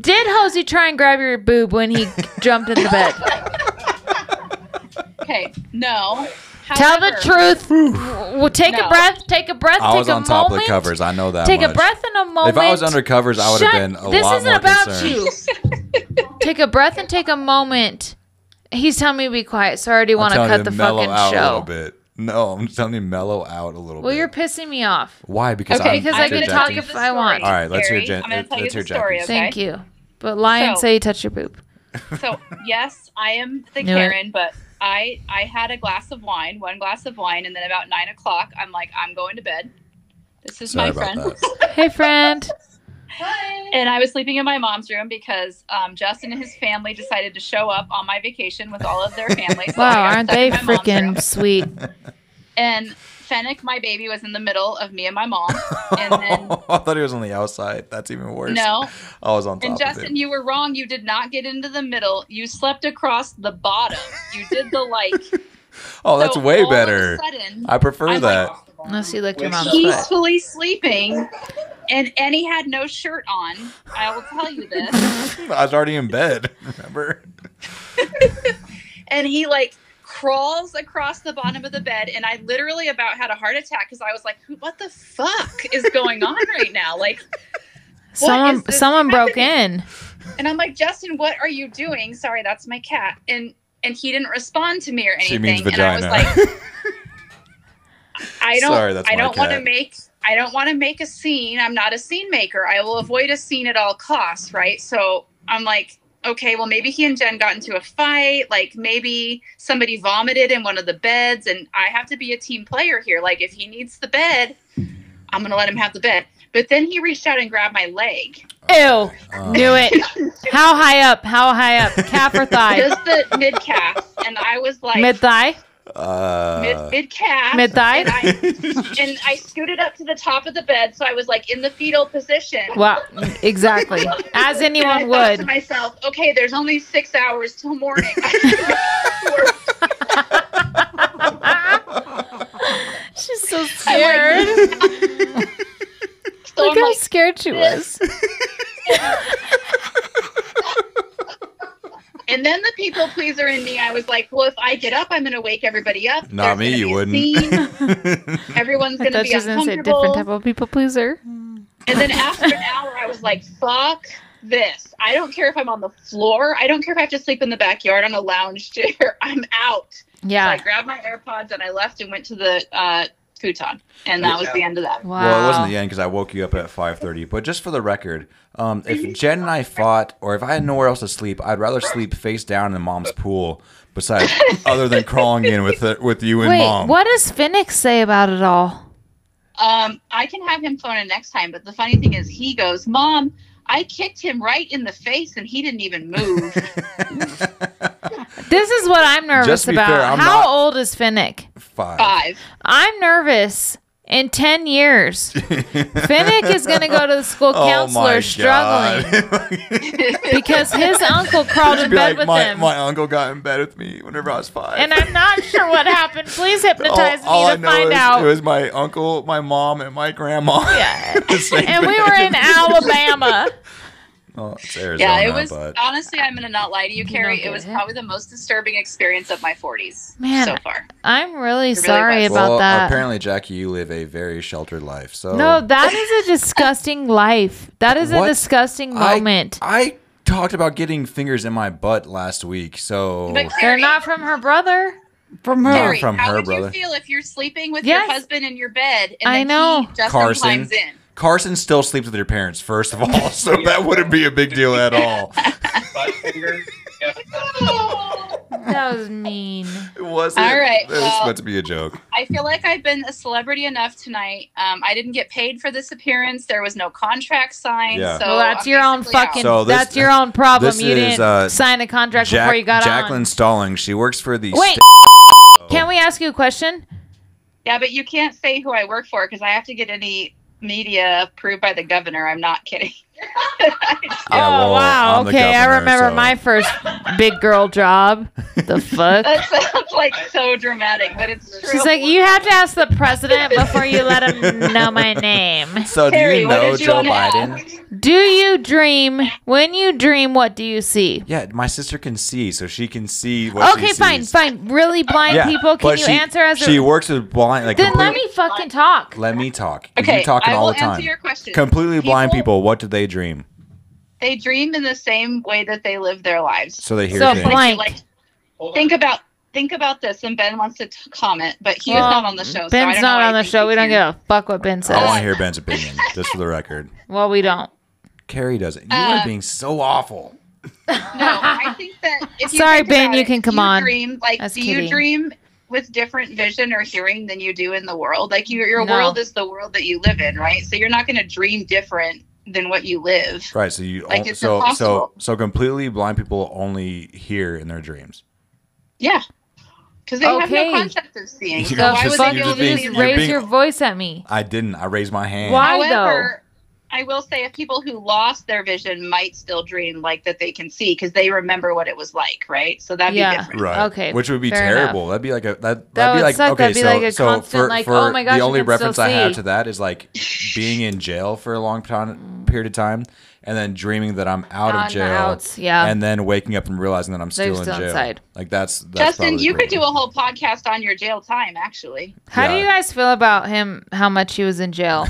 [SPEAKER 2] Did Hosey try and grab your boob when he jumped in the
[SPEAKER 4] *laughs*
[SPEAKER 2] bed?
[SPEAKER 4] Okay. No.
[SPEAKER 2] Tell the
[SPEAKER 4] However,
[SPEAKER 2] truth. Well, take a
[SPEAKER 4] No.
[SPEAKER 2] breath. Take a breath.
[SPEAKER 1] I
[SPEAKER 2] take
[SPEAKER 1] was
[SPEAKER 2] a
[SPEAKER 1] on top
[SPEAKER 2] moment.
[SPEAKER 1] of the covers. I know that.
[SPEAKER 2] Take
[SPEAKER 1] much.
[SPEAKER 2] a breath and a moment.
[SPEAKER 1] If I was under covers, I would have
[SPEAKER 2] Shut-
[SPEAKER 1] been a
[SPEAKER 2] this
[SPEAKER 1] lot
[SPEAKER 2] isn't
[SPEAKER 1] more
[SPEAKER 2] about
[SPEAKER 1] concerned.
[SPEAKER 2] you.
[SPEAKER 1] *laughs*
[SPEAKER 2] take a breath and take a moment. He's telling me to be quiet, so I already want to
[SPEAKER 1] telling
[SPEAKER 2] cut
[SPEAKER 1] you
[SPEAKER 2] the
[SPEAKER 1] mellow
[SPEAKER 2] fucking
[SPEAKER 1] out a little
[SPEAKER 2] show.
[SPEAKER 1] bit. No, I'm just telling you mellow out a little
[SPEAKER 2] Well,
[SPEAKER 1] bit.
[SPEAKER 2] you're pissing me off.
[SPEAKER 1] Why? Because
[SPEAKER 4] Okay,
[SPEAKER 1] I'm
[SPEAKER 2] because I
[SPEAKER 1] Dr.
[SPEAKER 4] I'm
[SPEAKER 2] can
[SPEAKER 4] gonna
[SPEAKER 2] talk
[SPEAKER 4] tell you
[SPEAKER 2] if
[SPEAKER 4] the
[SPEAKER 2] I want.
[SPEAKER 4] story,
[SPEAKER 1] All right, let's hear
[SPEAKER 4] Gary.
[SPEAKER 1] Jen-
[SPEAKER 4] I'm gonna tell
[SPEAKER 1] let's
[SPEAKER 4] you
[SPEAKER 1] hear
[SPEAKER 4] the story,
[SPEAKER 1] Jackie's.
[SPEAKER 4] okay?
[SPEAKER 2] Thank you. But lie and
[SPEAKER 4] So-
[SPEAKER 2] say you touched your boob.
[SPEAKER 4] so yes, I am the
[SPEAKER 2] Knew it.
[SPEAKER 4] Karen, but I I had a glass of wine, one glass of wine, and then about nine o'clock, I'm like, I'm going to bed. This is
[SPEAKER 1] Sorry
[SPEAKER 4] my
[SPEAKER 1] about
[SPEAKER 4] friend,
[SPEAKER 2] Hey,
[SPEAKER 4] *laughs*
[SPEAKER 2] friend.
[SPEAKER 4] and I was sleeping in my mom's room because um, Justin and his family decided to show up on my vacation with all of their family. So I
[SPEAKER 2] Wow,
[SPEAKER 4] got
[SPEAKER 2] aren't
[SPEAKER 4] stuck
[SPEAKER 2] they
[SPEAKER 4] in my mom's room.
[SPEAKER 2] freaking
[SPEAKER 4] *laughs*
[SPEAKER 2] sweet?
[SPEAKER 4] And Fennec, my baby, was in the middle of me and my mom, and
[SPEAKER 1] *laughs*
[SPEAKER 4] then.
[SPEAKER 1] I thought he was on the outside. That's even worse.
[SPEAKER 4] No,
[SPEAKER 1] I was on top
[SPEAKER 4] and
[SPEAKER 1] of
[SPEAKER 4] Justin,
[SPEAKER 1] it.
[SPEAKER 4] you were wrong. You did not get into the middle. You slept across the bottom. You did the like.
[SPEAKER 1] Oh, that's
[SPEAKER 4] So
[SPEAKER 1] way
[SPEAKER 4] all of a
[SPEAKER 1] better.
[SPEAKER 4] sudden,
[SPEAKER 1] I prefer
[SPEAKER 4] I'm
[SPEAKER 1] that.
[SPEAKER 4] like,
[SPEAKER 2] Unless you licked your mom's foot.
[SPEAKER 4] peacefully sleeping, and and he had no shirt on. I will tell you this.
[SPEAKER 1] I was already in bed. *laughs* Remember?
[SPEAKER 4] And he like crawls across the bottom of the bed, and I literally about had a heart attack because I was like, "Who- "What the fuck is going on right now?" Like,
[SPEAKER 2] Someone,
[SPEAKER 4] is this
[SPEAKER 2] someone broke in.
[SPEAKER 4] and I'm like, "Justin, what are you doing?" Sorry, that's my cat, and and he didn't respond to me or anything.
[SPEAKER 1] *laughs* She means
[SPEAKER 4] and I was
[SPEAKER 1] vagina.
[SPEAKER 4] like. I don't.
[SPEAKER 1] Sorry, that's
[SPEAKER 4] I
[SPEAKER 1] my
[SPEAKER 4] don't want to
[SPEAKER 1] cat.
[SPEAKER 4] make. I don't want to make a scene. I'm not a scene maker. I will avoid a scene at all costs, right? So I'm like, okay, well, maybe he and Jen got into a fight. Like maybe somebody vomited in one of the beds, and I have to be a team player here. Like if he needs the bed, I'm gonna let him have the bed. But then he reached out and grabbed my leg.
[SPEAKER 2] Ew. Knew it. How high up? How high up? Calf or thigh?
[SPEAKER 4] Just the mid calf, and I was like,
[SPEAKER 2] Mid thigh?
[SPEAKER 1] Uh,
[SPEAKER 4] mid calf,
[SPEAKER 2] Mid
[SPEAKER 4] and
[SPEAKER 2] thigh?
[SPEAKER 4] I and I scooted up to the top of the bed, so I was like in the fetal position.
[SPEAKER 2] Wow. Exactly.
[SPEAKER 4] *laughs*
[SPEAKER 2] As
[SPEAKER 4] And I
[SPEAKER 2] anyone
[SPEAKER 4] thought to
[SPEAKER 2] would.
[SPEAKER 4] myself, okay, there's only six hours
[SPEAKER 2] *laughs*
[SPEAKER 4] till morning.
[SPEAKER 2] She's so scared.
[SPEAKER 4] so
[SPEAKER 2] Look
[SPEAKER 4] I'm
[SPEAKER 2] how
[SPEAKER 4] like,
[SPEAKER 2] scared she was.
[SPEAKER 4] and then the people pleaser in me, I was like, well, if I get up, I'm going to wake everybody up.
[SPEAKER 1] Not
[SPEAKER 4] There's
[SPEAKER 1] me, you
[SPEAKER 4] gonna be a
[SPEAKER 1] wouldn't.
[SPEAKER 2] *laughs*
[SPEAKER 4] scene. Everyone's
[SPEAKER 2] I
[SPEAKER 4] going to
[SPEAKER 2] thought
[SPEAKER 4] be
[SPEAKER 2] she was gonna say different type
[SPEAKER 4] uncomfortable.
[SPEAKER 2] of people pleaser.
[SPEAKER 4] And then after an hour, I was like, fuck this. I don't care if I'm on the floor. I don't care if I have to sleep in the backyard on a lounge chair. *laughs* I'm out. So I
[SPEAKER 2] Yeah.
[SPEAKER 4] grabbed my AirPods and I left and went to the uh, futon. And that was the end of that.
[SPEAKER 2] Wow.
[SPEAKER 1] *laughs* well, it wasn't the end because I woke you up at 5:30. But just for the record, um, if Jen and I fought, or if I had nowhere else to sleep, I'd rather sleep face down in Mom's pool.
[SPEAKER 4] *laughs*
[SPEAKER 1] Besides, other than crawling in with the, with you and
[SPEAKER 2] Wait,
[SPEAKER 1] Mom.
[SPEAKER 2] what does Phoenix say about it all?
[SPEAKER 4] Um, I can have him phone in next time, but the funny thing is, he goes, "Mom, I kicked him right in the face, and he didn't even *laughs* move."
[SPEAKER 2] This is what I'm nervous
[SPEAKER 1] Just to be
[SPEAKER 2] about.
[SPEAKER 1] fair, I'm
[SPEAKER 2] How
[SPEAKER 1] not-
[SPEAKER 2] old is Finnick?
[SPEAKER 1] Five.
[SPEAKER 4] Five.
[SPEAKER 2] I'm nervous. In
[SPEAKER 1] *laughs*
[SPEAKER 2] ten years, Finnick is going to go to the school
[SPEAKER 1] Oh
[SPEAKER 2] counselor
[SPEAKER 1] my
[SPEAKER 2] struggling
[SPEAKER 1] god! *laughs*
[SPEAKER 2] because his uncle crawled in
[SPEAKER 1] Be
[SPEAKER 2] bed
[SPEAKER 1] like,
[SPEAKER 2] with
[SPEAKER 1] my,
[SPEAKER 2] him,
[SPEAKER 1] my uncle got in bed with me whenever I was five.
[SPEAKER 2] and I'm not sure what happened. Please
[SPEAKER 1] Oh,
[SPEAKER 2] hypnotize me to find
[SPEAKER 1] is
[SPEAKER 2] out.
[SPEAKER 1] it was my uncle, my mom, and my grandma. *laughs*
[SPEAKER 2] Yeah.
[SPEAKER 1] The
[SPEAKER 2] *laughs*
[SPEAKER 1] same
[SPEAKER 2] and we
[SPEAKER 1] thing. *laughs*
[SPEAKER 2] were in Alabama.
[SPEAKER 1] Oh, it's Arizona,
[SPEAKER 4] Yeah, it was.
[SPEAKER 1] but
[SPEAKER 4] Honestly, I'm gonna not lie to you, Carrie.
[SPEAKER 2] get
[SPEAKER 4] It was
[SPEAKER 2] it.
[SPEAKER 4] probably the most disturbing experience of my 40s
[SPEAKER 2] Man,
[SPEAKER 4] so far.
[SPEAKER 2] I'm really sorry
[SPEAKER 4] was.
[SPEAKER 2] about
[SPEAKER 1] well,
[SPEAKER 2] that.
[SPEAKER 1] apparently, Jackie, you live a very sheltered life. So
[SPEAKER 2] no, that is a disgusting life. That is
[SPEAKER 1] What?
[SPEAKER 2] a disgusting
[SPEAKER 1] I-
[SPEAKER 2] moment.
[SPEAKER 1] I, talked about getting fingers in my butt last week, so
[SPEAKER 4] But
[SPEAKER 2] They're
[SPEAKER 4] Carrie,
[SPEAKER 2] not from her brother.
[SPEAKER 3] From her.
[SPEAKER 4] Carrie,
[SPEAKER 1] from
[SPEAKER 4] how
[SPEAKER 1] her
[SPEAKER 4] would
[SPEAKER 1] brother.
[SPEAKER 4] you feel if you're sleeping with
[SPEAKER 2] Yes.
[SPEAKER 4] your husband in your bed and
[SPEAKER 2] I
[SPEAKER 4] then
[SPEAKER 2] know.
[SPEAKER 4] he just
[SPEAKER 1] Carson.
[SPEAKER 4] climbs in?
[SPEAKER 1] Carson still sleeps with your parents, first of all, *laughs* so that wouldn't be a big deal at
[SPEAKER 4] *laughs*
[SPEAKER 1] all.
[SPEAKER 5] butt finger.
[SPEAKER 2] That was mean.
[SPEAKER 1] It wasn't.
[SPEAKER 4] All right,
[SPEAKER 1] It was
[SPEAKER 4] well-
[SPEAKER 1] meant to be a joke.
[SPEAKER 4] I feel like I've been a celebrity enough tonight. Um, I didn't get paid for this appearance. There was no contract signed.
[SPEAKER 1] Yeah.
[SPEAKER 4] So
[SPEAKER 2] well, that's
[SPEAKER 4] I'm
[SPEAKER 2] your own
[SPEAKER 4] basically out.
[SPEAKER 2] fucking.
[SPEAKER 1] So this-
[SPEAKER 2] that's your own problem.
[SPEAKER 1] this
[SPEAKER 2] You
[SPEAKER 1] is,
[SPEAKER 2] didn't
[SPEAKER 1] uh,
[SPEAKER 2] sign a contract
[SPEAKER 1] Jack-
[SPEAKER 2] before you got
[SPEAKER 1] Jacqueline Stalling, she works for the
[SPEAKER 2] on. Wait,
[SPEAKER 1] state-
[SPEAKER 2] can we ask you a question?
[SPEAKER 4] Yeah, but you can't say who I work for because I have to get any media approved by the governor. I'm not kidding. *laughs*
[SPEAKER 1] Yeah,
[SPEAKER 2] oh
[SPEAKER 1] well,
[SPEAKER 2] wow,
[SPEAKER 1] I'm the
[SPEAKER 2] okay, I
[SPEAKER 1] governor,
[SPEAKER 2] remember
[SPEAKER 1] so-
[SPEAKER 2] my first big girl job.
[SPEAKER 1] *laughs*
[SPEAKER 2] The fuck.
[SPEAKER 4] That sounds like so dramatic, but it's true.
[SPEAKER 2] She's like, you have to ask the president before you let him know my
[SPEAKER 4] *laughs*
[SPEAKER 2] name.
[SPEAKER 1] So do
[SPEAKER 4] Harry,
[SPEAKER 1] you
[SPEAKER 4] what
[SPEAKER 1] know
[SPEAKER 4] did you
[SPEAKER 1] Joe
[SPEAKER 4] wanna
[SPEAKER 1] Biden?
[SPEAKER 2] Do you dream? When you dream, what do you see?
[SPEAKER 1] Yeah, my sister can see, so she can see what
[SPEAKER 2] okay,
[SPEAKER 1] she
[SPEAKER 2] fine,
[SPEAKER 1] sees.
[SPEAKER 2] fine. Really blind
[SPEAKER 1] Yeah,
[SPEAKER 2] people, can
[SPEAKER 1] but
[SPEAKER 2] you
[SPEAKER 1] she-
[SPEAKER 2] answer as
[SPEAKER 1] she
[SPEAKER 2] a?
[SPEAKER 1] works with blind. Like
[SPEAKER 2] Then let
[SPEAKER 1] complete-
[SPEAKER 2] me fucking talk.
[SPEAKER 1] let me talk.
[SPEAKER 4] okay,
[SPEAKER 1] you talking
[SPEAKER 4] I will
[SPEAKER 1] all the time.
[SPEAKER 4] answer your question.
[SPEAKER 1] Completely blind people. What do they dream?
[SPEAKER 4] They dream in the same way that they live their lives.
[SPEAKER 1] So they hear
[SPEAKER 2] So
[SPEAKER 1] things.
[SPEAKER 2] blind- Blank.
[SPEAKER 4] Like, think about think about this, and Ben wants to t- comment, but he
[SPEAKER 2] Well,
[SPEAKER 4] is not on the show. so I
[SPEAKER 2] Ben's
[SPEAKER 4] don't know
[SPEAKER 2] not
[SPEAKER 4] why
[SPEAKER 2] on
[SPEAKER 4] I
[SPEAKER 2] the
[SPEAKER 4] think
[SPEAKER 2] show.
[SPEAKER 4] he
[SPEAKER 2] We don't
[SPEAKER 4] can-
[SPEAKER 2] give a fuck what Ben says.
[SPEAKER 1] I want to hear Ben's opinion, just for the record.
[SPEAKER 2] Well, we don't.
[SPEAKER 1] Carrie doesn't. You
[SPEAKER 2] Uh,
[SPEAKER 1] are being so awful.
[SPEAKER 4] *laughs* No, I think that. If you
[SPEAKER 2] Sorry,
[SPEAKER 4] think
[SPEAKER 2] Ben,
[SPEAKER 4] about
[SPEAKER 2] you
[SPEAKER 4] it,
[SPEAKER 2] can
[SPEAKER 4] do
[SPEAKER 2] come
[SPEAKER 4] you
[SPEAKER 2] on.
[SPEAKER 4] Dream like,
[SPEAKER 2] That's
[SPEAKER 4] do
[SPEAKER 2] kidding.
[SPEAKER 4] you dream with different vision or hearing than you do in the world? Like your your
[SPEAKER 2] No.
[SPEAKER 4] world is the world that you live in, right? So you're not going to dream different than what you live.
[SPEAKER 1] Right. So you.
[SPEAKER 4] Like,
[SPEAKER 1] on-
[SPEAKER 4] it's
[SPEAKER 1] so so
[SPEAKER 4] impossible.
[SPEAKER 1] so completely blind people only hear in their dreams.
[SPEAKER 4] Yeah, because they
[SPEAKER 2] Okay.
[SPEAKER 4] have no concept of seeing. So
[SPEAKER 1] You're
[SPEAKER 4] why
[SPEAKER 1] just-
[SPEAKER 4] would
[SPEAKER 2] fuck
[SPEAKER 4] they
[SPEAKER 1] fucking
[SPEAKER 2] you!
[SPEAKER 4] be able
[SPEAKER 1] you're being-
[SPEAKER 4] to see
[SPEAKER 2] Just
[SPEAKER 1] you're
[SPEAKER 4] that?
[SPEAKER 2] raise
[SPEAKER 1] being-
[SPEAKER 2] your voice at me.
[SPEAKER 1] I didn't. I raised my hand.
[SPEAKER 2] Why?
[SPEAKER 4] However, I will say if people who lost their vision might still dream like that they can see because they remember what it was like, right? So that'd
[SPEAKER 2] Yeah.
[SPEAKER 4] be different.
[SPEAKER 1] Right.
[SPEAKER 2] Okay,
[SPEAKER 1] Which would be
[SPEAKER 2] fair
[SPEAKER 1] terrible. That'd be like a that. That'd be
[SPEAKER 2] would
[SPEAKER 1] like
[SPEAKER 2] suck.
[SPEAKER 1] okay.
[SPEAKER 2] That'd be
[SPEAKER 1] so
[SPEAKER 2] like a
[SPEAKER 1] so
[SPEAKER 2] constant,
[SPEAKER 1] for,
[SPEAKER 2] like,
[SPEAKER 1] for
[SPEAKER 2] oh my gosh,
[SPEAKER 1] the
[SPEAKER 2] I
[SPEAKER 1] only
[SPEAKER 2] can still
[SPEAKER 1] reference I have
[SPEAKER 2] see.
[SPEAKER 1] to that is like being in jail for a long time period of time, and then dreaming that I'm out
[SPEAKER 2] On
[SPEAKER 1] of
[SPEAKER 2] the
[SPEAKER 1] jail.
[SPEAKER 2] outs, yeah.
[SPEAKER 1] And then waking up and realizing that I'm still in
[SPEAKER 2] still
[SPEAKER 1] jail.
[SPEAKER 2] inside.
[SPEAKER 1] Like that's, that's
[SPEAKER 4] Justin,
[SPEAKER 1] probably
[SPEAKER 4] you could
[SPEAKER 1] great.
[SPEAKER 4] do a whole podcast on your jail time, actually.
[SPEAKER 2] How do
[SPEAKER 1] Yeah.
[SPEAKER 2] you guys feel about him? How much he was in
[SPEAKER 1] *laughs*
[SPEAKER 2] jail?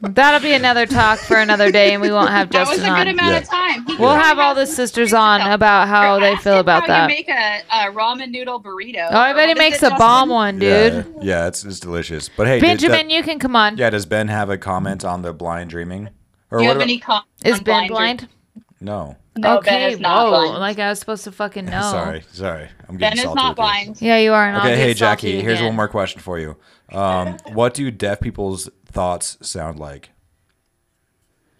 [SPEAKER 2] That'll be another talk for another day, and we won't have
[SPEAKER 4] That was
[SPEAKER 2] Justin
[SPEAKER 4] a good
[SPEAKER 2] on.
[SPEAKER 4] amount
[SPEAKER 1] Yeah.
[SPEAKER 4] of time. He
[SPEAKER 2] We'll have all the
[SPEAKER 4] *laughs*
[SPEAKER 2] sisters on about how they feel about that.
[SPEAKER 4] You make a, a ramen noodle burrito.
[SPEAKER 2] Oh, I bet he makes a bomb one, dude.
[SPEAKER 1] Yeah, yeah, it's it's delicious. But hey, does
[SPEAKER 2] Benjamin,
[SPEAKER 1] that-
[SPEAKER 2] you can come on.
[SPEAKER 1] yeah, does Ben have a comment on the blind dreaming? Or
[SPEAKER 4] Do you have
[SPEAKER 1] about-
[SPEAKER 4] any com-
[SPEAKER 2] Is
[SPEAKER 4] on
[SPEAKER 2] Ben
[SPEAKER 4] Blind
[SPEAKER 2] blind?
[SPEAKER 1] No, *laughs*
[SPEAKER 4] No, Ben is not
[SPEAKER 2] whoa.
[SPEAKER 4] blind.
[SPEAKER 2] Like I was supposed to fucking know.
[SPEAKER 1] sorry, sorry, I'm
[SPEAKER 4] Ben
[SPEAKER 1] getting
[SPEAKER 4] is
[SPEAKER 1] salty
[SPEAKER 4] not
[SPEAKER 1] with you.
[SPEAKER 4] blind.
[SPEAKER 2] Yeah, you are. and I'll
[SPEAKER 1] Okay,
[SPEAKER 2] get
[SPEAKER 1] hey
[SPEAKER 2] salty
[SPEAKER 1] Jackie, here's
[SPEAKER 2] again.
[SPEAKER 1] one more question for you. Um, what do deaf people's thoughts sound like?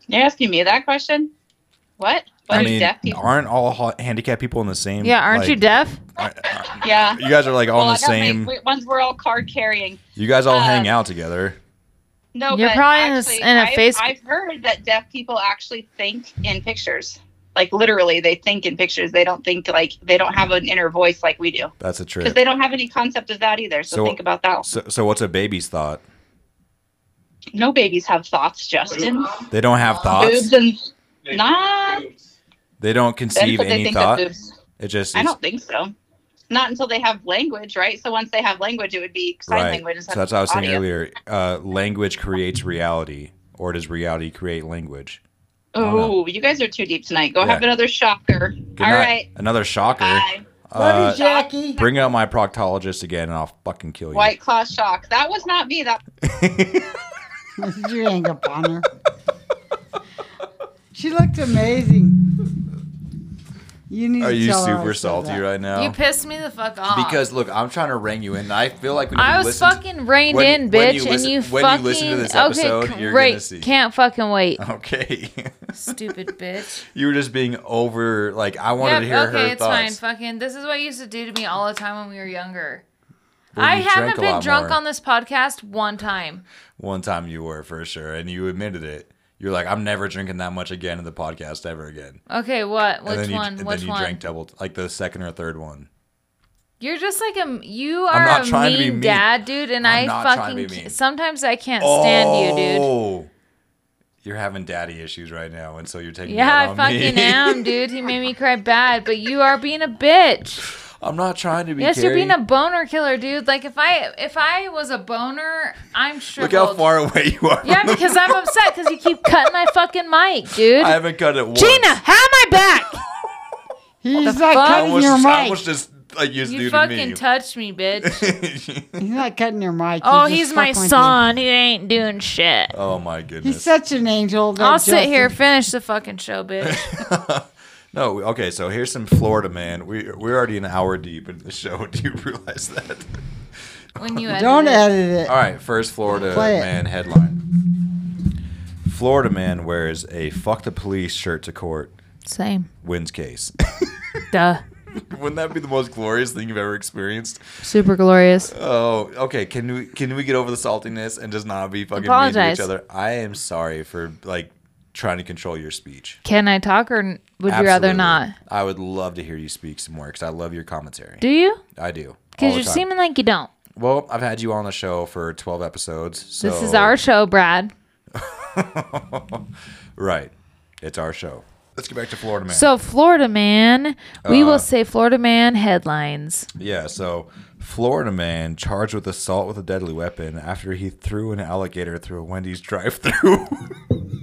[SPEAKER 4] You're asking me that question? What? What
[SPEAKER 1] I
[SPEAKER 4] do
[SPEAKER 1] mean,
[SPEAKER 4] deaf people?
[SPEAKER 1] aren't all ha- handicapped people in the same?
[SPEAKER 2] Yeah, aren't
[SPEAKER 1] like-
[SPEAKER 2] you deaf?
[SPEAKER 1] I- I-
[SPEAKER 4] yeah.
[SPEAKER 1] you guys are like all
[SPEAKER 4] Well,
[SPEAKER 1] in
[SPEAKER 4] I
[SPEAKER 1] the
[SPEAKER 4] don't make-
[SPEAKER 1] same.
[SPEAKER 4] we- Once we're all card carrying.
[SPEAKER 1] you guys all hang
[SPEAKER 4] um,
[SPEAKER 1] out together.
[SPEAKER 4] No,
[SPEAKER 2] You're
[SPEAKER 4] but
[SPEAKER 2] probably in a s-
[SPEAKER 4] actually,
[SPEAKER 2] in a
[SPEAKER 4] I've,
[SPEAKER 2] face-
[SPEAKER 4] I've heard that deaf people actually think in pictures. Like literally, they think in pictures. They don't think like they don't have an inner voice like we do
[SPEAKER 1] That's a
[SPEAKER 4] because
[SPEAKER 1] trip.
[SPEAKER 4] they don't have any concept of that either. So,
[SPEAKER 1] So-
[SPEAKER 4] think about that.
[SPEAKER 1] So, so what's a baby's thought?
[SPEAKER 4] No babies have thoughts, Justin.
[SPEAKER 1] They don't have
[SPEAKER 4] Boobs
[SPEAKER 1] thoughts.
[SPEAKER 4] and not.
[SPEAKER 1] They don't
[SPEAKER 4] That's
[SPEAKER 1] conceive
[SPEAKER 4] what they
[SPEAKER 1] any
[SPEAKER 4] think
[SPEAKER 1] thought.
[SPEAKER 4] of boobs.
[SPEAKER 1] It just
[SPEAKER 4] I
[SPEAKER 1] it's-
[SPEAKER 4] don't think so. Not until they have language, right? So once they have language, it would be sign
[SPEAKER 1] right.
[SPEAKER 4] language.
[SPEAKER 1] So
[SPEAKER 4] instead
[SPEAKER 1] that's what I was
[SPEAKER 4] of
[SPEAKER 1] saying
[SPEAKER 4] audio.
[SPEAKER 1] earlier. Uh, language creates reality, or does reality create language? don't know.
[SPEAKER 4] Oh, you guys are too deep tonight. Go
[SPEAKER 1] Yeah.
[SPEAKER 4] have another shocker.
[SPEAKER 1] Good
[SPEAKER 4] All
[SPEAKER 1] night.
[SPEAKER 4] right.
[SPEAKER 1] Another shocker.
[SPEAKER 4] Bye.
[SPEAKER 3] Love
[SPEAKER 1] Uh,
[SPEAKER 3] you, Jackie.
[SPEAKER 1] bring out my proctologist again, and I'll fucking kill you.
[SPEAKER 4] White Claw shock. That was not me. That
[SPEAKER 3] Did *laughs* you hang up on her? she looked amazing. You need
[SPEAKER 1] Are
[SPEAKER 3] to
[SPEAKER 1] you
[SPEAKER 3] tell her I
[SPEAKER 1] super
[SPEAKER 3] said
[SPEAKER 1] salty
[SPEAKER 3] that.
[SPEAKER 1] right now?
[SPEAKER 2] You pissed me the fuck off.
[SPEAKER 1] because look, I'm trying to rein you in. and I feel like when you
[SPEAKER 2] I was
[SPEAKER 1] listen to-
[SPEAKER 2] fucking reined
[SPEAKER 1] when-
[SPEAKER 2] in,
[SPEAKER 1] when you
[SPEAKER 2] bitch,
[SPEAKER 1] listen-
[SPEAKER 2] and you
[SPEAKER 1] when
[SPEAKER 2] fucking
[SPEAKER 1] you listen to this episode,
[SPEAKER 2] okay,
[SPEAKER 1] you're
[SPEAKER 2] great.
[SPEAKER 1] gonna see.
[SPEAKER 2] Can't fucking wait,
[SPEAKER 1] *laughs* okay. *laughs*
[SPEAKER 2] stupid *laughs* bitch.
[SPEAKER 1] you were just being over. Like I wanted
[SPEAKER 2] Yep,
[SPEAKER 1] to hear
[SPEAKER 2] okay,
[SPEAKER 1] her
[SPEAKER 2] it's fine.
[SPEAKER 1] thoughts.
[SPEAKER 2] Fucking, this is what you used to do to me all the time when we were younger.
[SPEAKER 1] Well,
[SPEAKER 2] I
[SPEAKER 1] you drank
[SPEAKER 2] haven't
[SPEAKER 1] a
[SPEAKER 2] been
[SPEAKER 1] lot
[SPEAKER 2] drunk
[SPEAKER 1] more.
[SPEAKER 2] on this podcast one time.
[SPEAKER 1] One time you were for sure, and you admitted it. You're like, I'm never drinking that much again in the podcast ever again.
[SPEAKER 2] Okay, what?
[SPEAKER 1] and
[SPEAKER 2] Which
[SPEAKER 1] then you,
[SPEAKER 2] one?
[SPEAKER 1] And
[SPEAKER 2] Which
[SPEAKER 1] then you
[SPEAKER 2] one?
[SPEAKER 1] drank double, like the second or third one.
[SPEAKER 2] You're just like a you are
[SPEAKER 1] not
[SPEAKER 2] a
[SPEAKER 1] trying
[SPEAKER 2] mean,
[SPEAKER 1] to be mean.
[SPEAKER 2] dad, dude, and
[SPEAKER 1] I'm
[SPEAKER 2] i
[SPEAKER 1] not trying to
[SPEAKER 2] fucking
[SPEAKER 1] be
[SPEAKER 2] ca-
[SPEAKER 1] mean.
[SPEAKER 2] sometimes I can't stand you,
[SPEAKER 1] Oh, you're having daddy issues right now, and so you're taking.
[SPEAKER 2] dude.
[SPEAKER 1] it
[SPEAKER 2] Yeah,
[SPEAKER 1] out
[SPEAKER 2] I
[SPEAKER 1] on *laughs*
[SPEAKER 2] fucking
[SPEAKER 1] me.
[SPEAKER 2] am, dude. He made me cry bad, but you are being
[SPEAKER 1] *laughs*
[SPEAKER 2] a bitch.
[SPEAKER 1] I'm not trying to be.
[SPEAKER 2] yes, you're being
[SPEAKER 1] Carrie.
[SPEAKER 2] a boner killer, dude. Like if I if I was a boner, I'm
[SPEAKER 1] Look
[SPEAKER 2] shriveled.
[SPEAKER 1] how far away you are.
[SPEAKER 2] Yeah,
[SPEAKER 1] from the
[SPEAKER 2] because I'm upset because you keep cutting my fucking mic,
[SPEAKER 1] *laughs*
[SPEAKER 2] dude.
[SPEAKER 1] I haven't cut it once.
[SPEAKER 2] Gina, have my back.
[SPEAKER 3] He's
[SPEAKER 2] The
[SPEAKER 3] not
[SPEAKER 2] fuck?
[SPEAKER 1] I
[SPEAKER 3] cutting
[SPEAKER 1] almost,
[SPEAKER 3] your mic.
[SPEAKER 1] I almost just like used
[SPEAKER 2] you
[SPEAKER 1] dude to
[SPEAKER 2] fucking
[SPEAKER 1] me.
[SPEAKER 2] touched
[SPEAKER 1] *laughs*
[SPEAKER 2] me, bitch.
[SPEAKER 3] He's not cutting your mic.
[SPEAKER 2] Oh,
[SPEAKER 3] He
[SPEAKER 2] he's
[SPEAKER 3] just
[SPEAKER 2] my
[SPEAKER 3] fucking with you.
[SPEAKER 2] son. He ain't doing shit.
[SPEAKER 1] oh my
[SPEAKER 3] He's
[SPEAKER 1] goodness.
[SPEAKER 3] such an angel. that
[SPEAKER 2] I'll sit here,
[SPEAKER 3] Justin-
[SPEAKER 2] finish the fucking show, bitch.
[SPEAKER 1] no, okay. So here's some Florida man. We we're already an hour deep in the show. *laughs* Do you realize that?
[SPEAKER 2] When you edit
[SPEAKER 3] Don't
[SPEAKER 2] it.
[SPEAKER 3] edit it.
[SPEAKER 1] All right, first Florida
[SPEAKER 3] Play it.
[SPEAKER 1] man headline. Florida man wears a "fuck the police" shirt to court,
[SPEAKER 2] Same.
[SPEAKER 1] wins case. *laughs*
[SPEAKER 2] Duh.
[SPEAKER 1] Wouldn't that be the most glorious thing you've ever experienced?
[SPEAKER 2] Super glorious.
[SPEAKER 1] Oh, okay. Can we can we get over the saltiness and just not be fucking mean
[SPEAKER 2] Apologize.
[SPEAKER 1] to each other? I am sorry for like trying to control your speech.
[SPEAKER 2] Can I talk or n- would you rather
[SPEAKER 1] Absolutely.
[SPEAKER 2] not?
[SPEAKER 1] I would love to hear you speak some more because I love your commentary.
[SPEAKER 2] Do you?
[SPEAKER 1] I do. all
[SPEAKER 2] Because
[SPEAKER 1] the
[SPEAKER 2] you're
[SPEAKER 1] time.
[SPEAKER 2] seeming like you don't.
[SPEAKER 1] Well, I've had you on the show for twelve episodes. So
[SPEAKER 2] This is our show, Brad.
[SPEAKER 1] right. It's our show. Let's get back to Florida man.
[SPEAKER 2] So, Florida Man,
[SPEAKER 1] Uh,
[SPEAKER 2] we will say Florida Man headlines.
[SPEAKER 1] yeah. So Florida man charged with assault with a deadly weapon after he threw an alligator through a Wendy's drive-through. *laughs*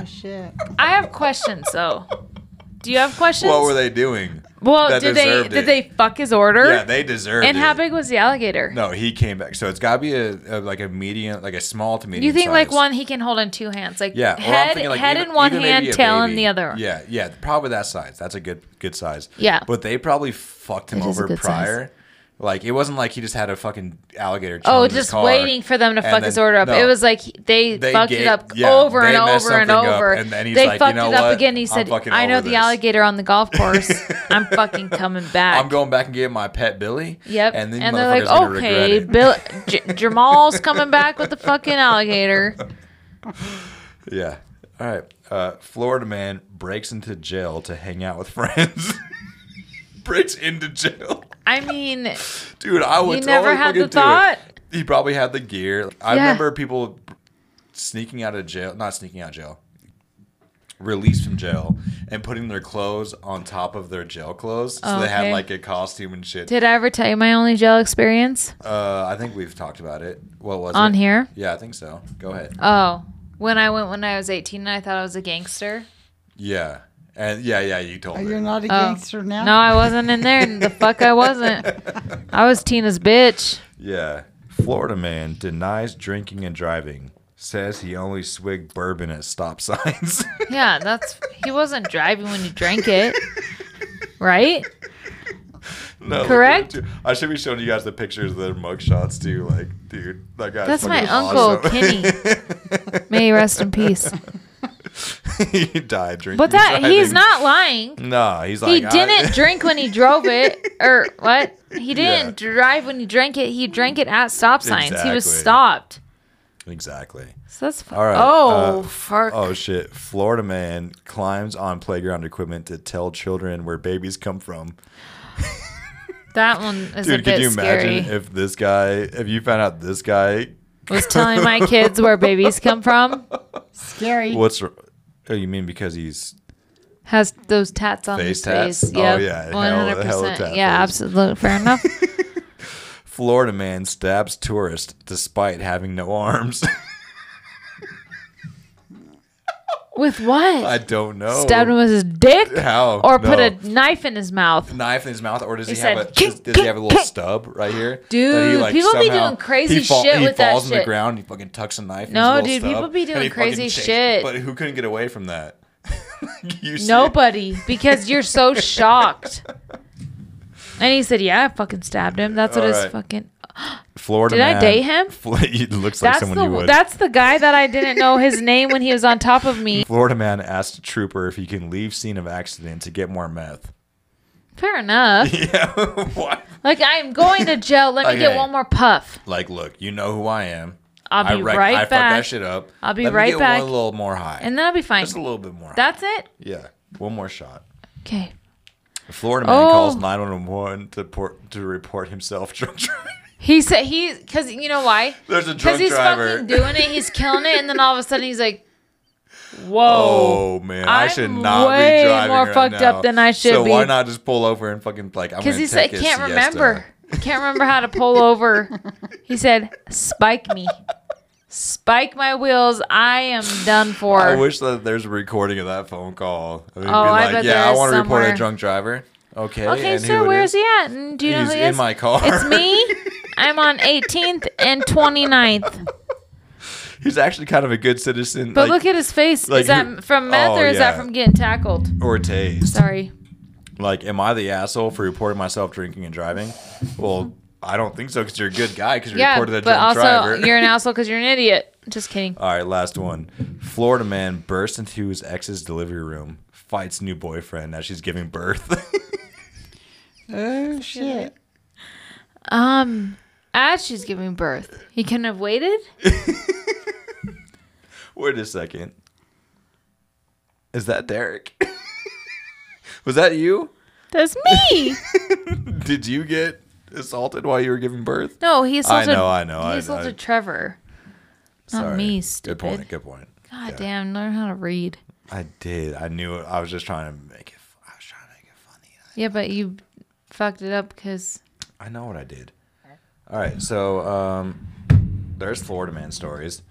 [SPEAKER 3] Oh, shit.
[SPEAKER 2] I have questions, though. Do you have questions?
[SPEAKER 1] what were they doing?
[SPEAKER 2] well,
[SPEAKER 1] that
[SPEAKER 2] did they
[SPEAKER 1] deserved
[SPEAKER 2] did
[SPEAKER 1] it?
[SPEAKER 2] they fuck his order?
[SPEAKER 1] Yeah, they deserved
[SPEAKER 2] and
[SPEAKER 1] it.
[SPEAKER 2] how big was the alligator?
[SPEAKER 1] No, he came back. So it's got to be a, a like a medium, like a small to medium.
[SPEAKER 2] You think like
[SPEAKER 1] size.
[SPEAKER 2] one he can hold in two hands, like
[SPEAKER 1] Yeah, or I'm
[SPEAKER 2] head
[SPEAKER 1] thinking, like,
[SPEAKER 2] head
[SPEAKER 1] even-
[SPEAKER 2] in one
[SPEAKER 1] even maybe
[SPEAKER 2] hand,
[SPEAKER 1] a
[SPEAKER 2] tail in
[SPEAKER 1] baby.
[SPEAKER 2] the other.
[SPEAKER 1] Yeah, yeah, probably that size. That's a good good size.
[SPEAKER 2] Yeah.
[SPEAKER 1] but they probably fucked him
[SPEAKER 2] It is a
[SPEAKER 1] over
[SPEAKER 2] good size.
[SPEAKER 1] prior. Like it wasn't like he just had a fucking alligator. chum
[SPEAKER 2] Oh,
[SPEAKER 1] in his
[SPEAKER 2] just
[SPEAKER 1] car,
[SPEAKER 2] waiting for them to
[SPEAKER 1] and
[SPEAKER 2] fuck
[SPEAKER 1] then-
[SPEAKER 2] his order up.
[SPEAKER 1] no.
[SPEAKER 2] it was like he- they,
[SPEAKER 1] They
[SPEAKER 2] fucked
[SPEAKER 1] gave-
[SPEAKER 2] it up
[SPEAKER 1] yeah,
[SPEAKER 2] over and
[SPEAKER 1] they messed
[SPEAKER 2] over and
[SPEAKER 1] something up,
[SPEAKER 2] over.
[SPEAKER 1] and then he's
[SPEAKER 2] they
[SPEAKER 1] like, "You
[SPEAKER 2] fucked
[SPEAKER 1] know
[SPEAKER 2] it up
[SPEAKER 1] what?
[SPEAKER 2] again. He
[SPEAKER 1] I'm
[SPEAKER 2] said,
[SPEAKER 1] fucking
[SPEAKER 2] "I know
[SPEAKER 1] over
[SPEAKER 2] the
[SPEAKER 1] this."
[SPEAKER 2] alligator on the golf course. I'm fucking coming back."
[SPEAKER 1] I'm going back and getting my pet Billy.
[SPEAKER 2] Yep.
[SPEAKER 1] and
[SPEAKER 2] And,
[SPEAKER 1] then
[SPEAKER 2] they're like, "Okay, Bill, J- Jamal's coming back with the fucking alligator."
[SPEAKER 1] yeah." All right, uh, Florida man breaks into jail to hang out with friends. *laughs* breaks into jail,
[SPEAKER 2] I mean,
[SPEAKER 1] dude. I
[SPEAKER 2] you
[SPEAKER 1] would totally
[SPEAKER 2] never had
[SPEAKER 1] fucking
[SPEAKER 2] the
[SPEAKER 1] do it.
[SPEAKER 2] thought.
[SPEAKER 1] He probably had the gear. I
[SPEAKER 2] Yeah.
[SPEAKER 1] remember people sneaking out of jail, not sneaking out of jail, released from jail, and putting their clothes on top of their jail clothes. So they had
[SPEAKER 2] Okay.
[SPEAKER 1] like a costume and shit.
[SPEAKER 2] Did I ever tell you my only jail experience
[SPEAKER 1] Uh, I think we've talked about it. What was
[SPEAKER 2] on
[SPEAKER 1] it?
[SPEAKER 2] here?
[SPEAKER 1] Yeah, I think so. Go ahead.
[SPEAKER 2] Oh, when I went when I was 18 and I thought I was a gangster.
[SPEAKER 1] Yeah.
[SPEAKER 5] And yeah, yeah, you told
[SPEAKER 3] You're
[SPEAKER 5] me.
[SPEAKER 2] *laughs*
[SPEAKER 3] not a
[SPEAKER 2] Oh.
[SPEAKER 3] gangster now.
[SPEAKER 2] No, I wasn't in there. The fuck, I wasn't. I was Tina's bitch.
[SPEAKER 1] Yeah. Florida man denies drinking and driving. Says he only swigged bourbon at stop signs. *laughs*
[SPEAKER 2] Yeah, that's he wasn't driving when you drank it, right?
[SPEAKER 1] no, look at
[SPEAKER 2] Correct?
[SPEAKER 1] it, too. I should be showing you guys the pictures of their mugshots too. Like, dude, that guy.
[SPEAKER 2] That's my uncle Kenny. May he rest
[SPEAKER 1] *laughs*
[SPEAKER 2] in peace.
[SPEAKER 1] he died drinking.
[SPEAKER 2] But that
[SPEAKER 1] and
[SPEAKER 2] he's
[SPEAKER 1] driving.
[SPEAKER 2] not lying.
[SPEAKER 1] No, he's like
[SPEAKER 2] He
[SPEAKER 1] I- *laughs*
[SPEAKER 2] didn't drink when he drove it, or what? He didn't drive when he drank it. He drank it at stop signs. He was
[SPEAKER 1] Exactly.
[SPEAKER 2] stopped.
[SPEAKER 1] exactly.
[SPEAKER 2] So that's fu-
[SPEAKER 1] All right.
[SPEAKER 2] oh
[SPEAKER 1] uh,
[SPEAKER 2] fuck.
[SPEAKER 1] Oh shit! Florida man climbs on playground equipment to tell children where babies come from.
[SPEAKER 2] that one is a
[SPEAKER 1] Dude,
[SPEAKER 2] bit
[SPEAKER 1] could you
[SPEAKER 2] scary.
[SPEAKER 1] imagine if this guy, if you found out this guy,
[SPEAKER 2] was
[SPEAKER 1] *laughs*
[SPEAKER 2] telling my kids where babies come from.
[SPEAKER 3] Scary.
[SPEAKER 1] what's? r- Oh, you mean because he's
[SPEAKER 2] Has those tats on
[SPEAKER 1] Face
[SPEAKER 2] his
[SPEAKER 1] tats?
[SPEAKER 2] face.
[SPEAKER 1] Oh,
[SPEAKER 2] Yep.
[SPEAKER 1] yeah,
[SPEAKER 2] One
[SPEAKER 1] hella-
[SPEAKER 2] hundred
[SPEAKER 1] hella
[SPEAKER 2] percent.
[SPEAKER 1] tat
[SPEAKER 2] Yeah,
[SPEAKER 1] face.
[SPEAKER 2] absolutely.
[SPEAKER 1] *laughs*
[SPEAKER 2] Fair enough.
[SPEAKER 1] Florida man stabs tourist despite having no arms? *laughs*
[SPEAKER 2] With what?
[SPEAKER 1] I don't know.
[SPEAKER 2] Stabbed him with his dick?
[SPEAKER 1] How?
[SPEAKER 2] Or put
[SPEAKER 1] No.
[SPEAKER 2] a knife in his mouth.
[SPEAKER 1] knife in his mouth, or does he,
[SPEAKER 2] He
[SPEAKER 1] have
[SPEAKER 2] said,
[SPEAKER 1] a
[SPEAKER 2] "Kick,
[SPEAKER 1] does, does he have a little
[SPEAKER 2] kick, kick."
[SPEAKER 1] stub right here?
[SPEAKER 2] Dude,
[SPEAKER 1] That
[SPEAKER 2] people be
[SPEAKER 1] somehow-
[SPEAKER 2] doing crazy
[SPEAKER 1] he fall-
[SPEAKER 2] shit
[SPEAKER 1] he
[SPEAKER 2] with that
[SPEAKER 1] falls on the
[SPEAKER 2] shit.
[SPEAKER 1] ground. He fucking tucks a knife.
[SPEAKER 2] No,
[SPEAKER 1] in his
[SPEAKER 2] dude,
[SPEAKER 1] little
[SPEAKER 2] people
[SPEAKER 1] stub,
[SPEAKER 2] be
[SPEAKER 1] and
[SPEAKER 2] doing
[SPEAKER 1] he fucking
[SPEAKER 2] crazy
[SPEAKER 1] chased-
[SPEAKER 2] shit.
[SPEAKER 1] But who couldn't get away from that? *laughs* You see-
[SPEAKER 2] Nobody, because
[SPEAKER 1] *laughs*
[SPEAKER 2] you're so shocked. And he said, "Yeah, I fucking stabbed him. That's what
[SPEAKER 1] All
[SPEAKER 2] his
[SPEAKER 1] right.
[SPEAKER 2] Fucking.
[SPEAKER 1] Florida.
[SPEAKER 2] Did I
[SPEAKER 1] man- *laughs*
[SPEAKER 2] date him?
[SPEAKER 1] Fl- he looks like
[SPEAKER 2] That's
[SPEAKER 1] someone you
[SPEAKER 2] the
[SPEAKER 1] would.
[SPEAKER 2] that's the guy that I didn't
[SPEAKER 1] *laughs*
[SPEAKER 2] know his name when he was on top of me.
[SPEAKER 1] Florida man asked trooper if he can leave scene of accident to get more meth. *laughs*
[SPEAKER 2] Fair enough.
[SPEAKER 1] Yeah, *laughs* what?
[SPEAKER 2] Like I'm going to jail. Let me
[SPEAKER 1] Okay.
[SPEAKER 2] get one more puff.
[SPEAKER 1] Like, look, you know who I am.
[SPEAKER 2] I'll be
[SPEAKER 1] I rec-
[SPEAKER 2] right
[SPEAKER 1] I fucked
[SPEAKER 2] back.
[SPEAKER 1] that shit up.
[SPEAKER 2] I'll be
[SPEAKER 1] Let me
[SPEAKER 2] right
[SPEAKER 1] get
[SPEAKER 2] back.
[SPEAKER 1] One a little more high.
[SPEAKER 2] and then I'll be fine.
[SPEAKER 1] just a little bit more.
[SPEAKER 2] That's it.
[SPEAKER 1] high. yeah. One more shot.
[SPEAKER 2] Okay.
[SPEAKER 1] A Florida man
[SPEAKER 2] Oh.
[SPEAKER 1] calls 911 to, port, to report himself drunk driving.
[SPEAKER 2] He said he because you know why?
[SPEAKER 1] *laughs* There's a
[SPEAKER 2] Because
[SPEAKER 1] drunk
[SPEAKER 2] he's
[SPEAKER 1] driver.
[SPEAKER 2] fucking doing it.
[SPEAKER 1] *laughs*
[SPEAKER 2] He's killing it, and then all of a sudden he's like, "Whoa."
[SPEAKER 1] Oh man, i
[SPEAKER 2] I'm
[SPEAKER 1] should not
[SPEAKER 2] way
[SPEAKER 1] be driving
[SPEAKER 2] more
[SPEAKER 1] right
[SPEAKER 2] fucked
[SPEAKER 1] now.
[SPEAKER 2] up than I should
[SPEAKER 1] so
[SPEAKER 2] be.
[SPEAKER 1] why not just pull over and fucking like? I'm
[SPEAKER 2] Because
[SPEAKER 1] gonna
[SPEAKER 2] he said,
[SPEAKER 1] take a
[SPEAKER 2] "Can't
[SPEAKER 1] siesta.
[SPEAKER 2] remember. Can't remember how to pull over." He said, "Spike me, spike my wheels. I am done for."
[SPEAKER 1] I wish that there's a recording of that phone call. I mean, be
[SPEAKER 2] Oh, I
[SPEAKER 1] like,
[SPEAKER 2] bet
[SPEAKER 1] yeah,
[SPEAKER 2] there
[SPEAKER 1] I
[SPEAKER 2] is
[SPEAKER 1] want to report a
[SPEAKER 2] somewhere.
[SPEAKER 1] drunk driver. Okay.
[SPEAKER 2] okay,
[SPEAKER 1] and
[SPEAKER 2] sir,
[SPEAKER 1] who it
[SPEAKER 2] where's
[SPEAKER 1] is?
[SPEAKER 2] he at? And do you know
[SPEAKER 1] He's
[SPEAKER 2] who he
[SPEAKER 1] in
[SPEAKER 2] is?
[SPEAKER 1] my car.
[SPEAKER 2] It's me. I'm on 18th and 29th.
[SPEAKER 1] *laughs* He's actually kind of a good citizen.
[SPEAKER 2] But
[SPEAKER 1] like,
[SPEAKER 2] look at his face.
[SPEAKER 1] like
[SPEAKER 2] is that
[SPEAKER 1] who-
[SPEAKER 2] from meth
[SPEAKER 1] Oh,
[SPEAKER 2] or is
[SPEAKER 1] yeah.
[SPEAKER 2] that from getting tackled?
[SPEAKER 1] or tased.
[SPEAKER 2] Sorry.
[SPEAKER 1] Like, am I the asshole for reporting myself drinking and driving? Well, I don't think so because you're a good guy because you
[SPEAKER 2] Yeah,
[SPEAKER 1] reported a
[SPEAKER 2] but
[SPEAKER 1] drunk
[SPEAKER 2] also
[SPEAKER 1] driver.
[SPEAKER 2] you're an asshole because you're an idiot. Just kidding.
[SPEAKER 1] *laughs* All right, last one. Florida man bursts into his ex's delivery room, fights new boyfriend as she's giving birth. *laughs*
[SPEAKER 3] oh shit.
[SPEAKER 2] Um, as she's giving birth, he couldn't have waited.
[SPEAKER 1] Wait a second. Is that Derek? *laughs* Was that you?
[SPEAKER 2] That's
[SPEAKER 1] *laughs*
[SPEAKER 2] me.
[SPEAKER 1] Did you get assaulted while you were giving birth?
[SPEAKER 2] No, he assaulted.
[SPEAKER 1] know, I know, I-
[SPEAKER 2] He assaulted
[SPEAKER 1] I-
[SPEAKER 2] Trevor. Not me,
[SPEAKER 1] Good
[SPEAKER 2] stupid.
[SPEAKER 1] point. Good point.
[SPEAKER 2] God damn, learn how to read.
[SPEAKER 1] I did. I knew it. I was just trying to make it. f- I was trying to make it funny.
[SPEAKER 2] Yeah, but you fucked it up because
[SPEAKER 1] I know what I did. All right, so um, there's Florida man stories.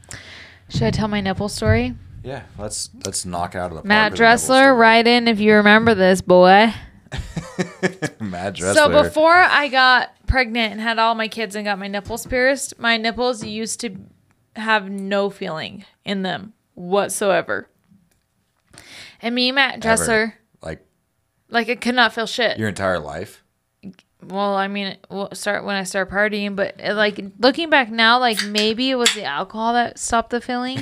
[SPEAKER 2] should I tell my nipple story?
[SPEAKER 1] Yeah, let's let's knock it out of the park
[SPEAKER 2] Matt
[SPEAKER 1] with a nipple story.
[SPEAKER 2] Dressler, write in if you remember this, boy.
[SPEAKER 1] *laughs* Matt Dressler.
[SPEAKER 2] So before I got pregnant and had all my kids and got my nipples pierced, my nipples used to have no feeling in them whatsoever. And me, and Matt Dressler,
[SPEAKER 1] like
[SPEAKER 2] like I could not feel shit.
[SPEAKER 1] your entire life.
[SPEAKER 2] well, I mean, well, start when I started partying, but uh, like looking back now, like maybe it was the alcohol that stopped
[SPEAKER 1] *laughs*
[SPEAKER 2] the feeling.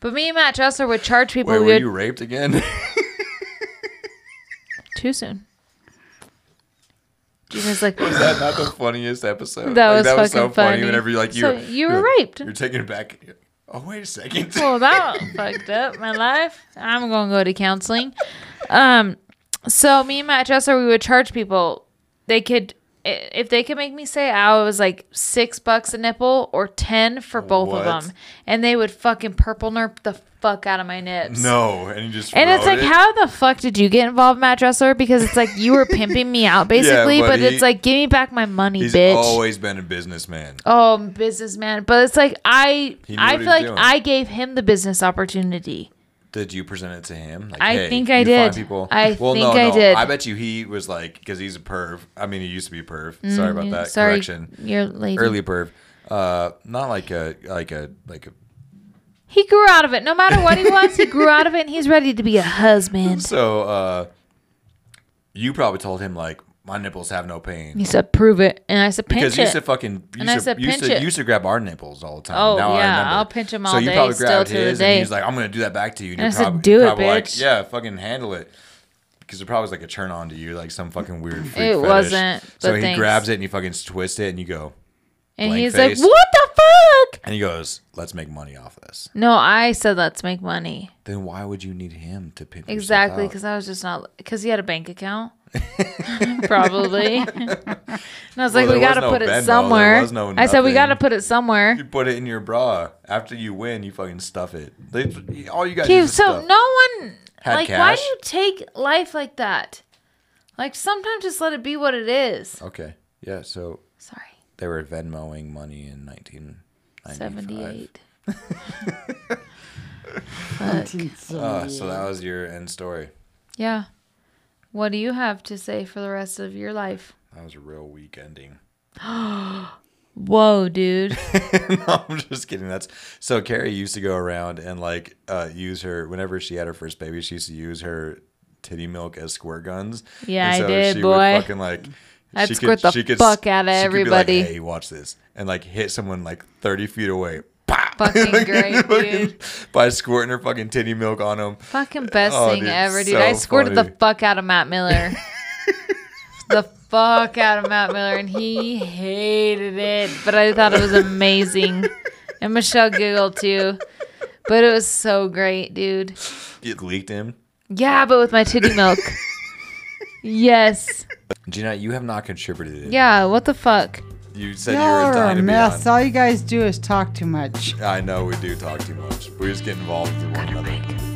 [SPEAKER 2] but me and Matt Dressler would charge people.
[SPEAKER 1] Wait,
[SPEAKER 2] we
[SPEAKER 1] were
[SPEAKER 2] would-
[SPEAKER 1] you raped again? *laughs*
[SPEAKER 2] too soon. Gina's like,
[SPEAKER 1] Is that not the funniest episode?
[SPEAKER 2] That
[SPEAKER 1] Like,
[SPEAKER 2] was
[SPEAKER 1] that was so
[SPEAKER 2] fucking
[SPEAKER 1] funny.
[SPEAKER 2] funny.
[SPEAKER 1] Whenever you like you,
[SPEAKER 2] So you were
[SPEAKER 1] you're-
[SPEAKER 2] raped.
[SPEAKER 1] You're taking it back. You're- Oh wait a second.
[SPEAKER 2] well, that fucked up my life. I'm gonna go to counseling. Um, so me and Matt Dresser, we would charge people. They could, i- if they could make me say ow, it was like six bucks a nipple or ten for both
[SPEAKER 1] What?
[SPEAKER 2] of them, and they would fucking purple nerf the fuck out of my nips.
[SPEAKER 1] *laughs* no, and you just
[SPEAKER 2] And it's
[SPEAKER 1] wrote
[SPEAKER 2] like,
[SPEAKER 1] it?
[SPEAKER 2] how the fuck did you get involved, Matt Dressler? Because it's like you
[SPEAKER 1] *laughs*
[SPEAKER 2] were pimping me out, basically.
[SPEAKER 1] but
[SPEAKER 2] but
[SPEAKER 1] he-
[SPEAKER 2] it's like, give me back my money,
[SPEAKER 1] He's
[SPEAKER 2] bitch.
[SPEAKER 1] always been a businessman.
[SPEAKER 2] Oh, I'm a businessman. But it's like I
[SPEAKER 1] He knew what
[SPEAKER 2] I
[SPEAKER 1] he
[SPEAKER 2] feel
[SPEAKER 1] was
[SPEAKER 2] like
[SPEAKER 1] doing.
[SPEAKER 2] I gave him the business opportunity.
[SPEAKER 1] Did you present it to him? Like,
[SPEAKER 2] I
[SPEAKER 1] hey,
[SPEAKER 2] think I
[SPEAKER 1] you find
[SPEAKER 2] did.
[SPEAKER 1] People.
[SPEAKER 2] I
[SPEAKER 1] *laughs* well,
[SPEAKER 2] think
[SPEAKER 1] no,
[SPEAKER 2] I
[SPEAKER 1] no.
[SPEAKER 2] did.
[SPEAKER 1] I bet you he was like because he's a perv. I mean, he used to be a perv. Sorry about that
[SPEAKER 2] Mm-hmm. Sorry,
[SPEAKER 1] correction.
[SPEAKER 2] you're lady.
[SPEAKER 1] Early perv. Uh, not like a like a like a
[SPEAKER 2] He grew out of it. No matter what he was, he grew out of it, and he's ready to be a husband.
[SPEAKER 1] *laughs* So uh you probably told him like my nipples have no pain.
[SPEAKER 2] He said, "Prove it," and I said, "Pinch
[SPEAKER 1] because you used to
[SPEAKER 2] it."
[SPEAKER 1] fucking you
[SPEAKER 2] And I
[SPEAKER 1] used,
[SPEAKER 2] said,
[SPEAKER 1] to, used,
[SPEAKER 2] "Pinch
[SPEAKER 1] to,
[SPEAKER 2] it."
[SPEAKER 1] used to grab our nipples all the time.
[SPEAKER 2] Oh,
[SPEAKER 1] now I
[SPEAKER 2] yeah,
[SPEAKER 1] remember.
[SPEAKER 2] I'll pinch 'em
[SPEAKER 1] So
[SPEAKER 2] all
[SPEAKER 1] you
[SPEAKER 2] day,
[SPEAKER 1] probably
[SPEAKER 2] still
[SPEAKER 1] grabbed
[SPEAKER 2] to the
[SPEAKER 1] his and
[SPEAKER 2] day.
[SPEAKER 1] he's like, I'm gonna do that back to you. And,
[SPEAKER 2] And
[SPEAKER 1] you're
[SPEAKER 2] I said,
[SPEAKER 1] probably,
[SPEAKER 2] "Do it,
[SPEAKER 1] probably like,
[SPEAKER 2] bitch."
[SPEAKER 1] yeah, fucking handle it. Because it probably was like a turn on to you, like some fucking weird. Freak
[SPEAKER 2] It
[SPEAKER 1] fetish.
[SPEAKER 2] wasn't,
[SPEAKER 1] So
[SPEAKER 2] but
[SPEAKER 1] he
[SPEAKER 2] thanks.
[SPEAKER 1] grabs it and you fucking twist it and you go
[SPEAKER 2] and
[SPEAKER 1] blank
[SPEAKER 2] he's
[SPEAKER 1] face.
[SPEAKER 2] like, "What the fuck?"
[SPEAKER 1] and he goes, "Let's make money off this."
[SPEAKER 2] No, I said, "Let's make money."
[SPEAKER 1] Then why would you need him to pimp
[SPEAKER 2] Exactly,
[SPEAKER 1] Because
[SPEAKER 2] because I was just not because he had a
[SPEAKER 1] *laughs*
[SPEAKER 2] bank account, probably. and I was like,
[SPEAKER 1] there was
[SPEAKER 2] "We got to
[SPEAKER 1] no
[SPEAKER 2] put
[SPEAKER 1] Venmo, there
[SPEAKER 2] it somewhere."
[SPEAKER 1] was no
[SPEAKER 2] I said, "We
[SPEAKER 1] nothing.
[SPEAKER 2] got to put it somewhere."
[SPEAKER 1] you put it in your bra after you win. You fucking stuff it. They, all you got.
[SPEAKER 2] Dude,
[SPEAKER 1] is
[SPEAKER 2] so
[SPEAKER 1] stuff.
[SPEAKER 2] no one
[SPEAKER 1] Had
[SPEAKER 2] like why
[SPEAKER 1] cash?
[SPEAKER 2] do you take life like that? Like sometimes just let it be what it is.
[SPEAKER 1] Okay. Yeah. So
[SPEAKER 2] Sorry.
[SPEAKER 1] they were Venmoing money in 1995.
[SPEAKER 2] 78. Fuck.
[SPEAKER 1] Uh, so that was your end story.
[SPEAKER 2] Yeah. What do you have to say for the rest of your life?
[SPEAKER 1] That was a real weak ending. *laughs*
[SPEAKER 2] Whoa, dude.
[SPEAKER 1] no, I'm just kidding. That's so Carrie used to go around and like uh, use her whenever she had her first baby. She used to use her titty milk as squirt guns.
[SPEAKER 2] Yeah,
[SPEAKER 1] And
[SPEAKER 2] I did,
[SPEAKER 1] she
[SPEAKER 2] boy.
[SPEAKER 1] Would fucking like.
[SPEAKER 2] I'd
[SPEAKER 1] she
[SPEAKER 2] squirt
[SPEAKER 1] could,
[SPEAKER 2] the
[SPEAKER 1] she could,
[SPEAKER 2] fuck outta
[SPEAKER 1] she could be like,
[SPEAKER 2] everybody.
[SPEAKER 1] hey, watch this, and like hit someone like 30 feet away. *laughs*
[SPEAKER 2] Fucking great,
[SPEAKER 1] Fucking-
[SPEAKER 2] dude.
[SPEAKER 1] by squirting her fucking titty milk on him.
[SPEAKER 2] *laughs* Fucking best
[SPEAKER 1] Oh,
[SPEAKER 2] thing
[SPEAKER 1] dude,
[SPEAKER 2] ever, dude.
[SPEAKER 1] so
[SPEAKER 2] I squirted
[SPEAKER 1] funny.
[SPEAKER 2] the fuck out of Matt Miller.
[SPEAKER 1] *laughs*
[SPEAKER 2] the fuck out of Matt Miller, and he hated it, but I thought it was amazing. and Michelle giggled too. But it was so great, dude.
[SPEAKER 1] It leaked him.
[SPEAKER 2] Yeah, but with my titty
[SPEAKER 1] *laughs*
[SPEAKER 2] milk. yes.
[SPEAKER 1] Gina, you have not contributed. It.
[SPEAKER 2] Yeah, what the fuck?
[SPEAKER 1] You said you
[SPEAKER 3] Y'all
[SPEAKER 1] were
[SPEAKER 3] are a
[SPEAKER 1] dying to be
[SPEAKER 3] mess.
[SPEAKER 1] on.
[SPEAKER 3] All you guys do is talk too much.
[SPEAKER 1] I know we do talk too much. We just get involved with one another.